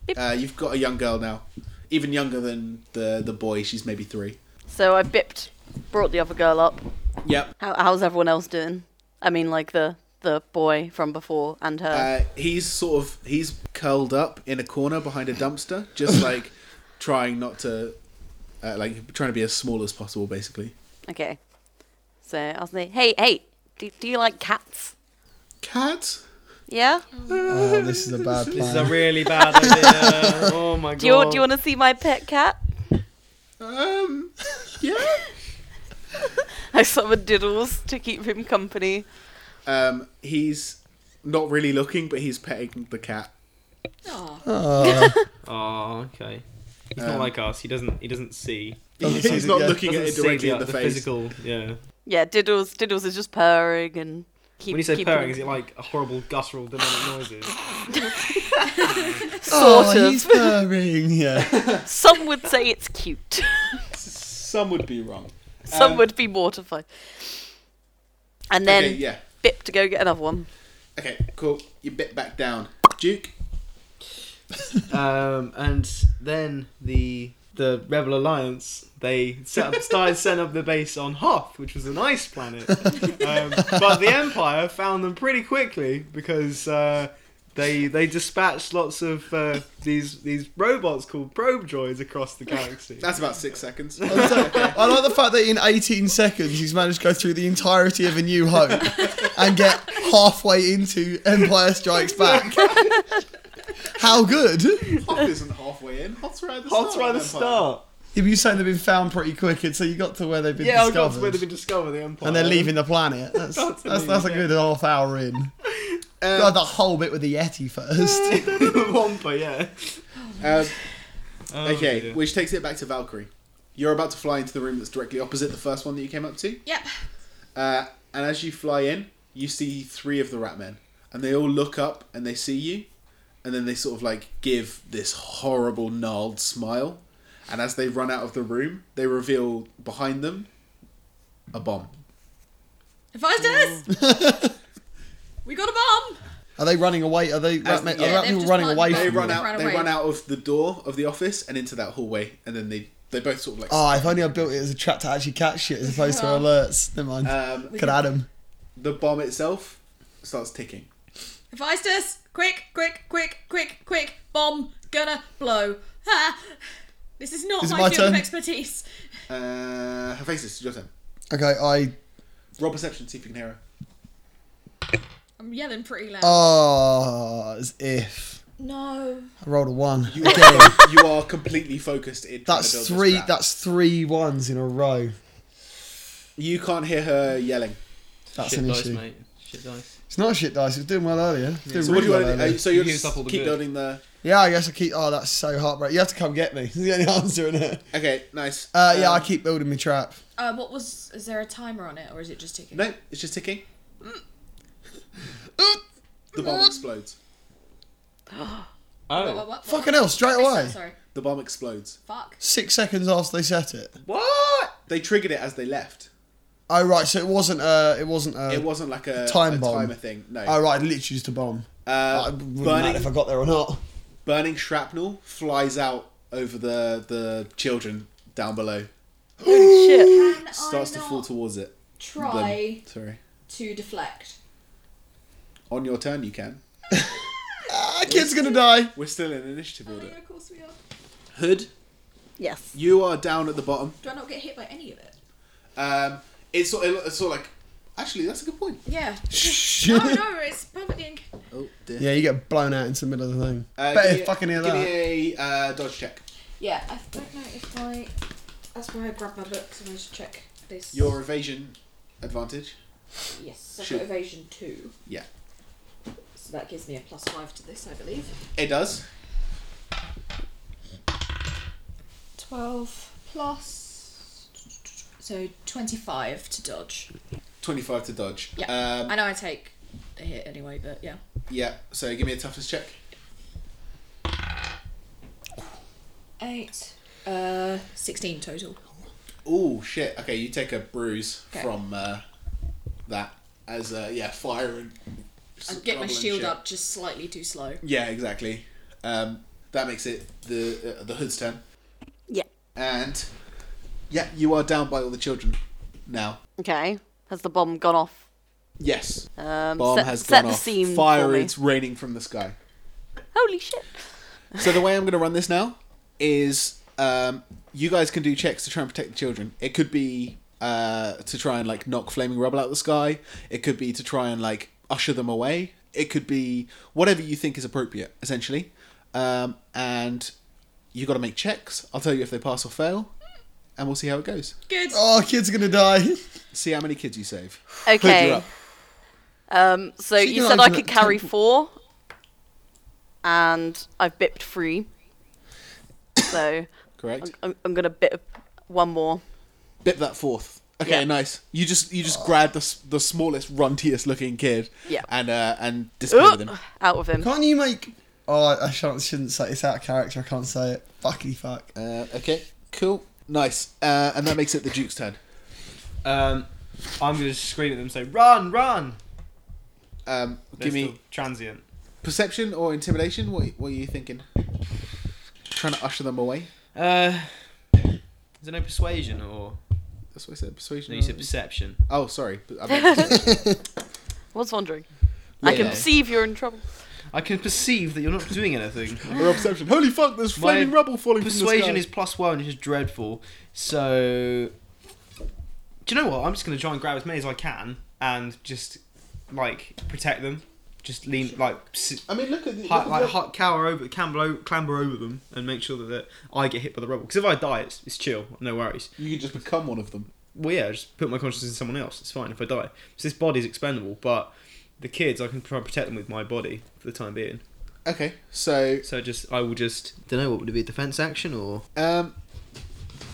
[SPEAKER 4] Beep.
[SPEAKER 1] Uh, you've got a young girl now, even younger than the the boy. She's maybe three.
[SPEAKER 4] So I bipped, brought the other girl up.
[SPEAKER 1] Yep.
[SPEAKER 4] How, how's everyone else doing? I mean, like the the boy from before and her.
[SPEAKER 1] Uh, he's sort of he's curled up in a corner behind a dumpster,
[SPEAKER 3] *coughs*
[SPEAKER 1] just like trying not to, uh, like trying to be as small as possible, basically.
[SPEAKER 4] okay. So I was like, hey, hey, do, do you like cats?
[SPEAKER 1] Cats.
[SPEAKER 4] Yeah.
[SPEAKER 3] Oh, this is a bad plan.
[SPEAKER 5] This is
[SPEAKER 1] *laughs*
[SPEAKER 3] *laughs*
[SPEAKER 5] a really bad idea. Oh my god.
[SPEAKER 4] Do you want, do you want to see my pet cat?
[SPEAKER 1] Um. *laughs* Yeah.
[SPEAKER 4] *laughs* I summon Diddles to keep him company.
[SPEAKER 1] Um, he's not really looking, but he's petting the
[SPEAKER 5] *laughs*
[SPEAKER 1] cat.
[SPEAKER 2] Aw.
[SPEAKER 5] Oh, okay. He's
[SPEAKER 1] Um,
[SPEAKER 5] not like us. He doesn't. He doesn't see.
[SPEAKER 3] Doesn't
[SPEAKER 1] he's
[SPEAKER 3] see
[SPEAKER 1] not
[SPEAKER 3] the- yeah,
[SPEAKER 1] looking at
[SPEAKER 5] doesn't
[SPEAKER 1] it
[SPEAKER 5] see
[SPEAKER 1] directly in the, face.
[SPEAKER 5] Physical. Yeah.
[SPEAKER 4] Yeah, Diddles. Diddles is just purring and keep.
[SPEAKER 5] When you say
[SPEAKER 4] keep
[SPEAKER 5] purring, is it like a horrible guttural demonic noises?
[SPEAKER 4] sort
[SPEAKER 1] Oh,
[SPEAKER 4] of?
[SPEAKER 3] purring. Yeah.
[SPEAKER 4] Some would say it's cute. *laughs*
[SPEAKER 1] Some would be wrong.
[SPEAKER 4] Some
[SPEAKER 1] Um,
[SPEAKER 4] would be mortified. And then
[SPEAKER 1] okay, yeah.
[SPEAKER 4] bip to go get another
[SPEAKER 1] *gasps*
[SPEAKER 4] one.
[SPEAKER 1] Okay, cool. You bit back down, Duke.
[SPEAKER 5] Um, and then the the Rebel Alliance they set up, started setting up the base on Hoth, which was an ice planet. Um, but the Empire found them pretty quickly because uh, they they dispatched lots of uh, these these robots called probe droids across the galaxy.
[SPEAKER 1] That's about six
[SPEAKER 5] *laughs*
[SPEAKER 1] seconds. Oh,
[SPEAKER 3] I like the fact that in 18 seconds he's managed to go through the entirety of A New Hope and get halfway into
[SPEAKER 1] *laughs*
[SPEAKER 3] Empire Strikes Back. How good?
[SPEAKER 1] Hoth isn't halfway in. Hoth's right at the
[SPEAKER 5] Hoth's
[SPEAKER 1] start.
[SPEAKER 5] right at the
[SPEAKER 1] Vampire.
[SPEAKER 5] start.
[SPEAKER 3] Yeah, but you're saying they've been found pretty quick, and so you got to where they've been
[SPEAKER 5] yeah, I
[SPEAKER 3] discovered.
[SPEAKER 5] got to where they've been discovered. The Empire.
[SPEAKER 3] and they're leaving the planet. That's
[SPEAKER 5] That's
[SPEAKER 3] that's,
[SPEAKER 5] a
[SPEAKER 3] that's, a
[SPEAKER 5] new
[SPEAKER 3] good half hour in.
[SPEAKER 5] Um,
[SPEAKER 3] God, the whole bit with the Yeti
[SPEAKER 5] *laughs*
[SPEAKER 3] first.
[SPEAKER 5] *laughs* Wampa,
[SPEAKER 3] *laughs*
[SPEAKER 5] yeah.
[SPEAKER 1] Um,
[SPEAKER 5] Oh,
[SPEAKER 1] okay,
[SPEAKER 5] dear.
[SPEAKER 1] which takes it back to Valkyrie. You're about to fly into the room that's directly opposite the first one that you came up to.
[SPEAKER 2] Yep.
[SPEAKER 1] Uh, and as you fly in, you see three of the rat men, and they all look up and they see you, and then they sort of like give this horrible gnarled smile, and as they run out of the room, they reveal behind them a bomb.
[SPEAKER 2] Advisors! we got a bomb!
[SPEAKER 3] are they running away? Are they?
[SPEAKER 1] As-
[SPEAKER 3] Rat, ma-
[SPEAKER 1] yeah,
[SPEAKER 3] are rat
[SPEAKER 2] they've
[SPEAKER 3] people
[SPEAKER 2] just
[SPEAKER 3] running
[SPEAKER 2] run-
[SPEAKER 3] away?
[SPEAKER 1] They
[SPEAKER 3] From
[SPEAKER 1] run
[SPEAKER 3] you?
[SPEAKER 1] out.
[SPEAKER 2] Ran
[SPEAKER 1] They
[SPEAKER 2] away.
[SPEAKER 1] run out of the door of the office and into that hallway, and then they they both sort of like.
[SPEAKER 3] Oh, if only I built it as a trap to actually catch shit as opposed to
[SPEAKER 2] Yeah.
[SPEAKER 3] alerts. Never mind.
[SPEAKER 5] Uh,
[SPEAKER 1] Um,
[SPEAKER 3] Could add them.
[SPEAKER 1] the bomb itself starts ticking.
[SPEAKER 2] Advisors! Quick, quick, quick, quick, quick! Bomb gonna blow! Ha! This is not
[SPEAKER 3] Is it
[SPEAKER 2] my,
[SPEAKER 3] my
[SPEAKER 2] field
[SPEAKER 3] turn?
[SPEAKER 2] of expertise.
[SPEAKER 1] Uh, her faces. It's your turn.
[SPEAKER 3] Okay, I.
[SPEAKER 1] Roll perception. See if you can hear her.
[SPEAKER 2] I'm yelling pretty loud.
[SPEAKER 3] Uh, Oh, as if
[SPEAKER 2] no.
[SPEAKER 3] I rolled a one.
[SPEAKER 1] You
[SPEAKER 3] Again.
[SPEAKER 1] are, you are completely focused. In trying to build
[SPEAKER 3] That's
[SPEAKER 1] this
[SPEAKER 3] three.
[SPEAKER 1] rat.
[SPEAKER 3] That's three ones in a row.
[SPEAKER 1] You can't hear her yelling.
[SPEAKER 3] That's
[SPEAKER 5] Shit
[SPEAKER 3] an
[SPEAKER 5] dice,
[SPEAKER 3] issue.
[SPEAKER 5] mate. Shit dice.
[SPEAKER 3] It's not a shit dice. It was doing well earlier. It's doing
[SPEAKER 1] So what do
[SPEAKER 3] really
[SPEAKER 1] you
[SPEAKER 3] well
[SPEAKER 1] want to do?
[SPEAKER 3] earlier.
[SPEAKER 1] Uh, So you'll
[SPEAKER 5] He
[SPEAKER 1] just
[SPEAKER 5] used up all the
[SPEAKER 1] keep
[SPEAKER 5] good.
[SPEAKER 1] building the.
[SPEAKER 3] Yeah, I guess I keep. Oh, that's so heartbreaking. You have to come get me. *laughs* This is the only answer in it.
[SPEAKER 1] Okay, nice.
[SPEAKER 3] Uh, yeah, I
[SPEAKER 1] Um,
[SPEAKER 3] keep building my trap.
[SPEAKER 2] Uh, what was. Is there a timer on it or is it just ticking?
[SPEAKER 1] No, it's just ticking. the bomb explodes.
[SPEAKER 5] Oh.
[SPEAKER 2] What, what, what,
[SPEAKER 3] Fucking hell, straight away.
[SPEAKER 2] Sorry.
[SPEAKER 1] The bomb explodes.
[SPEAKER 2] Fuck.
[SPEAKER 3] Six seconds after they set it.
[SPEAKER 5] What?
[SPEAKER 1] They triggered it as they left.
[SPEAKER 3] Oh right, so it wasn't. Uh, it wasn't. Uh,
[SPEAKER 1] It wasn't like a,
[SPEAKER 3] time
[SPEAKER 1] a
[SPEAKER 3] bomb.
[SPEAKER 1] timer thing. No.
[SPEAKER 3] Oh right, literally just a bomb.
[SPEAKER 1] Uh,
[SPEAKER 3] Uh, it wouldn't matter
[SPEAKER 1] burning,
[SPEAKER 3] if I got there or not.
[SPEAKER 1] burning shrapnel flies out over the the children down below.
[SPEAKER 4] Holy shit.
[SPEAKER 2] Can
[SPEAKER 1] Starts
[SPEAKER 2] I
[SPEAKER 1] to
[SPEAKER 2] not
[SPEAKER 1] fall towards it. Them.
[SPEAKER 2] try
[SPEAKER 1] Sorry.
[SPEAKER 2] to deflect?
[SPEAKER 1] On your turn, you can.
[SPEAKER 3] Ah, kid's gonna die.
[SPEAKER 1] We're still in initiative
[SPEAKER 2] Oh,
[SPEAKER 1] order.
[SPEAKER 2] yeah, of course we are.
[SPEAKER 1] Hood,
[SPEAKER 4] Yes.
[SPEAKER 1] you are down at the bottom.
[SPEAKER 2] Do I not get hit by any of it?
[SPEAKER 1] Um, it's sort of, it's sort of like. Actually, that's a good point.
[SPEAKER 2] Yeah.
[SPEAKER 3] Shit.
[SPEAKER 2] no, no, it's perfectly. In-
[SPEAKER 1] Oh dear.
[SPEAKER 3] Yeah, you get blown out into the middle of the thing.
[SPEAKER 1] Uh,
[SPEAKER 3] Better
[SPEAKER 1] me a-
[SPEAKER 3] fucking hear
[SPEAKER 1] give
[SPEAKER 3] that.
[SPEAKER 1] me a uh, dodge check.
[SPEAKER 2] yeah, I don't know if I. That's why I grabbed my book, so I should check this.
[SPEAKER 1] Your evasion advantage.
[SPEAKER 2] Yes, I've
[SPEAKER 1] Shoot.
[SPEAKER 2] got evasion two.
[SPEAKER 1] Yeah.
[SPEAKER 2] So that gives me a plus five to this, I believe.
[SPEAKER 1] It does.
[SPEAKER 2] 12 plus. So 25 to dodge.
[SPEAKER 1] 25 to dodge.
[SPEAKER 2] Yeah.
[SPEAKER 1] Um,
[SPEAKER 2] I know I take a hit anyway, but yeah.
[SPEAKER 1] yeah. So give me a toughness check.
[SPEAKER 2] Eight. Uh, 16 total.
[SPEAKER 1] Oh shit. Okay, you take a bruise
[SPEAKER 2] Okay.
[SPEAKER 1] from uh, that as uh, yeah fire and.
[SPEAKER 2] I get my
[SPEAKER 1] trouble and
[SPEAKER 2] shield
[SPEAKER 1] shit.
[SPEAKER 2] up just slightly too slow.
[SPEAKER 1] Yeah, exactly. Um, that makes it the uh, the hood's turn,
[SPEAKER 4] Yeah.
[SPEAKER 1] and yeah, you are down by all the children now.
[SPEAKER 4] Okay. Has the bomb gone off?
[SPEAKER 1] Yes,
[SPEAKER 4] Um,
[SPEAKER 1] bomb
[SPEAKER 4] set,
[SPEAKER 1] has
[SPEAKER 4] set
[SPEAKER 1] gone
[SPEAKER 4] the
[SPEAKER 1] off.
[SPEAKER 4] scene for
[SPEAKER 1] Fire
[SPEAKER 4] me.
[SPEAKER 1] is raining from the sky.
[SPEAKER 4] Holy shit.
[SPEAKER 1] So the way I'm going to run this now is um, you guys can do checks to try and protect the children. It could be uh, to try and like knock flaming rubble out of the sky. It could be to try and like usher them away. It could be whatever you think is appropriate, essentially. Um, and you got to make checks. I'll tell you if they pass or fail, and we'll see how it goes.
[SPEAKER 2] Good.
[SPEAKER 3] Oh, kid's gonna die. *laughs*
[SPEAKER 1] See how many kids you save. Hood, you're
[SPEAKER 4] Okay.
[SPEAKER 1] up.
[SPEAKER 4] Um,
[SPEAKER 3] So
[SPEAKER 4] so
[SPEAKER 3] you
[SPEAKER 4] you
[SPEAKER 3] can
[SPEAKER 4] said I
[SPEAKER 3] open
[SPEAKER 4] could
[SPEAKER 3] the
[SPEAKER 4] carry
[SPEAKER 3] temple.
[SPEAKER 4] four, and I've bipped three.
[SPEAKER 3] *coughs*
[SPEAKER 4] so
[SPEAKER 1] Correct.
[SPEAKER 4] I'm, I'm gonna bip one more.
[SPEAKER 1] Bit that fourth. Okay,
[SPEAKER 4] Yeah.
[SPEAKER 1] nice. You just you just grab the s- the smallest, runtiest looking kid.
[SPEAKER 4] Yeah.
[SPEAKER 1] And uh, and display
[SPEAKER 4] Ugh,
[SPEAKER 1] them.
[SPEAKER 4] out of him.
[SPEAKER 3] Can't you make? Oh, I shan't, shouldn't say it's out of character. I can't say it. Fuckity fuck.
[SPEAKER 1] Uh, okay, cool, nice, uh, and that makes it the Duke's turn.
[SPEAKER 5] Um, I'm gonna scream at them. and Say, run, run.
[SPEAKER 1] Um,
[SPEAKER 5] They're
[SPEAKER 1] give me
[SPEAKER 5] still transient.
[SPEAKER 1] perception or intimidation. What What are you thinking? Trying to usher them away.
[SPEAKER 5] Uh, is there no persuasion or?
[SPEAKER 1] That's what I said. Persuasion. or-
[SPEAKER 5] No, you said perception.
[SPEAKER 1] oh, sorry. I
[SPEAKER 4] *laughs*
[SPEAKER 1] meant persuasion.
[SPEAKER 4] was wondering. I
[SPEAKER 1] Yeah,
[SPEAKER 4] can
[SPEAKER 1] yeah.
[SPEAKER 4] perceive you're in trouble.
[SPEAKER 5] I can perceive that you're not doing anything.
[SPEAKER 1] or perception. Holy fuck! There's flaming
[SPEAKER 5] My
[SPEAKER 1] rubble falling
[SPEAKER 5] Persuasion
[SPEAKER 1] from the
[SPEAKER 5] is
[SPEAKER 1] sky.
[SPEAKER 5] plus one, which is dreadful. So, do you know what? I'm just going to try and grab as many as I can and just like protect them. just lean like s-
[SPEAKER 1] I mean, look at the.
[SPEAKER 5] hi,
[SPEAKER 1] look at
[SPEAKER 5] like
[SPEAKER 1] the-
[SPEAKER 5] hi, cower over, clamber over, clamber over them, and make sure that I get hit by the rubble. Because if I die, it's, it's chill, no worries.
[SPEAKER 1] you could just become one of them.
[SPEAKER 5] Well, yeah, just put my consciousness in someone else. It's fine if I die. So this body's expendable, but the kids, I can try and protect them with my body for the time being.
[SPEAKER 1] Okay, so
[SPEAKER 5] So just, I will just. Don't know what would it be, defense action or?
[SPEAKER 1] um,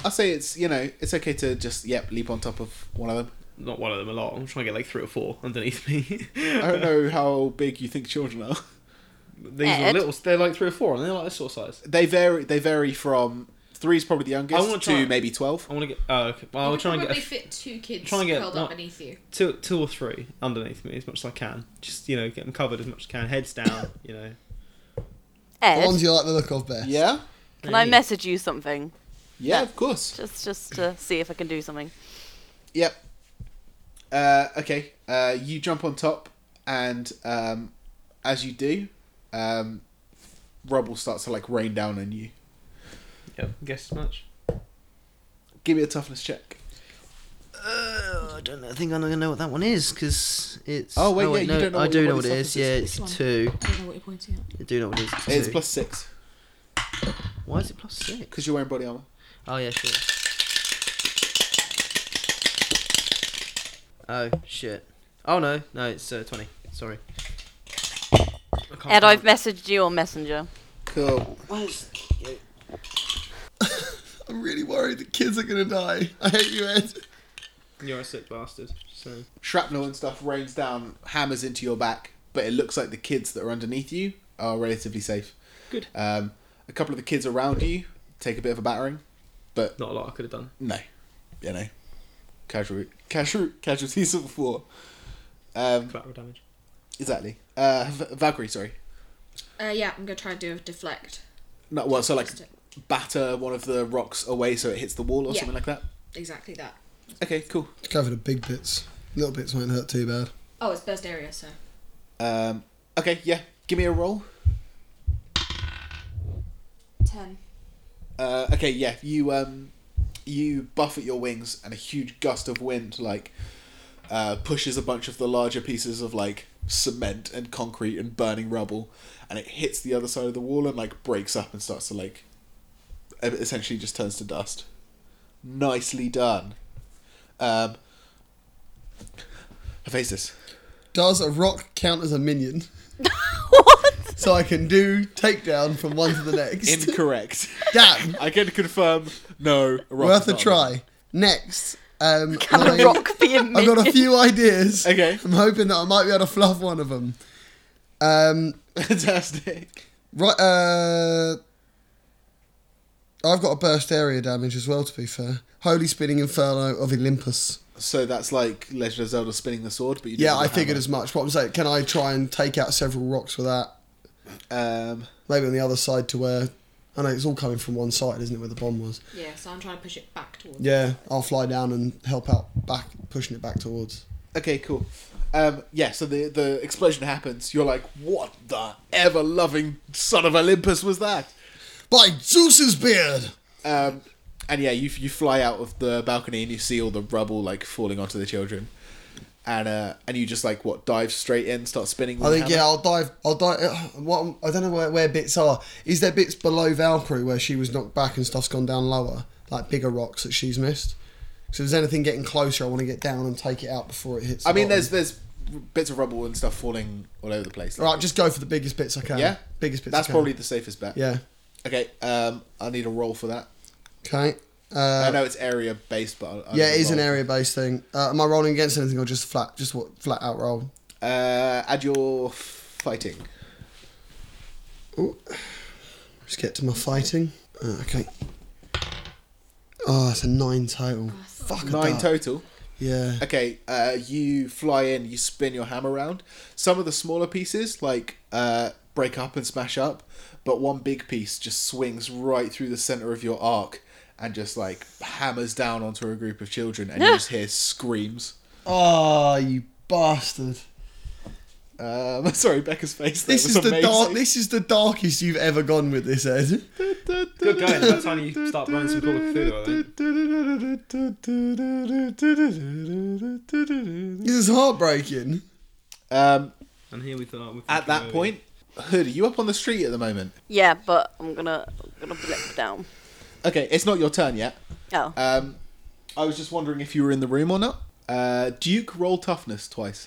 [SPEAKER 1] I say it's you know it's okay to just yep leap on top of one of them.
[SPEAKER 5] Not one of them a lot. I'm trying to get like three or four underneath *laughs* me.
[SPEAKER 1] I don't know how big you think children are.
[SPEAKER 5] These are
[SPEAKER 4] Ed?
[SPEAKER 5] little. They're like three or four, and they're like this sort of size.
[SPEAKER 1] They vary. They vary from three is probably the
[SPEAKER 5] I
[SPEAKER 1] youngest
[SPEAKER 5] wanna
[SPEAKER 1] to
[SPEAKER 5] try-
[SPEAKER 1] maybe twelve.
[SPEAKER 5] I want to get. Uh, okay. Well, I'll
[SPEAKER 2] you could
[SPEAKER 5] try and get a
[SPEAKER 2] probably fit two kids
[SPEAKER 5] try and get
[SPEAKER 2] curled
[SPEAKER 5] one-
[SPEAKER 2] up beneath you.
[SPEAKER 5] two, two or three underneath me as much as I can. Just you know, get them covered as much as I can. Heads *laughs* down, you know.
[SPEAKER 6] The
[SPEAKER 4] Ed,
[SPEAKER 6] ones you like the look of best.
[SPEAKER 1] Yeah,
[SPEAKER 4] can I message you something?
[SPEAKER 1] yeah, of course.
[SPEAKER 4] Just just to see if I can do something.
[SPEAKER 1] Yep. Uh, okay. Uh, you jump on top, and um, as you do, um, rubble starts to like rain down on you.
[SPEAKER 5] Yep. Guess as much.
[SPEAKER 1] Give me a toughness check.
[SPEAKER 5] I don't know. I think I'm gonna know what that one is because it's.
[SPEAKER 1] Oh, wait, oh, wait, yeah, you no, don't know I what do your know body what it
[SPEAKER 5] is.
[SPEAKER 1] stuff is.
[SPEAKER 2] it's Which one?
[SPEAKER 5] two.
[SPEAKER 2] I don't know what you're pointing at.
[SPEAKER 5] I do know what it is.
[SPEAKER 1] It's plus six
[SPEAKER 5] Why is it plus six?
[SPEAKER 1] because you're wearing body armor.
[SPEAKER 5] Oh yeah, sure. Oh shit. Oh no, no, it's uh, twenty. Sorry.
[SPEAKER 4] Ed, I've messaged you on Messenger.
[SPEAKER 1] Cool.
[SPEAKER 6] I'm really worried that kids are gonna die. I hate you, Ed.
[SPEAKER 5] You're a sick bastard. So
[SPEAKER 1] Shrapnel and stuff rains down, hammers into your back, but it looks like the kids that are underneath you are relatively safe.
[SPEAKER 5] Good.
[SPEAKER 1] Um, a couple of the kids around you take a bit of a battering, but
[SPEAKER 5] not a lot I could have done.
[SPEAKER 1] No, you know, casual, casual *laughs* casualties of war. Um,
[SPEAKER 5] Collateral damage.
[SPEAKER 1] exactly. Uh, V- Valkyrie, sorry.
[SPEAKER 2] Uh, yeah, I'm gonna try and do a deflect.
[SPEAKER 1] No, well, so like
[SPEAKER 2] Just
[SPEAKER 1] batter one of the rocks away so it hits the wall or
[SPEAKER 2] Yeah.
[SPEAKER 1] something like that.
[SPEAKER 2] Exactly that.
[SPEAKER 1] Okay, cool.
[SPEAKER 3] Go for the big bits. Little bits won't hurt too *laughs* bad.
[SPEAKER 2] Oh, it's burst area, so
[SPEAKER 1] Um, okay, yeah. Give me a roll.
[SPEAKER 2] ten.
[SPEAKER 1] Uh, okay, yeah. You um, you buffet your wings, and a huge gust of wind like uh, pushes a bunch of the larger pieces of like cement and concrete and burning rubble, and it hits the other side of the wall and like breaks up and starts to like e- essentially just turns to dust. Nicely done. Um, Hephaestus.
[SPEAKER 3] Does a rock count as a minion?
[SPEAKER 4] what?
[SPEAKER 3] So I can do takedown from one to the next.
[SPEAKER 1] Incorrect.
[SPEAKER 3] Damn.
[SPEAKER 1] *laughs* I can confirm. No. a rock
[SPEAKER 3] worth a
[SPEAKER 1] is not
[SPEAKER 3] try. Next. *laughs* Um,
[SPEAKER 4] Can a
[SPEAKER 3] I-
[SPEAKER 4] rock be a
[SPEAKER 3] *laughs* I've got a
[SPEAKER 4] minion?
[SPEAKER 3] few *laughs* ideas.
[SPEAKER 1] Okay.
[SPEAKER 3] I'm hoping that I might be able to fluff one of them. Um,
[SPEAKER 1] *laughs* Fantastic.
[SPEAKER 3] right. Uh, I've got a burst area damage as well. To be fair, Holy Spinning Inferno of Olympus.
[SPEAKER 1] So that's like Legend of Zelda spinning the sword, but you
[SPEAKER 3] Yeah,
[SPEAKER 1] do it
[SPEAKER 3] I
[SPEAKER 1] with a
[SPEAKER 3] figured
[SPEAKER 1] hammer.
[SPEAKER 3] as much. What I'm saying, can I try and take out several rocks with that?
[SPEAKER 1] Um,
[SPEAKER 3] Maybe on the other side to where. I know it's all coming from one side, isn't it? Where the bomb was.
[SPEAKER 2] Yeah, so I'm trying to push it back towards.
[SPEAKER 3] Yeah, I'll fly down and help out back, pushing it back towards.
[SPEAKER 1] okay, cool. Um, yeah, so the the explosion happens. You're like, what the ever loving son of Olympus was that?
[SPEAKER 3] By Zeus's beard!
[SPEAKER 1] Um, and yeah, you you fly out of the balcony and you see all the rubble like falling onto the children, and uh, and you just like what dive straight in, start spinning. with
[SPEAKER 3] I
[SPEAKER 1] the
[SPEAKER 3] think yeah,
[SPEAKER 1] hammer?
[SPEAKER 3] I'll dive. I'll dive. uh, What I'm- I don't know where, where bits are. Is there bits below Valkyrie where she was knocked back and stuff's gone down lower, like bigger rocks that she's missed? So if there's anything getting closer, I want to get down and take it out before it hits. the
[SPEAKER 1] I mean,
[SPEAKER 3] bottom.
[SPEAKER 1] there's there's bits of rubble and stuff falling all over the place.
[SPEAKER 3] All right, just go for the biggest bits I can.
[SPEAKER 1] yeah,
[SPEAKER 3] biggest bits. I
[SPEAKER 1] That's
[SPEAKER 3] can.
[SPEAKER 1] probably the safest bet.
[SPEAKER 3] yeah.
[SPEAKER 1] Okay. Um, I need a roll for that.
[SPEAKER 3] Okay.
[SPEAKER 1] I
[SPEAKER 3] Uh,
[SPEAKER 1] know it's area based, but I'll, I'll
[SPEAKER 3] yeah,
[SPEAKER 1] need
[SPEAKER 3] it
[SPEAKER 1] a
[SPEAKER 3] is an
[SPEAKER 1] roll.
[SPEAKER 3] area based thing. Uh, am I rolling against anything or just flat? Just what flat out roll?
[SPEAKER 1] Uh, add your fighting.
[SPEAKER 3] Just get to my fighting. Uh, okay. Oh, it's a nine total. Fuck I
[SPEAKER 1] Nine
[SPEAKER 3] died.
[SPEAKER 1] total.
[SPEAKER 3] Yeah.
[SPEAKER 1] Okay, uh, you fly in, you spin your hammer around. Some of the smaller pieces, like, uh, break up and smash up, but one big piece just swings right through the center of your arc and just, like, hammers down onto a group of children, and you just hear screams.
[SPEAKER 3] Oh, you bastard.
[SPEAKER 1] Um, *laughs* sorry, Becca's face. That
[SPEAKER 3] This
[SPEAKER 1] was
[SPEAKER 3] is the
[SPEAKER 1] amazing.
[SPEAKER 3] dark. This is the darkest you've ever gone with this, Ed.
[SPEAKER 5] Good going. *laughs* By the time you start running some Call of Cthulhu, I think.
[SPEAKER 3] This is heartbreaking.
[SPEAKER 1] Um,
[SPEAKER 5] And here we thought. we're
[SPEAKER 1] At
[SPEAKER 5] thinking
[SPEAKER 1] that
[SPEAKER 5] maybe-
[SPEAKER 1] point, Hood, are you up on the street at the moment?
[SPEAKER 4] Yeah, but I'm gonna I'm gonna blip down.
[SPEAKER 1] Okay, it's not your turn yet.
[SPEAKER 4] Oh,
[SPEAKER 3] Uh,
[SPEAKER 1] Um, I was just wondering if you were in the room or not. Uh, Duke, roll toughness twice.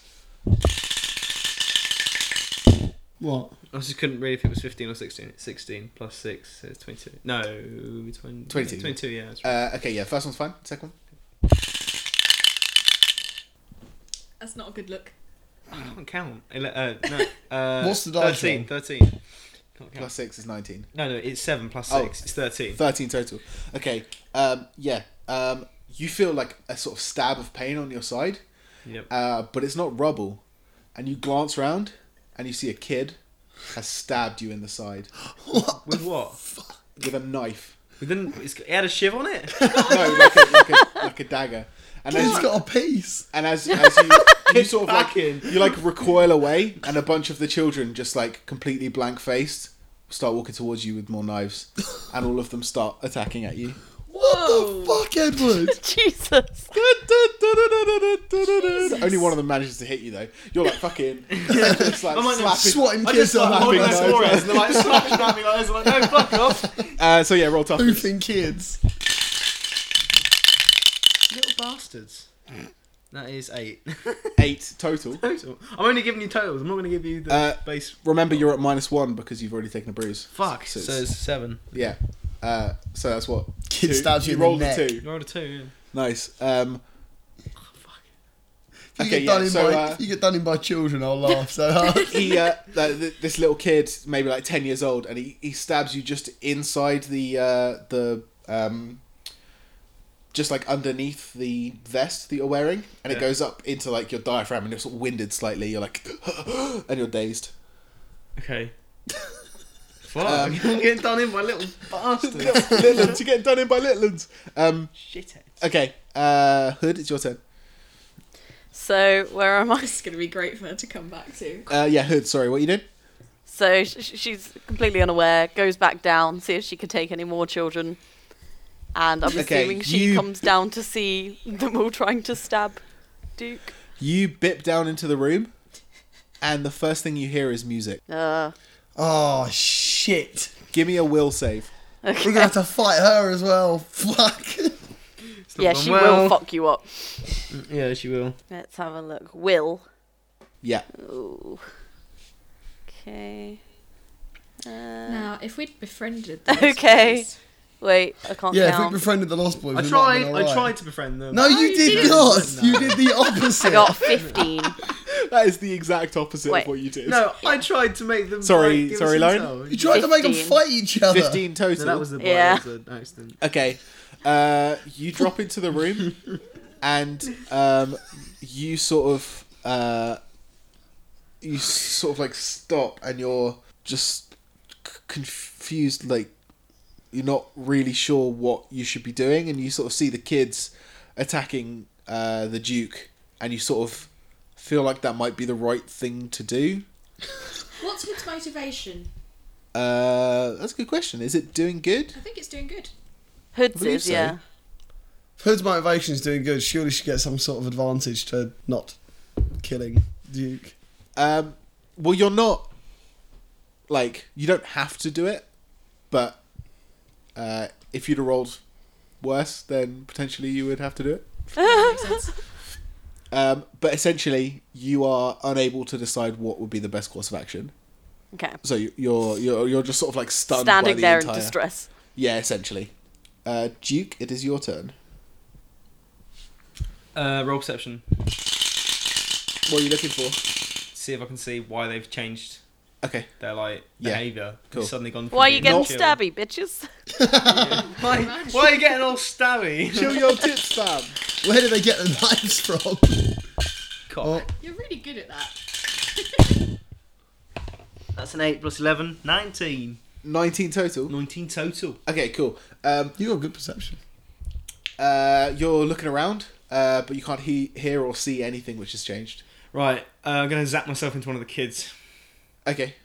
[SPEAKER 3] What?
[SPEAKER 5] I just couldn't read if it was 15 or 16. It's 16 plus 6 so it's 22. No, 20,
[SPEAKER 1] 22.
[SPEAKER 5] 22, yeah. That's right.
[SPEAKER 1] Uh, okay, yeah, first one's fine. Second one.
[SPEAKER 2] That's not a good look. *laughs*
[SPEAKER 5] I can't count. Ele- Uh,
[SPEAKER 1] *laughs*
[SPEAKER 5] no, uh,
[SPEAKER 6] What's the dice
[SPEAKER 5] 13,
[SPEAKER 6] roll?
[SPEAKER 5] 13. Can't count.
[SPEAKER 1] Plus six is 19.
[SPEAKER 5] No, no, it's 7 plus 6.
[SPEAKER 1] Oh.
[SPEAKER 5] It's 13.
[SPEAKER 1] 13 total. Okay, um, yeah. Um, you feel like a sort of stab of pain on your side,
[SPEAKER 5] Yep.
[SPEAKER 1] uh, but it's not rubble. And you glance round and you see a kid has stabbed you in the side
[SPEAKER 5] With what?
[SPEAKER 1] with a knife.
[SPEAKER 5] With an, it's, it had a shiv
[SPEAKER 1] *laughs*
[SPEAKER 5] on it?
[SPEAKER 1] No, like a, like a, like a dagger. And as
[SPEAKER 6] He's
[SPEAKER 1] you-
[SPEAKER 6] got a piece.
[SPEAKER 1] And
[SPEAKER 5] *laughs*
[SPEAKER 1] as, as you, you sort of
[SPEAKER 5] back
[SPEAKER 1] like,
[SPEAKER 5] in.
[SPEAKER 1] you like recoil away, and a bunch of the children just like completely blank faced start walking towards you with more knives, and all of them start attacking at
[SPEAKER 6] *laughs*
[SPEAKER 1] you.
[SPEAKER 6] What the fuck, Edward?
[SPEAKER 4] *laughs* Jesus!
[SPEAKER 1] Only one of them manages to hit you though. You're like
[SPEAKER 6] *laughs*
[SPEAKER 1] fucking. It's like
[SPEAKER 5] I might not
[SPEAKER 1] slapping-
[SPEAKER 6] Swatting
[SPEAKER 5] I just "Oh,
[SPEAKER 6] kids
[SPEAKER 5] like
[SPEAKER 6] up.
[SPEAKER 5] holding my
[SPEAKER 1] knives.
[SPEAKER 5] foreheads and they're like slashing at me like this. I'm like, no,
[SPEAKER 1] *laughs*
[SPEAKER 5] fuck off.
[SPEAKER 1] uh, so yeah, roll tough.
[SPEAKER 6] Boofing kids.
[SPEAKER 5] Little bastards. That is 8.
[SPEAKER 1] Eight
[SPEAKER 5] *laughs*
[SPEAKER 1] total.
[SPEAKER 5] total. I'm only giving you totals. I'm not going to give you the
[SPEAKER 1] Uh,
[SPEAKER 5] base.
[SPEAKER 1] Remember, you're at minus one because you've already taken a bruise.
[SPEAKER 5] Fuck.
[SPEAKER 1] So
[SPEAKER 5] So,
[SPEAKER 1] it's-
[SPEAKER 5] it's 7.
[SPEAKER 1] Yeah. Uh, so that's what.
[SPEAKER 6] Kid
[SPEAKER 1] Two.
[SPEAKER 6] stabs you in the
[SPEAKER 1] rolled
[SPEAKER 6] neck.
[SPEAKER 1] a two.
[SPEAKER 5] You rolled a 2, yeah.
[SPEAKER 1] Nice. Um,
[SPEAKER 6] If you,
[SPEAKER 1] Okay,
[SPEAKER 6] get
[SPEAKER 1] yeah,
[SPEAKER 6] done in
[SPEAKER 1] so,
[SPEAKER 6] by,
[SPEAKER 1] uh,
[SPEAKER 6] if you get done in by children, I'll laugh so hard.
[SPEAKER 1] he uh, like, th- this little kid maybe like 10 years old and he, he stabs you just inside the uh, the um, just like underneath the vest that you're wearing and it
[SPEAKER 5] Yeah.
[SPEAKER 1] goes up into like your diaphragm and you're sort of winded slightly you're like *gasps* and you're *laughs* dazed
[SPEAKER 5] Okay. *laughs* Fuck.
[SPEAKER 1] Um,
[SPEAKER 5] *laughs* I'm getting done in by little
[SPEAKER 1] *laughs*
[SPEAKER 5] bastards.
[SPEAKER 1] Litlands, you're getting done in by Litlands um,
[SPEAKER 5] Shithead.
[SPEAKER 1] okay uh, Hood it's your turn
[SPEAKER 4] So where am I?
[SPEAKER 2] This is going to be great for her to come back to.
[SPEAKER 1] uh, yeah Hood sorry what you doing
[SPEAKER 4] So sh- sh- she's completely unaware, goes back down, see if she can take any more children. And I'm
[SPEAKER 1] Okay,
[SPEAKER 4] assuming she
[SPEAKER 1] you-
[SPEAKER 4] comes down to see them all trying to stab Duke.
[SPEAKER 1] you bip down into the room and the first thing you hear is music
[SPEAKER 4] Uh,
[SPEAKER 6] oh, shit.
[SPEAKER 1] give me a will save
[SPEAKER 6] We're going to have to fight her as well. *laughs* Fuck.
[SPEAKER 5] It's not
[SPEAKER 4] yeah,
[SPEAKER 5] gone
[SPEAKER 4] she will
[SPEAKER 5] well.
[SPEAKER 4] fuck you up.
[SPEAKER 5] Yeah, she will.
[SPEAKER 4] Let's have a look. Will.
[SPEAKER 1] yeah
[SPEAKER 4] Ooh. Okay. Uh,
[SPEAKER 2] Now, if we'd befriended the
[SPEAKER 4] Okay.
[SPEAKER 2] Lost Boys-
[SPEAKER 4] Wait, I can't
[SPEAKER 6] Yeah, if
[SPEAKER 4] count.
[SPEAKER 6] we befriended the Lost Boys,
[SPEAKER 5] I
[SPEAKER 6] we might have
[SPEAKER 5] tried.
[SPEAKER 6] been
[SPEAKER 5] I
[SPEAKER 6] alright.
[SPEAKER 5] tried to befriend them.
[SPEAKER 6] No, you,
[SPEAKER 2] you
[SPEAKER 6] did
[SPEAKER 2] didn't.
[SPEAKER 6] not. You did the opposite.
[SPEAKER 1] *laughs*
[SPEAKER 4] I got 15.
[SPEAKER 1] that is the exact opposite
[SPEAKER 4] Wait.
[SPEAKER 1] of what you did
[SPEAKER 5] *laughs* no, I tried to make them.
[SPEAKER 1] Sorry-
[SPEAKER 5] like, give
[SPEAKER 1] sorry,
[SPEAKER 5] us
[SPEAKER 1] Lauren?
[SPEAKER 5] intel.
[SPEAKER 6] You tried to make them
[SPEAKER 4] 15.
[SPEAKER 6] fight each other.
[SPEAKER 1] 15 total.
[SPEAKER 5] No, that was the boy.
[SPEAKER 4] Yeah.
[SPEAKER 5] That was an accident.
[SPEAKER 1] Okay. Uh, you drop into the room
[SPEAKER 5] *laughs*
[SPEAKER 1] and um, you sort of uh, you s- sort of like stop and you're just c- confused like you're not really sure what you should be doing and you sort of see the kids attacking uh, the duke and you sort of feel like that might be the right thing to do
[SPEAKER 2] What's Hood's motivation?
[SPEAKER 1] uh, that's a good question is it doing good
[SPEAKER 2] I think it's doing *laughs* good.
[SPEAKER 4] Hoods
[SPEAKER 1] believe
[SPEAKER 4] is,
[SPEAKER 1] so.
[SPEAKER 4] yeah.
[SPEAKER 6] Hood's motivation's doing good. Surely she gets some sort of advantage to not killing Duke.
[SPEAKER 1] Um, well, you're not like you don't have to do it, but uh, if you'd have rolled worse, then potentially you would have to do it.
[SPEAKER 2] That makes sense.
[SPEAKER 1] Um, but essentially, you are unable to decide what would be the best course of action.
[SPEAKER 4] Okay.
[SPEAKER 1] So you- you're you're you're just sort of like stunned by
[SPEAKER 4] Standing
[SPEAKER 1] the
[SPEAKER 4] there
[SPEAKER 1] entire.
[SPEAKER 4] in distress.
[SPEAKER 1] Yeah, essentially. Uh, Duke, it is your turn.
[SPEAKER 5] Uh, roll perception.
[SPEAKER 1] What are you looking for?
[SPEAKER 5] See if I can see why they've changed
[SPEAKER 1] Okay.
[SPEAKER 5] their like
[SPEAKER 1] Yeah.
[SPEAKER 5] behavior.
[SPEAKER 1] Cool.
[SPEAKER 5] They've suddenly gone. from
[SPEAKER 4] Why are you
[SPEAKER 5] being
[SPEAKER 4] getting
[SPEAKER 5] chill-
[SPEAKER 4] stabby, bitches?
[SPEAKER 5] Why, why are you getting all stabby? *laughs*
[SPEAKER 1] Kill your tits, fam.
[SPEAKER 6] Where do they get the *laughs* knives from?
[SPEAKER 5] Cock.
[SPEAKER 6] Oh.
[SPEAKER 2] You're really good at that.
[SPEAKER 5] That's an eight plus 11. 19.
[SPEAKER 1] Nineteen total.
[SPEAKER 5] 19 total.
[SPEAKER 1] Okay, cool. Um,
[SPEAKER 6] You got good perception.
[SPEAKER 1] Uh, you're looking around, uh, but you can't he- hear or see anything which has changed.
[SPEAKER 5] Right. Uh, I'm gonna zap myself into one of the kids.
[SPEAKER 1] Okay.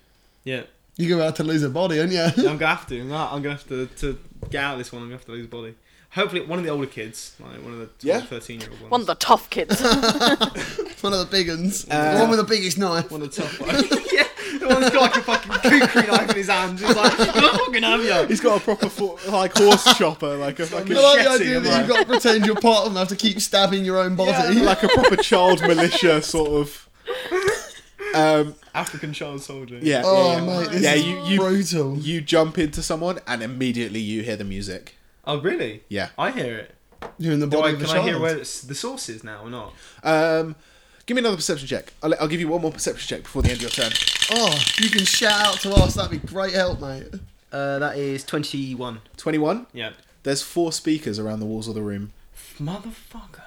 [SPEAKER 5] Yeah.
[SPEAKER 6] You're about to lose a body, aren't you? *laughs*
[SPEAKER 5] I'm gonna have to. I'm gonna I'm gonna have to to get out of this one. I'm gonna have to lose body. Hopefully, one of the older kids, like one of the 12,
[SPEAKER 1] Yeah.
[SPEAKER 5] 13 year old ones.
[SPEAKER 4] One of the
[SPEAKER 1] *laughs*
[SPEAKER 4] tough kids.
[SPEAKER 3] One of the big ones.
[SPEAKER 1] Uh,
[SPEAKER 3] the one with the biggest knife.
[SPEAKER 5] One *laughs* of the tough ones. yeah, the one's got like a fucking kukri knife in his hand. He's like, I'm fucking have you.
[SPEAKER 1] He's got a proper
[SPEAKER 6] *laughs*
[SPEAKER 1] fo- like
[SPEAKER 3] *laughs*
[SPEAKER 1] horse chopper, like a fucking
[SPEAKER 3] I like the
[SPEAKER 5] Machete,
[SPEAKER 3] idea that
[SPEAKER 5] am I?
[SPEAKER 3] you've got to pretend you're part of them and have to keep stabbing your own
[SPEAKER 1] *laughs*
[SPEAKER 3] body.
[SPEAKER 1] like a proper child militia sort of. Um,
[SPEAKER 5] African child soldier.
[SPEAKER 1] yeah,
[SPEAKER 3] oh,
[SPEAKER 1] yeah, yeah.
[SPEAKER 3] mate, this
[SPEAKER 1] Yeah,
[SPEAKER 3] is
[SPEAKER 1] you- you-
[SPEAKER 3] brutal.
[SPEAKER 1] You jump into someone and immediately you hear the music.
[SPEAKER 5] Oh, really?
[SPEAKER 1] Yeah.
[SPEAKER 5] I hear it.
[SPEAKER 3] You're in the
[SPEAKER 5] Do
[SPEAKER 3] body
[SPEAKER 5] I,
[SPEAKER 3] of a
[SPEAKER 5] can
[SPEAKER 3] child.
[SPEAKER 5] I hear where it's, the source is now or not?
[SPEAKER 1] Um, give me another perception check. I'll, I'll give you one more perception check before the end of your turn.
[SPEAKER 3] Oh, if you can shout out to us. That'd be great help, mate.
[SPEAKER 5] Uh, that is 21.
[SPEAKER 1] 21.
[SPEAKER 5] Yeah.
[SPEAKER 1] There's four speakers around the walls of the room.
[SPEAKER 5] Motherfucker.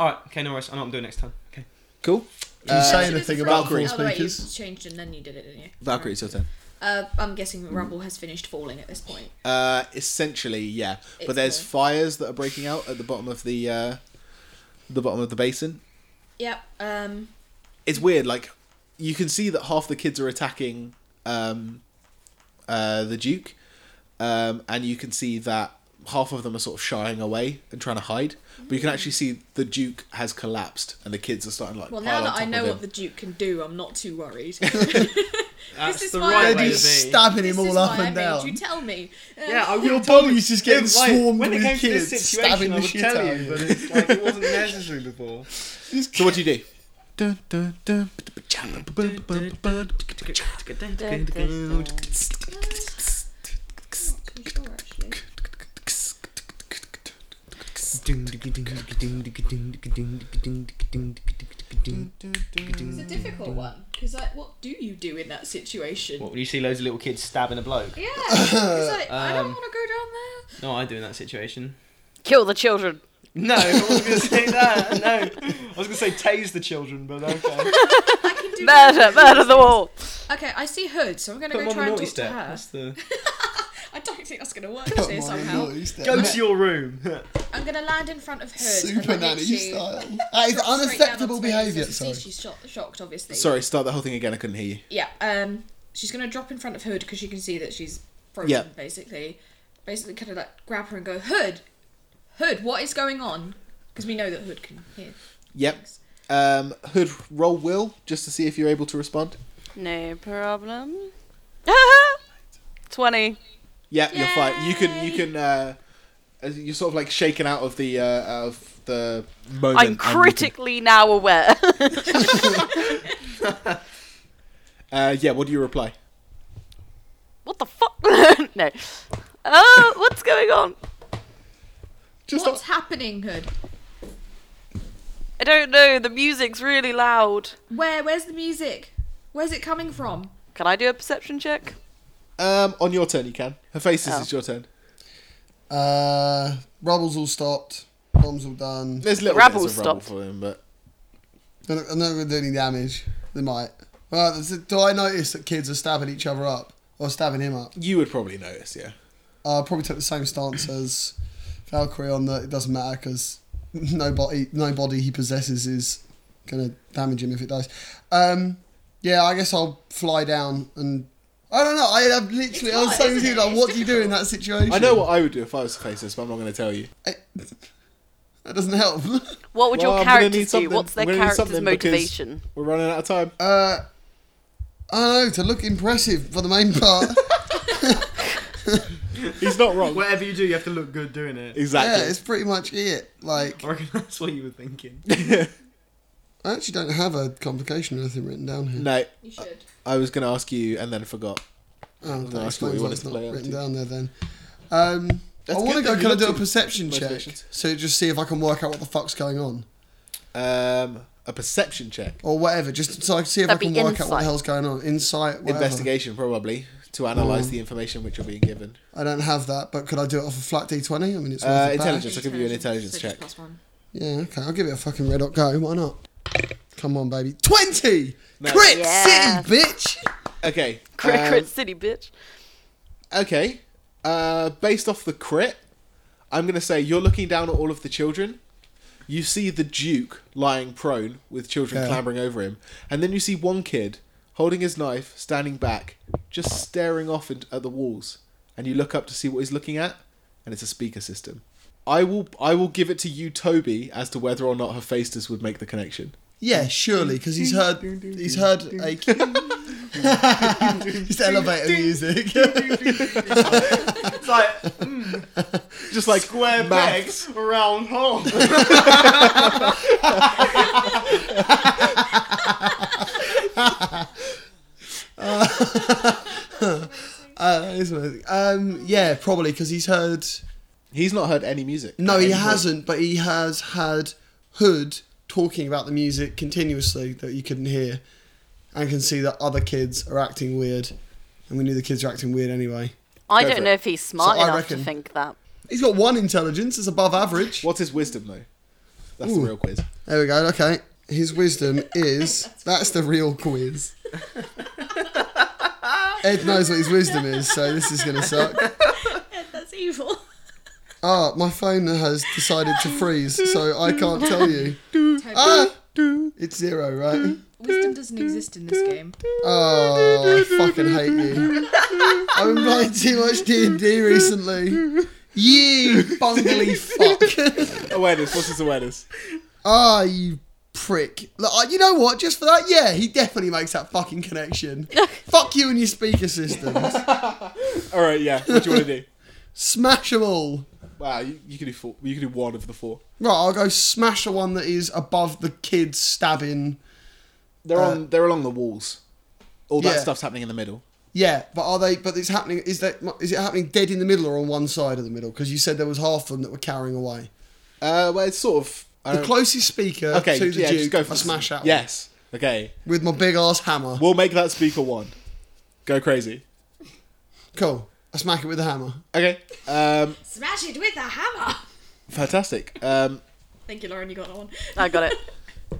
[SPEAKER 5] Alright, okay, no worries. I know what I'm doing next time. Okay.
[SPEAKER 1] Cool.
[SPEAKER 3] Can you
[SPEAKER 1] Uh,
[SPEAKER 3] say
[SPEAKER 2] Actually,
[SPEAKER 3] anything
[SPEAKER 2] this is
[SPEAKER 3] about
[SPEAKER 1] Valkyrie.
[SPEAKER 3] Valkyrie
[SPEAKER 2] Oh, wait, you
[SPEAKER 3] speakers?
[SPEAKER 2] changed and then you did it, didn't you?
[SPEAKER 1] Valkyrie, it's your turn.
[SPEAKER 2] Uh, I'm guessing rubble has finished falling at this point.
[SPEAKER 1] Uh, essentially, yeah.
[SPEAKER 2] It's
[SPEAKER 1] but there's
[SPEAKER 2] cool.
[SPEAKER 1] fires that are breaking out at the bottom of the uh, the bottom of the basin.
[SPEAKER 2] Yep. Um,
[SPEAKER 1] It's weird. Like you can see that half the kids are attacking um, uh, the Duke, um, and you can see that half of them are sort of shying away and trying to hide. But you can actually see the Duke has collapsed, and the kids are starting like.
[SPEAKER 2] well,
[SPEAKER 1] pile
[SPEAKER 2] now
[SPEAKER 1] on
[SPEAKER 2] that I
[SPEAKER 1] top of
[SPEAKER 2] know
[SPEAKER 1] him.
[SPEAKER 2] what the Duke can do, I'm not too worried.
[SPEAKER 5] That's
[SPEAKER 2] is
[SPEAKER 5] the
[SPEAKER 2] why I
[SPEAKER 5] right
[SPEAKER 3] They're
[SPEAKER 5] way to be.
[SPEAKER 2] made-
[SPEAKER 3] just stabbing
[SPEAKER 2] this
[SPEAKER 3] him
[SPEAKER 2] is
[SPEAKER 3] all
[SPEAKER 2] why
[SPEAKER 3] up
[SPEAKER 2] I
[SPEAKER 3] and
[SPEAKER 2] made
[SPEAKER 3] down.
[SPEAKER 2] you tell me. Uh,
[SPEAKER 5] yeah, I
[SPEAKER 3] Your
[SPEAKER 5] will
[SPEAKER 3] body's just getting
[SPEAKER 5] Like,
[SPEAKER 3] swarmed
[SPEAKER 5] when it
[SPEAKER 3] with
[SPEAKER 5] came to
[SPEAKER 3] kids,
[SPEAKER 5] this
[SPEAKER 3] stabbing
[SPEAKER 5] situation, I
[SPEAKER 3] the
[SPEAKER 5] would
[SPEAKER 3] shit
[SPEAKER 5] tell
[SPEAKER 3] out
[SPEAKER 5] you,
[SPEAKER 3] of you.
[SPEAKER 5] but it's *laughs* like it wasn't necessary before.
[SPEAKER 1] So what do
[SPEAKER 2] *laughs*
[SPEAKER 1] you do?
[SPEAKER 2] I'm sure, actually.
[SPEAKER 5] *laughs*
[SPEAKER 2] It's a difficult one because, like, what do you do in that situation?
[SPEAKER 5] What, when you see loads of little kids stabbing a bloke?
[SPEAKER 2] Yeah,
[SPEAKER 3] *coughs*
[SPEAKER 2] 'cause, like, I don't
[SPEAKER 5] Um,
[SPEAKER 2] want to go down there.
[SPEAKER 5] No, I do in that situation.
[SPEAKER 4] Kill the children.
[SPEAKER 5] No, I wasn't going to say that. No. I was going to say tase the children, but *laughs* okay.
[SPEAKER 2] I can do
[SPEAKER 4] Murder, murder the wall.
[SPEAKER 2] Okay, I see Hood, so I'm going to
[SPEAKER 5] Put
[SPEAKER 2] go
[SPEAKER 5] them on
[SPEAKER 2] try and
[SPEAKER 5] the naughty
[SPEAKER 2] talk to
[SPEAKER 5] step.
[SPEAKER 2] her.
[SPEAKER 5] That's the...
[SPEAKER 2] I don't think that's going to work
[SPEAKER 3] Come
[SPEAKER 2] here
[SPEAKER 3] on,
[SPEAKER 2] somehow.
[SPEAKER 3] naughty step.
[SPEAKER 5] Go to your room. *laughs*
[SPEAKER 2] I'm going to land in front of Hood.
[SPEAKER 3] Super
[SPEAKER 2] and like,
[SPEAKER 3] nanny
[SPEAKER 2] literally
[SPEAKER 3] style. That is
[SPEAKER 2] drop straight down
[SPEAKER 3] unacceptable
[SPEAKER 2] onto her, 'cause
[SPEAKER 3] behaviously.
[SPEAKER 2] I can
[SPEAKER 3] Sorry.
[SPEAKER 2] see She's shock- shocked, obviously.
[SPEAKER 1] Sorry, start the whole thing again. I couldn't hear you.
[SPEAKER 2] Yeah. Um, she's gonna drop in front of Hood because she can see that she's frozen,
[SPEAKER 1] Yeah.
[SPEAKER 2] basically. Basically, kind of like grab her and go, Hood, Hood, what is going on? Because we know that Hood can hear.
[SPEAKER 1] Yep.
[SPEAKER 2] things.
[SPEAKER 1] Um, Hood, roll will just to see if you're able to respond.
[SPEAKER 4] No problem. *laughs* Twenty.
[SPEAKER 1] Yeah, you're fine. You can you can uh, as you're sort of like shaken out of the uh, out of the moment.
[SPEAKER 4] I'm
[SPEAKER 1] and you
[SPEAKER 4] critically now aware. *laughs*
[SPEAKER 1] can- uh, yeah. What do you reply?
[SPEAKER 4] what the fuck? *laughs* no. Oh, what's going on?
[SPEAKER 1] Just
[SPEAKER 2] What's happening, Hood?
[SPEAKER 4] I don't know. The music's really loud.
[SPEAKER 2] Where? Where's the music? Where's it coming from?
[SPEAKER 4] Can I do a perception check?
[SPEAKER 1] um, on your turn. You can. Her face is
[SPEAKER 4] Oh.
[SPEAKER 1] it's your turn.
[SPEAKER 3] Uh, rubble's all stopped. Bombs all done.
[SPEAKER 1] There's little
[SPEAKER 4] Rabble
[SPEAKER 1] bits of rubble
[SPEAKER 4] stopped.
[SPEAKER 1] for him, but
[SPEAKER 3] They're not, they're not going to do any damage. They might. Well, that's it. do I notice that kids are stabbing each other up or stabbing him up?
[SPEAKER 1] you would probably notice. Yeah.
[SPEAKER 3] I'll probably take the same stance as Valkyrie on that it doesn't matter *laughs* because nobody, nobody he possesses is going to damage him if it does. Um, yeah, I guess I'll fly down and. I don't know. I, I'm literally. I was
[SPEAKER 2] hard,
[SPEAKER 3] saying
[SPEAKER 2] isn't
[SPEAKER 3] to you,
[SPEAKER 2] it?
[SPEAKER 3] like,
[SPEAKER 2] It's
[SPEAKER 3] what do you do in that situation?
[SPEAKER 1] I know what I would do if I was to face this, but I'm not going to tell you.
[SPEAKER 3] *laughs* That doesn't help. *laughs*
[SPEAKER 4] What would
[SPEAKER 1] Well, I'm
[SPEAKER 4] your
[SPEAKER 1] gonna need
[SPEAKER 4] characters do?
[SPEAKER 1] something-
[SPEAKER 4] What's their
[SPEAKER 1] I'm gonna need
[SPEAKER 4] character's
[SPEAKER 1] something because-
[SPEAKER 4] motivation?
[SPEAKER 1] We're running out of time.
[SPEAKER 3] Uh, I don't know. To look impressive for the
[SPEAKER 1] *laughs*
[SPEAKER 3] main part.
[SPEAKER 1] He's not
[SPEAKER 4] *laughs*
[SPEAKER 1] wrong.
[SPEAKER 5] Whatever you do, you have to look good doing it.
[SPEAKER 3] yeah,
[SPEAKER 1] exactly.
[SPEAKER 3] it's pretty much it. Like,
[SPEAKER 5] I reckon that's what you were *laughs* thinking.
[SPEAKER 3] I actually don't have a complication or anything written down here.
[SPEAKER 1] *laughs* no,
[SPEAKER 2] You should.
[SPEAKER 1] I was going to ask you and then forgot.
[SPEAKER 3] Oh,
[SPEAKER 1] what
[SPEAKER 3] that
[SPEAKER 1] you
[SPEAKER 3] explains why
[SPEAKER 1] wanted
[SPEAKER 3] it's
[SPEAKER 1] to
[SPEAKER 3] not
[SPEAKER 1] play up
[SPEAKER 3] written
[SPEAKER 1] to.
[SPEAKER 3] down there then. Um,
[SPEAKER 1] That's
[SPEAKER 3] I want to
[SPEAKER 1] good
[SPEAKER 3] go.
[SPEAKER 1] that you
[SPEAKER 3] Can I
[SPEAKER 1] looked
[SPEAKER 3] do a
[SPEAKER 1] at
[SPEAKER 3] perception check?
[SPEAKER 1] motivations.
[SPEAKER 3] So just see if I can work out what the fuck's going on,
[SPEAKER 1] Um, a perception check,
[SPEAKER 4] Uh-huh.
[SPEAKER 3] or whatever. Just so I can see if
[SPEAKER 4] That'd
[SPEAKER 3] I can
[SPEAKER 4] be
[SPEAKER 3] work out what the
[SPEAKER 4] insight.
[SPEAKER 3] hell's going on. Insight. Whatever.
[SPEAKER 1] investigation probably to
[SPEAKER 4] Mm.
[SPEAKER 1] analyze the information which you're being given.
[SPEAKER 3] I don't have that, but could I do it off a flat D twenty? I mean, it's
[SPEAKER 1] Uh,
[SPEAKER 3] worth a bash.
[SPEAKER 1] intelligence. I'll give you an intelligence
[SPEAKER 2] so
[SPEAKER 1] check.
[SPEAKER 2] just plus one.
[SPEAKER 3] Yeah, okay. I'll give it a fucking red hot go. Why not? Come on, baby. Twenty.
[SPEAKER 1] No.
[SPEAKER 3] Crit
[SPEAKER 4] Yeah.
[SPEAKER 3] city, bitch.
[SPEAKER 1] Okay.
[SPEAKER 4] Crit,
[SPEAKER 1] um,
[SPEAKER 4] crit city, bitch.
[SPEAKER 1] Okay. Uh, based off the crit, I'm going to say you're looking down at all of the children. You see the Duke lying prone with children
[SPEAKER 3] Yeah.
[SPEAKER 1] clambering over him. And then you see one kid holding his knife, standing back, just staring off in- at the walls. And you look up to see what he's looking at. and it's a speaker system. I will I will give it to you, Toby, as to whether or not Hephaestus would make the connection.
[SPEAKER 3] Yeah, surely, because he's heard he's
[SPEAKER 1] *laughs*
[SPEAKER 3] heard a *laughs* just elevator music. *laughs*
[SPEAKER 5] It's like
[SPEAKER 1] Just like
[SPEAKER 5] square
[SPEAKER 1] math.
[SPEAKER 5] pegs, round hole.
[SPEAKER 3] uh, that is amazing. Um, yeah, probably because he's heard.
[SPEAKER 1] He's not heard any music.
[SPEAKER 3] No,
[SPEAKER 1] at
[SPEAKER 3] he
[SPEAKER 1] any point.
[SPEAKER 3] hasn't, but he has had Hood talking about the music continuously that you couldn't hear, and can see that other kids are acting weird, and we knew the kids are acting weird anyway.
[SPEAKER 4] I
[SPEAKER 1] Go for
[SPEAKER 4] don't know if he's smart
[SPEAKER 3] So I
[SPEAKER 4] enough to
[SPEAKER 3] reckon-
[SPEAKER 4] think
[SPEAKER 1] uh,
[SPEAKER 4] that.
[SPEAKER 3] He's got one intelligence; it's above average.
[SPEAKER 1] What's his wisdom though? That's
[SPEAKER 3] Ooh.
[SPEAKER 1] the real quiz.
[SPEAKER 3] There we go. Okay, his wisdom is that's the real quiz. Ed knows what his wisdom is, so this is gonna suck.
[SPEAKER 2] That's evil.
[SPEAKER 3] Ah, my phone has decided to freeze, so I can't tell you.
[SPEAKER 2] Toby,
[SPEAKER 3] Ah, it's zero, right?
[SPEAKER 2] *laughs* wisdom doesn't exist in this game.
[SPEAKER 3] Oh, I fucking hate you. I've been playing too much D and D recently. You bungly fuck.
[SPEAKER 1] Awareness. What's his awareness?
[SPEAKER 3] Ah, you prick. Look, I- you know what? Just for that, yeah, he definitely makes that fucking connection. Fuck you and your speaker systems.
[SPEAKER 1] All right. Yeah. What do you want to do? *laughs*
[SPEAKER 3] smash them all.
[SPEAKER 1] Wow. You, you can do four. You can do one of the four.
[SPEAKER 3] Right, I'll go smash the one that is above the kids stabbing.
[SPEAKER 1] They're
[SPEAKER 3] Uh,
[SPEAKER 1] on. They're along the walls. All that
[SPEAKER 3] Yeah.
[SPEAKER 1] stuff's happening in the middle.
[SPEAKER 3] Yeah, but are they? But it's happening. Is that? Is it happening dead in the middle or on one side of the middle? Because you said there was half of them that were carrying away.
[SPEAKER 1] Uh, well, it's sort of. I
[SPEAKER 3] The
[SPEAKER 1] don't-
[SPEAKER 3] closest speaker
[SPEAKER 1] Um, okay.
[SPEAKER 3] to the
[SPEAKER 1] yeah.
[SPEAKER 3] Duke,
[SPEAKER 1] Just go for
[SPEAKER 3] I
[SPEAKER 1] the-
[SPEAKER 3] smash out
[SPEAKER 1] Yes. Okay.
[SPEAKER 3] with my big ass hammer.
[SPEAKER 1] We'll make that speaker one. Go crazy.
[SPEAKER 3] Cool. I smack it with a hammer.
[SPEAKER 1] Okay. Um,
[SPEAKER 2] Smash it with a hammer.
[SPEAKER 1] fantastic. Um,
[SPEAKER 2] Thank you, Lauren. You got that one.
[SPEAKER 4] I got it.
[SPEAKER 1] uh,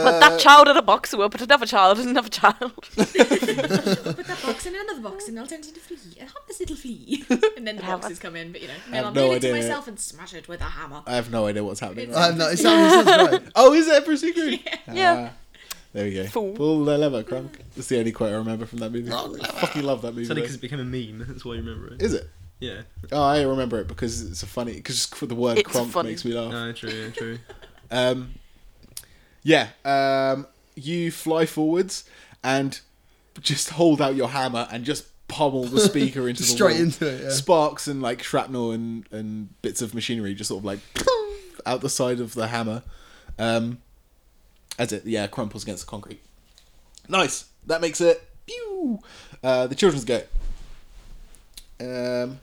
[SPEAKER 4] We'll put that child in a box, we'll put another child in another *laughs*
[SPEAKER 1] *laughs*
[SPEAKER 4] child.
[SPEAKER 2] *laughs* Put that box in another box, and I'll turn it into a flea, and hop this little
[SPEAKER 4] *laughs*
[SPEAKER 2] flea, and then the
[SPEAKER 4] Hammer.
[SPEAKER 2] boxes come in. But you know,
[SPEAKER 1] have
[SPEAKER 2] no, I'll
[SPEAKER 1] no
[SPEAKER 2] do it
[SPEAKER 1] idea.
[SPEAKER 2] to myself and smash it with a hammer.
[SPEAKER 1] I have no idea what's happening.
[SPEAKER 2] It's-
[SPEAKER 1] right
[SPEAKER 3] I have no, it sounds, it sounds great.
[SPEAKER 1] now. Oh, is it every secret? Uh,
[SPEAKER 4] Yeah.
[SPEAKER 1] There we go.
[SPEAKER 4] Fool.
[SPEAKER 1] Pull the lever, Crunk. That's the only quote I remember from that movie. I fucking love that movie.
[SPEAKER 5] It's only
[SPEAKER 1] though.
[SPEAKER 5] because it became a meme. That's why you remember it.
[SPEAKER 1] Is it?
[SPEAKER 5] Yeah.
[SPEAKER 1] Oh, I remember it because it's a funny. Because the word
[SPEAKER 4] It's
[SPEAKER 1] Crunk
[SPEAKER 4] funny.
[SPEAKER 1] makes me laugh.
[SPEAKER 5] No, true, yeah, true.
[SPEAKER 1] Um, yeah. Um, you fly forwards and just hold out your hammer and just pummel the
[SPEAKER 3] *laughs*
[SPEAKER 1] speaker into the
[SPEAKER 3] Straight
[SPEAKER 1] wall.
[SPEAKER 3] into it, yeah.
[SPEAKER 1] Sparks and like shrapnel and and bits of machinery just sort of like *laughs* out the side of the hammer. Um, as it yeah crumples against the concrete. Nice. That makes it. Pew. Uh, the children's go. Um,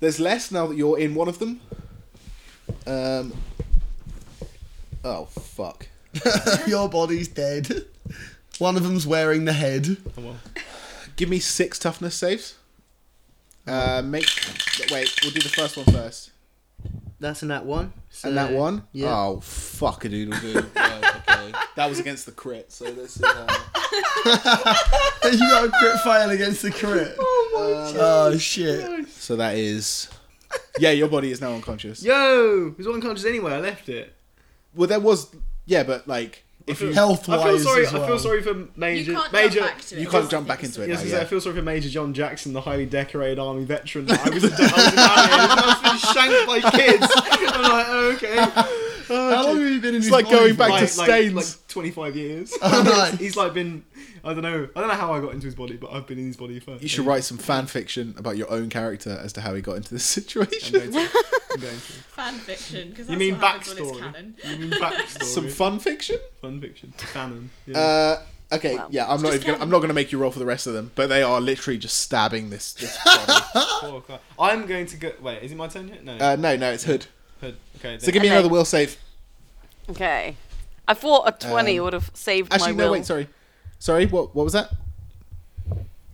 [SPEAKER 1] there's less now that you're in one of them. Um, oh fuck.
[SPEAKER 3] *laughs* Your body's dead. *laughs* One of them's wearing the head.
[SPEAKER 5] Oh, well.
[SPEAKER 1] Give me six toughness saves. Uh, make wait. We'll do the first one first,
[SPEAKER 7] That's in that one. So,
[SPEAKER 3] Uh,
[SPEAKER 1] and that one.
[SPEAKER 7] Yeah.
[SPEAKER 1] Oh fuck a doodle doo. *laughs* yeah, okay. That was against the crit, so this is. Uh,
[SPEAKER 3] *laughs* you got a crit fail against
[SPEAKER 1] *laughs*
[SPEAKER 3] the crit.
[SPEAKER 1] um,
[SPEAKER 3] Oh shit.
[SPEAKER 1] so that is. Yeah, your body is now unconscious.
[SPEAKER 7] Yo, it was unconscious anyway. I left it.
[SPEAKER 1] Well, there was. Yeah, but like, if you
[SPEAKER 3] Health wise,
[SPEAKER 5] I feel sorry.
[SPEAKER 3] As well.
[SPEAKER 5] I feel sorry for major.
[SPEAKER 2] you can't
[SPEAKER 5] major.
[SPEAKER 2] jump back to it.
[SPEAKER 1] you can't jump back into it.
[SPEAKER 5] Yes,
[SPEAKER 1] now,
[SPEAKER 5] I was
[SPEAKER 1] yeah.
[SPEAKER 5] gonna say, I feel sorry for Major John Jackson, the highly decorated army veteran. That I was, I was, I *laughs* was being shanked by kids. I'm like, oh, okay.
[SPEAKER 3] How long have you been in
[SPEAKER 1] It's like going back
[SPEAKER 5] like,
[SPEAKER 1] to
[SPEAKER 5] like,
[SPEAKER 1] stains.
[SPEAKER 5] like 25 years. *laughs*
[SPEAKER 3] Oh, nice.
[SPEAKER 5] he's like been. I don't know. I don't know how I got into his body, but I've been in his body for.
[SPEAKER 1] you should write some fan fiction about your own character as to how he got into this *laughs*
[SPEAKER 5] I'm
[SPEAKER 1] situation.
[SPEAKER 5] going to.
[SPEAKER 2] *laughs*
[SPEAKER 5] I'm going to.
[SPEAKER 2] Fan fiction, because
[SPEAKER 5] You
[SPEAKER 2] that's
[SPEAKER 5] mean
[SPEAKER 2] what happens when it's
[SPEAKER 5] backstory?
[SPEAKER 2] canon.
[SPEAKER 5] You
[SPEAKER 2] *laughs*
[SPEAKER 5] mean
[SPEAKER 1] *laughs*
[SPEAKER 5] backstory?
[SPEAKER 1] Some fun fiction.
[SPEAKER 5] fun fiction. Canon. Yeah.
[SPEAKER 1] Uh, okay,
[SPEAKER 4] Wow.
[SPEAKER 1] yeah, I'm not.
[SPEAKER 2] just
[SPEAKER 1] Even gonna,
[SPEAKER 2] canon.
[SPEAKER 1] I'm not going to make you roll for the rest of them, but they are literally just stabbing this. this body.
[SPEAKER 5] Four o'clock. I'm going to go. Wait, is it my turn yet? No.
[SPEAKER 1] uh, no, no, it's Hood.
[SPEAKER 5] Hood. Okay.
[SPEAKER 1] So give me
[SPEAKER 4] Okay.
[SPEAKER 1] another will save.
[SPEAKER 4] Okay. I thought a 20
[SPEAKER 1] Um,
[SPEAKER 4] would have saved
[SPEAKER 1] Actually,
[SPEAKER 4] my
[SPEAKER 1] no,
[SPEAKER 4] will.
[SPEAKER 1] wait, sorry, sorry. What what was that?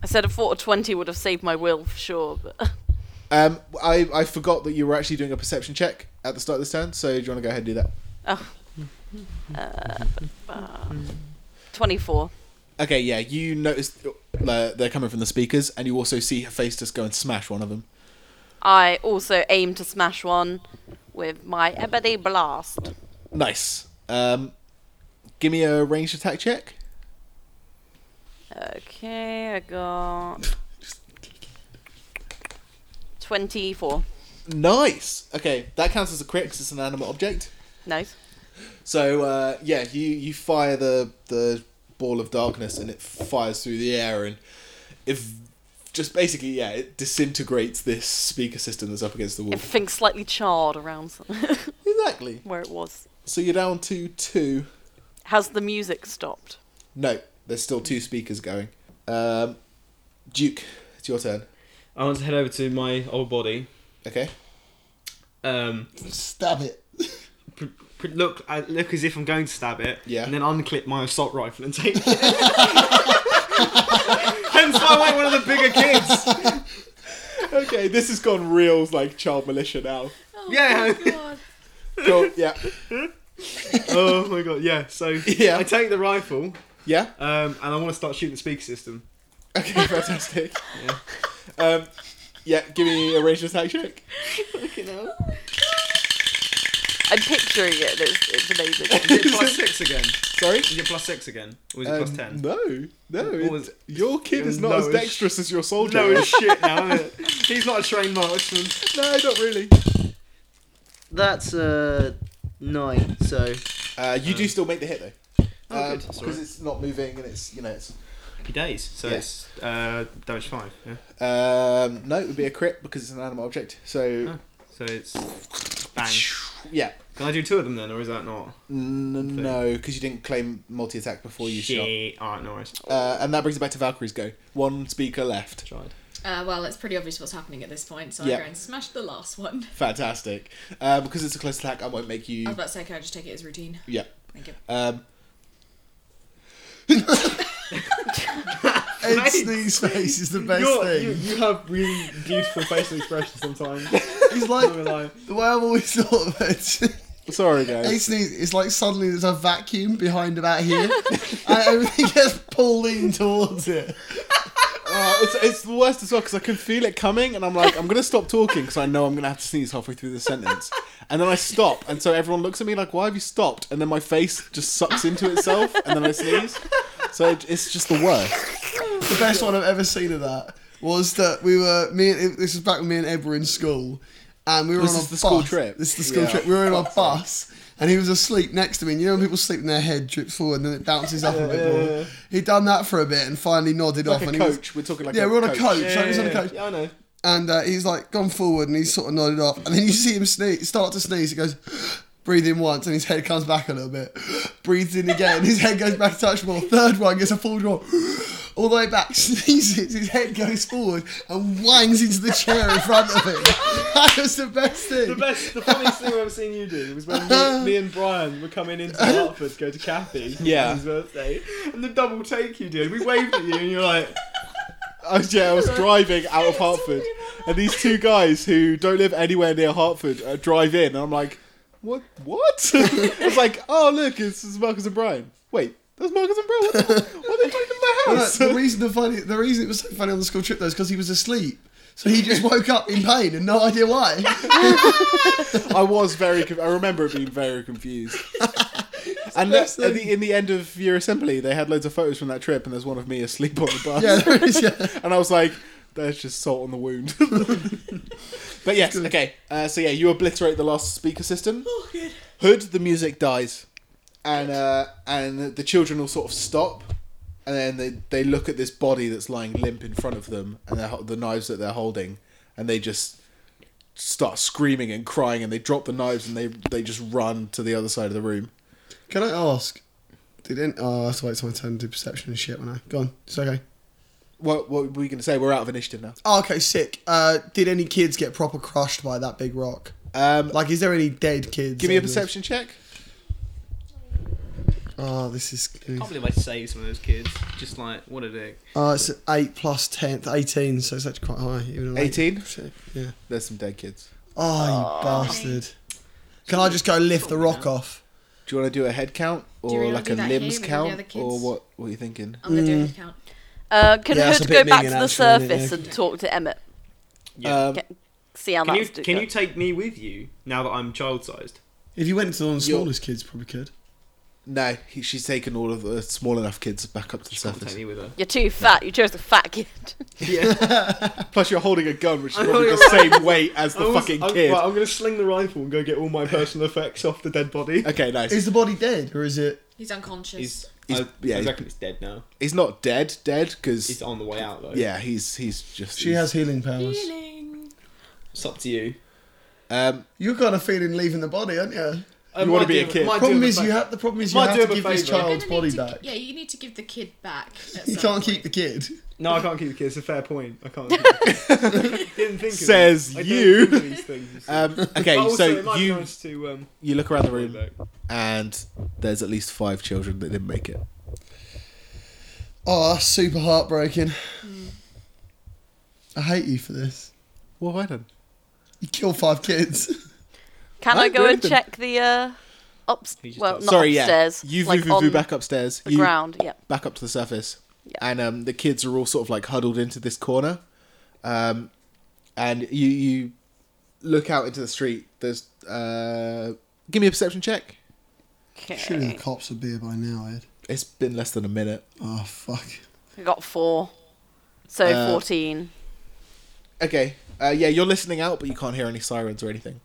[SPEAKER 4] I said I thought a 20 would have saved my will for sure. But *laughs*
[SPEAKER 1] Um, I I forgot that you were actually doing a perception check at the start of this turn. So do you want to go ahead and do that?
[SPEAKER 4] oh. Uh, uh, 24.
[SPEAKER 1] Okay, yeah, you notice uh, they're coming from the speakers, and you also see Hephaestus go and smash one of them.
[SPEAKER 4] I also aim to smash one with my Ebony Blast.
[SPEAKER 1] Nice. Um, give me a ranged attack check.
[SPEAKER 4] Okay, I got 24.
[SPEAKER 1] Nice. Okay, that counts as a crit 'cause it's an animate object.
[SPEAKER 4] Nice.
[SPEAKER 1] So uh, yeah, you you fire the the ball of darkness and it fires through the air and if just basically yeah, it disintegrates this speaker system that's up against the wall.
[SPEAKER 4] Everything's slightly charred around s-
[SPEAKER 1] Exactly.
[SPEAKER 4] *laughs* where it was.
[SPEAKER 1] So you're down to two.
[SPEAKER 4] Has the music stopped?
[SPEAKER 1] No, there's still two speakers going. Um, Duke, it's your turn.
[SPEAKER 5] I want to head over to my old body.
[SPEAKER 1] Okay.
[SPEAKER 5] Um,
[SPEAKER 3] Stab it.
[SPEAKER 5] pr- pr- look, I look as if I'm going to stab it.
[SPEAKER 1] Yeah.
[SPEAKER 5] And then unclip my assault rifle and take. it. *laughs* Hence why I'm like one of the bigger kids.
[SPEAKER 1] Okay, this has gone real like child militia now.
[SPEAKER 5] yeah.
[SPEAKER 2] Oh
[SPEAKER 1] *laughs*
[SPEAKER 2] God.
[SPEAKER 1] Cool. Yeah.
[SPEAKER 5] oh my god. Yeah. So
[SPEAKER 1] Yeah.
[SPEAKER 5] I take the rifle.
[SPEAKER 1] Yeah.
[SPEAKER 5] Um, and I want to start shooting the speaker system.
[SPEAKER 1] *laughs* Okay. Fantastic. yeah. Um, yeah. Give me a ranged attack check.
[SPEAKER 4] I'm picturing it. and It's, it's amazing.
[SPEAKER 5] Is it plus six again?
[SPEAKER 1] Sorry.
[SPEAKER 5] Is it plus six again? Or is it
[SPEAKER 1] Um,
[SPEAKER 5] plus ten?
[SPEAKER 1] No, no.
[SPEAKER 5] What
[SPEAKER 1] it-
[SPEAKER 5] was-
[SPEAKER 1] your kid is
[SPEAKER 5] No,
[SPEAKER 1] not as
[SPEAKER 5] it's-
[SPEAKER 1] dexterous as your soldier. *laughs*
[SPEAKER 5] No,
[SPEAKER 1] is.
[SPEAKER 5] it's shit now, isn't it? He's not a trained marksman.
[SPEAKER 1] no, not really.
[SPEAKER 8] That's uh, nine. So
[SPEAKER 1] Uh, you do still make the hit though,
[SPEAKER 5] Oh, good, that's
[SPEAKER 1] because
[SPEAKER 5] alright.
[SPEAKER 1] it's not moving and it's you know it's.
[SPEAKER 5] Happy days. So
[SPEAKER 1] Yeah.
[SPEAKER 5] it's uh, damage five. Yeah.
[SPEAKER 1] Um, no, it would be a crit because it's an animal object. So
[SPEAKER 5] Oh. So it's bang.
[SPEAKER 1] yeah,
[SPEAKER 5] Can I do two of them then, or is that not?
[SPEAKER 1] N- no, because you didn't claim multi attack before you
[SPEAKER 5] Shit. Alright, no worries.
[SPEAKER 1] shot. Uh, and that brings it back to Valkyrie's go. One speaker left.
[SPEAKER 5] Tried.
[SPEAKER 2] Uh, well, it's pretty obvious what's happening at this point, so
[SPEAKER 1] Yeah.
[SPEAKER 2] I go and smash the last one.
[SPEAKER 1] Fantastic. Uh, because it's a close attack, I won't make
[SPEAKER 2] I
[SPEAKER 1] you.
[SPEAKER 2] was about to say, can I just take it as routine?
[SPEAKER 1] Yeah.
[SPEAKER 2] Thank you.
[SPEAKER 1] Um,
[SPEAKER 3] Ed Sneeze face is the best
[SPEAKER 5] You're,
[SPEAKER 3] thing.
[SPEAKER 5] you, you have really beautiful facial expressions
[SPEAKER 1] *laughs*
[SPEAKER 5] sometimes.
[SPEAKER 3] It's like
[SPEAKER 5] I'm like,
[SPEAKER 3] the way I've always thought of Ed. *laughs*
[SPEAKER 1] sorry
[SPEAKER 3] Ed
[SPEAKER 1] guys.
[SPEAKER 3] Sneeze. It's like suddenly there's a vacuum behind about
[SPEAKER 1] *laughs*
[SPEAKER 3] here, and everything gets pulled in towards it.
[SPEAKER 1] Uh, it's, it's the worst as well because I can feel it coming, and I'm like, I'm gonna stop talking because I know I'm gonna have to sneeze halfway through the sentence, and then I stop, and so everyone looks at me like, why have you stopped? And then my face just sucks into itself, and then I sneeze. So it- it's just the worst.
[SPEAKER 3] The best one I've ever seen of that was that we were me and this was back when me and Ed were in school, and we were
[SPEAKER 1] This
[SPEAKER 3] on
[SPEAKER 1] is
[SPEAKER 3] a
[SPEAKER 1] the
[SPEAKER 3] bus.
[SPEAKER 1] school trip.
[SPEAKER 3] This is the school
[SPEAKER 1] Yeah.
[SPEAKER 3] trip. We were in a bus, and he was asleep next to me. And you know when people sleep and their head drips forward and then it bounces up a bit more. He'd done that for a bit and finally nodded
[SPEAKER 1] Like
[SPEAKER 3] off.
[SPEAKER 1] a
[SPEAKER 3] and He was,
[SPEAKER 1] coach, we're talking like
[SPEAKER 3] yeah,
[SPEAKER 1] a
[SPEAKER 3] we're on a coach.
[SPEAKER 1] coach.
[SPEAKER 3] like, he was on a coach.
[SPEAKER 5] yeah, I know.
[SPEAKER 3] and uh, he's like gone forward and he's sort of nodded off, and then you see him sneeze, start to sneeze. He goes, *gasps* breathe in once, and his head comes back a little bit. *gasps* Breathes in again, his head goes back a touch more. Third one gets a full draw, *gasps* all the way back. *laughs* Sneezes, his head goes forward and whangs into the chair in front of him. *laughs* That was the best thing.
[SPEAKER 5] The best, the funniest thing I've ever seen you do was when
[SPEAKER 1] *laughs*
[SPEAKER 5] me, me and Brian were coming into Hartford to go to Kathy.
[SPEAKER 1] Yeah.
[SPEAKER 5] his birthday, and the double take you did. We waved at you, and you're like, *laughs*
[SPEAKER 1] I was, yeah, I was driving out of Hartford, and these two guys who don't live anywhere near Hartford uh, drive in, and I'm like, what? What? *laughs* it's like, oh look, it's, it's Marcus and Brian. Wait, that's Marcus and Brian. What, the, what are they doing in my
[SPEAKER 3] Well,
[SPEAKER 1] house?
[SPEAKER 3] no, the reason the funny, the reason it was so funny on the school trip though is because he was asleep. So he just woke up in pain and no idea why.
[SPEAKER 5] *laughs*
[SPEAKER 1] I was very. Conf- I remember it being very confused. and that, at the, in the end of year assembly, they had loads of photos from that trip, and there's one of me asleep on the bus.
[SPEAKER 3] Yeah, there is, yeah.
[SPEAKER 1] And I was like, "There's just salt on the wound." *laughs* but yes, okay. Uh, so yeah, you obliterate the last speaker system. Hood, the music dies, and uh, and the children all sort of stop, and then they they look at this body that's lying limp in front of them, and they're ho- the knives that they're holding, and they just start screaming and crying and they drop the knives and they they just run to the other side of the room.
[SPEAKER 3] Can I ask? Did any, oh, I have to wait till my turn to do perception and shit when I go on. It's okay.
[SPEAKER 1] What what were we gonna say? We're out of initiative now.
[SPEAKER 3] Oh, okay, sick. Uh, did any kids get proper crushed by that big rock?
[SPEAKER 1] Um,
[SPEAKER 3] Like, is there any dead kids?
[SPEAKER 1] give me a
[SPEAKER 3] on this?
[SPEAKER 1] perception check.
[SPEAKER 3] Oh, this is.
[SPEAKER 5] can't believe I saved some of those kids. Just like, what a dick.
[SPEAKER 3] Oh, it's an eight plus ten, eighteen. So it's actually quite high. Even an eight.
[SPEAKER 1] 18?
[SPEAKER 3] Sick, Yeah.
[SPEAKER 1] There's some dead kids.
[SPEAKER 3] Oh, you bastard! Can I just go lift the rock off?
[SPEAKER 1] Do you want to do a head count
[SPEAKER 2] you
[SPEAKER 1] or
[SPEAKER 2] wanna
[SPEAKER 1] like
[SPEAKER 2] do
[SPEAKER 1] a
[SPEAKER 2] that here
[SPEAKER 1] limbs
[SPEAKER 2] with the
[SPEAKER 1] count
[SPEAKER 2] other kids?
[SPEAKER 1] or what? What are you thinking?
[SPEAKER 2] I'm going to do
[SPEAKER 6] Mm.
[SPEAKER 2] a head count.
[SPEAKER 4] Uh, can
[SPEAKER 3] Yeah, that's
[SPEAKER 4] Hood
[SPEAKER 3] a
[SPEAKER 4] go
[SPEAKER 3] bit
[SPEAKER 4] back to
[SPEAKER 3] mean,
[SPEAKER 4] the
[SPEAKER 3] actually,
[SPEAKER 4] surface
[SPEAKER 3] yeah.
[SPEAKER 4] and talk to Emmett?
[SPEAKER 5] Yeah.
[SPEAKER 1] Um,
[SPEAKER 4] Get- See how
[SPEAKER 5] Can you
[SPEAKER 4] that's do-
[SPEAKER 5] can you take me with you now that I'm child sized?
[SPEAKER 3] If you went to the one of the
[SPEAKER 1] You're-
[SPEAKER 3] smallest kids, probably could.
[SPEAKER 1] No, he, she's taken all of the small enough kids back up to the
[SPEAKER 5] She can't take
[SPEAKER 1] surface.
[SPEAKER 5] me with her.
[SPEAKER 4] You're too fat. You chose the fat kid. *laughs*
[SPEAKER 5] Yeah,
[SPEAKER 1] Plus, you're holding a gun, which is
[SPEAKER 9] I'm
[SPEAKER 1] probably the same weight as the fucking
[SPEAKER 5] I'm,
[SPEAKER 1] kid.
[SPEAKER 5] Right, I'm gonna sling the rifle and go get all my personal effects off the dead body.
[SPEAKER 1] Okay, nice.
[SPEAKER 6] Is the body dead or is it?
[SPEAKER 2] He's unconscious.
[SPEAKER 5] He's,
[SPEAKER 1] He's-
[SPEAKER 5] I,
[SPEAKER 1] yeah,
[SPEAKER 5] I
[SPEAKER 1] he's-
[SPEAKER 5] reckon it's dead now.
[SPEAKER 1] He's not dead, dead
[SPEAKER 5] It's
[SPEAKER 1] because
[SPEAKER 5] on the way out though.
[SPEAKER 1] yeah, he's he's just.
[SPEAKER 6] She has healing powers.
[SPEAKER 2] Healing.
[SPEAKER 5] it's up to you.
[SPEAKER 1] Um,
[SPEAKER 6] You're kind of feeling leaving the body, aren't you?
[SPEAKER 5] I
[SPEAKER 1] wanna
[SPEAKER 5] Um, might
[SPEAKER 1] be a
[SPEAKER 5] do-
[SPEAKER 1] kid.
[SPEAKER 5] might do
[SPEAKER 6] Problem
[SPEAKER 5] it
[SPEAKER 6] is,
[SPEAKER 5] back-
[SPEAKER 6] you have the problem is you
[SPEAKER 5] Might
[SPEAKER 6] have
[SPEAKER 5] do
[SPEAKER 6] to
[SPEAKER 5] him a
[SPEAKER 6] give this
[SPEAKER 5] favour.
[SPEAKER 2] You're
[SPEAKER 6] child's
[SPEAKER 2] gonna
[SPEAKER 6] body
[SPEAKER 2] need to-
[SPEAKER 6] back.
[SPEAKER 2] Yeah, you need to give the kid back. at
[SPEAKER 6] You
[SPEAKER 2] some
[SPEAKER 6] can't keep
[SPEAKER 2] point.
[SPEAKER 6] the kid.
[SPEAKER 5] No, I can't keep the kid. It's a fair point. I *laughs* can't. Keep the kid. Didn't think of it.
[SPEAKER 1] Says
[SPEAKER 5] I don't
[SPEAKER 1] you.
[SPEAKER 5] think of these things, you see.
[SPEAKER 6] *laughs*
[SPEAKER 1] um,
[SPEAKER 5] But
[SPEAKER 1] okay,
[SPEAKER 5] also,
[SPEAKER 1] so
[SPEAKER 5] it might be
[SPEAKER 1] you
[SPEAKER 5] nice to, um,
[SPEAKER 1] you look around the room
[SPEAKER 5] look.
[SPEAKER 1] and there's at least five children that didn't make it.
[SPEAKER 6] Oh, that's super heartbreaking. I hate you for this.
[SPEAKER 1] What have I done?
[SPEAKER 6] You kill five kids. *laughs*
[SPEAKER 4] Can
[SPEAKER 1] I
[SPEAKER 4] I go and
[SPEAKER 1] agree.
[SPEAKER 4] check the uh, ups?
[SPEAKER 5] He just
[SPEAKER 4] Well,
[SPEAKER 5] does.
[SPEAKER 4] not
[SPEAKER 1] Sorry,
[SPEAKER 4] upstairs.
[SPEAKER 1] yeah. You
[SPEAKER 4] like
[SPEAKER 1] voo voo
[SPEAKER 4] on
[SPEAKER 1] voo back upstairs.
[SPEAKER 4] the
[SPEAKER 1] you
[SPEAKER 4] ground. Yep.
[SPEAKER 1] back up to the surface,
[SPEAKER 4] Yeah.
[SPEAKER 1] and um, the kids are all sort of like huddled into this corner, um, and you you look out into the street. There's uh, give me a perception check.
[SPEAKER 6] Surely
[SPEAKER 4] Okay.
[SPEAKER 6] the cops would be here by now, Ed.
[SPEAKER 1] It's been less than a minute.
[SPEAKER 6] Oh fuck.
[SPEAKER 4] I got four, so
[SPEAKER 1] Uh,
[SPEAKER 4] fourteen.
[SPEAKER 1] Okay, uh, yeah, you're listening out, but you can't hear any sirens or anything.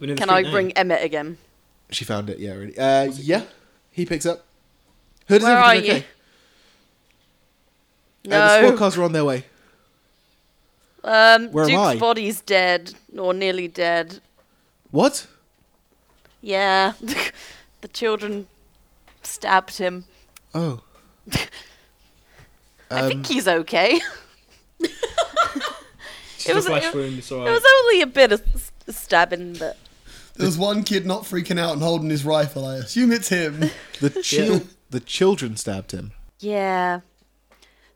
[SPEAKER 5] We're in the
[SPEAKER 4] Can
[SPEAKER 5] street
[SPEAKER 4] I
[SPEAKER 5] now.
[SPEAKER 4] bring Emmett again?
[SPEAKER 1] She found it. Yeah, really. Uh, yeah, he picks up. Who does
[SPEAKER 4] Where are
[SPEAKER 1] everything okay?
[SPEAKER 4] you?
[SPEAKER 1] Uh, the
[SPEAKER 4] No.
[SPEAKER 1] squad cars are on their way.
[SPEAKER 4] um,
[SPEAKER 1] Where am
[SPEAKER 4] Duke's
[SPEAKER 1] I?
[SPEAKER 4] body's dead or nearly dead.
[SPEAKER 1] What?
[SPEAKER 4] Yeah, *laughs* the children stabbed him.
[SPEAKER 1] Oh,
[SPEAKER 4] I
[SPEAKER 1] Um,
[SPEAKER 4] think he's okay. *laughs*
[SPEAKER 5] It's
[SPEAKER 4] It
[SPEAKER 5] just
[SPEAKER 4] was-
[SPEAKER 5] a flesh
[SPEAKER 4] it-
[SPEAKER 5] wound. It's
[SPEAKER 4] It
[SPEAKER 1] oh.
[SPEAKER 5] alright.
[SPEAKER 4] was only a bit of s- stabbing, but
[SPEAKER 6] There was one kid not freaking out and holding his rifle. I assume it's *laughs* him.
[SPEAKER 1] the chil- the children stabbed him.
[SPEAKER 4] yeah,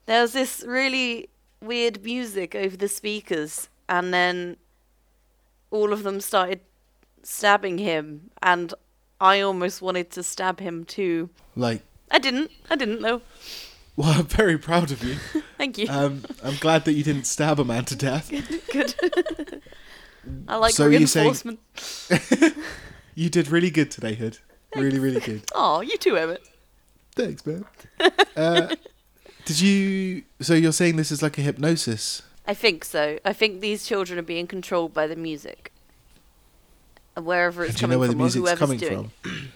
[SPEAKER 4] there was this really weird music over the speakers, and then all of them started stabbing him, and I almost wanted to stab him too.
[SPEAKER 1] Like, *laughs*
[SPEAKER 4] I didn't. I didn't though.
[SPEAKER 1] well, I'm very proud of you.
[SPEAKER 4] Thank you.
[SPEAKER 1] Um, I'm glad that you didn't stab a man to death.
[SPEAKER 4] *laughs* Good. I like
[SPEAKER 1] so you're saying-
[SPEAKER 4] reinforcement.
[SPEAKER 1] You did really good today, Hood. Really, really good.
[SPEAKER 4] Oh, you too, Emmett.
[SPEAKER 1] Thanks, man. Uh, did you? So you're saying this is like a hypnosis?
[SPEAKER 4] I think so. I think these children are being controlled by the music. And Wherever it's
[SPEAKER 1] do you
[SPEAKER 4] coming
[SPEAKER 1] know where the
[SPEAKER 4] from, or
[SPEAKER 1] music's
[SPEAKER 4] whoever's
[SPEAKER 1] coming
[SPEAKER 4] doing.
[SPEAKER 1] from?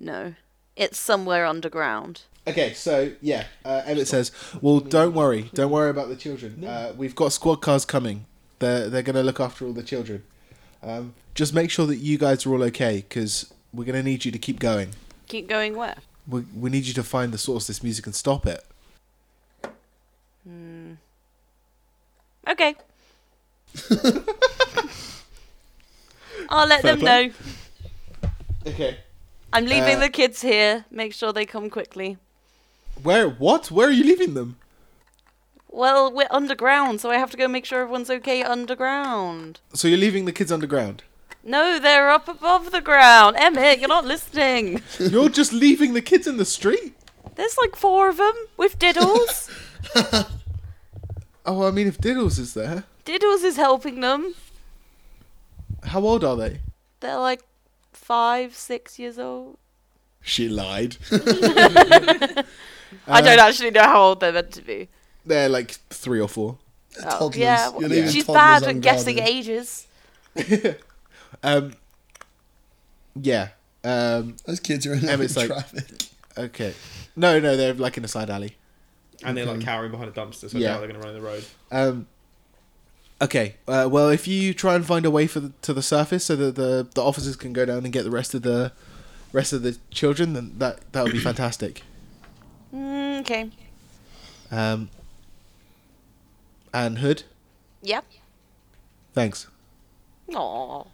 [SPEAKER 4] No, it's somewhere underground.
[SPEAKER 1] Okay, so yeah, uh, Emmett says, "Well, don't worry, don't worry about the children. Uh, we've got squad cars coming. They're they're going to look after all the children. Um, just make sure that you guys are all okay, because we're going to need you to keep going.
[SPEAKER 4] Keep going where?
[SPEAKER 1] We we need you to find the source of this music and stop it. *laughs*
[SPEAKER 4] Okay. I'll let
[SPEAKER 1] Fair
[SPEAKER 4] them
[SPEAKER 1] play.
[SPEAKER 4] know.
[SPEAKER 1] Okay.
[SPEAKER 4] I'm leaving
[SPEAKER 1] Uh,
[SPEAKER 4] the kids here. Make sure they come quickly.
[SPEAKER 1] Where? What? Where are you leaving them?
[SPEAKER 4] Well, we're underground, so I have to go make sure everyone's okay underground.
[SPEAKER 1] So you're leaving the kids underground.
[SPEAKER 4] No, they're up above the ground. Emmett, you're not listening.
[SPEAKER 1] You're just leaving the kids in the street.
[SPEAKER 4] There's like four of them
[SPEAKER 1] *laughs*
[SPEAKER 4] with Diddles.
[SPEAKER 1] Oh, I mean, if Diddles is there,
[SPEAKER 4] Diddles is helping them.
[SPEAKER 1] how old are they?
[SPEAKER 4] They're like five, six years old.
[SPEAKER 1] She lied.
[SPEAKER 6] Uh,
[SPEAKER 4] I don't actually know how old they're meant to be.
[SPEAKER 1] They're like three or four.
[SPEAKER 4] Oh,
[SPEAKER 6] toddlers.
[SPEAKER 4] Yeah,
[SPEAKER 6] You're
[SPEAKER 4] well,
[SPEAKER 6] leaving
[SPEAKER 4] she's
[SPEAKER 6] toddlers eh?
[SPEAKER 4] bad at
[SPEAKER 6] unguarded.
[SPEAKER 4] guessing ages.
[SPEAKER 1] Um. Yeah. Um.
[SPEAKER 6] Those kids are in *laughs*
[SPEAKER 1] Emmett's like-
[SPEAKER 6] traffic.
[SPEAKER 1] Okay. No, no, they're like in a side alley.
[SPEAKER 5] and they're like cowering behind a dumpster, so
[SPEAKER 1] Yeah.
[SPEAKER 5] I doubt they're going to run in the road.
[SPEAKER 1] Um. Okay. Uh, well, if you try and find a way for the, to the surface so that the the officers can go down and get the rest of the rest of the children, then that that would be fantastic.
[SPEAKER 4] Mm, okay.
[SPEAKER 1] Um. And Hood,
[SPEAKER 4] Yep.
[SPEAKER 1] thanks.
[SPEAKER 4] Aww.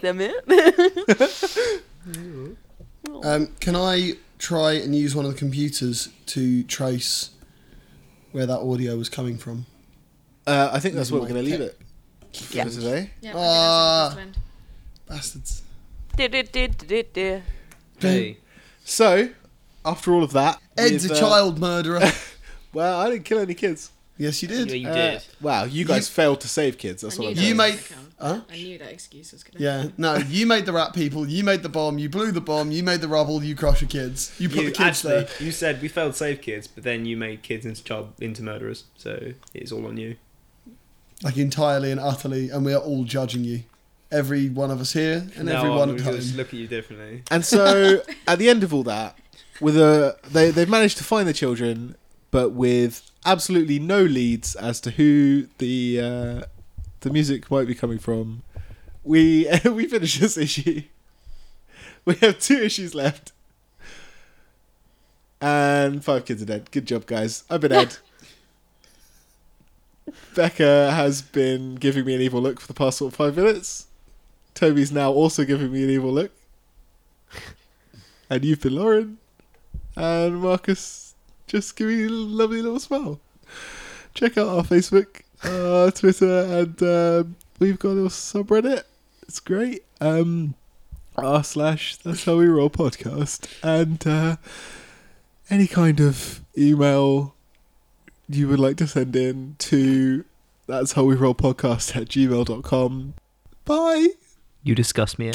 [SPEAKER 4] Damn it. *laughs*
[SPEAKER 6] Um, can I try and use one of the computers to trace where that audio was coming from?
[SPEAKER 1] Uh, I think that's where we're
[SPEAKER 6] Like
[SPEAKER 1] going to leave
[SPEAKER 6] tech-
[SPEAKER 1] it for today.
[SPEAKER 2] Yeah, I think that's what it was
[SPEAKER 6] Ah.
[SPEAKER 2] to end.
[SPEAKER 6] Bastards.
[SPEAKER 4] Du-du-du-du-du-du.
[SPEAKER 5] Hey,
[SPEAKER 1] So, after all of that,
[SPEAKER 6] Ed's
[SPEAKER 1] with,
[SPEAKER 6] a
[SPEAKER 1] uh,
[SPEAKER 6] child murderer. *laughs*
[SPEAKER 1] Well, I didn't kill any kids.
[SPEAKER 6] Yes, you
[SPEAKER 5] Yeah,
[SPEAKER 6] did.
[SPEAKER 5] you
[SPEAKER 6] Uh,
[SPEAKER 5] did.
[SPEAKER 1] Wow, you guys failed to save kids. That's
[SPEAKER 2] I
[SPEAKER 1] all
[SPEAKER 2] knew
[SPEAKER 1] I'm
[SPEAKER 2] that
[SPEAKER 6] You
[SPEAKER 2] was
[SPEAKER 1] saying.
[SPEAKER 6] made-
[SPEAKER 2] gonna come.
[SPEAKER 6] Huh?
[SPEAKER 2] I knew that excuse was gonna.
[SPEAKER 6] Yeah, no, you made the rat people, you made the bomb, you blew the bomb, you made the rubble, you crushed the kids. You put
[SPEAKER 5] You
[SPEAKER 6] the kids
[SPEAKER 5] actually,
[SPEAKER 6] there.
[SPEAKER 5] you said we failed to save kids, but then you made kids into child into murderers. So it's all on you.
[SPEAKER 6] Like entirely and utterly, and we are all judging you. Every one of us here and
[SPEAKER 5] Now on,
[SPEAKER 6] everyone at
[SPEAKER 5] we'll just
[SPEAKER 6] home.
[SPEAKER 5] look at you differently.
[SPEAKER 1] And so at the end of all that, with a they they've managed to find the children, but with absolutely no leads as to who the uh, the music might be coming from. We *laughs* we finish this issue. We have two issues left. And five kids are dead. Good job, guys. I've been Ed. Becca has been giving me an evil look for the past sort of five minutes. Toby's now also giving me an evil look. And you've been Lauren. And Marcus just giving me a lovely little smile. Check out our Facebook, our *laughs* Twitter, and um, we've got a little subreddit. It's great. Um, r slash that's how we roll podcast. And uh, any kind of email you would like to send in to that's how we roll podcast at gmail.com. Bye.
[SPEAKER 5] You disgust me.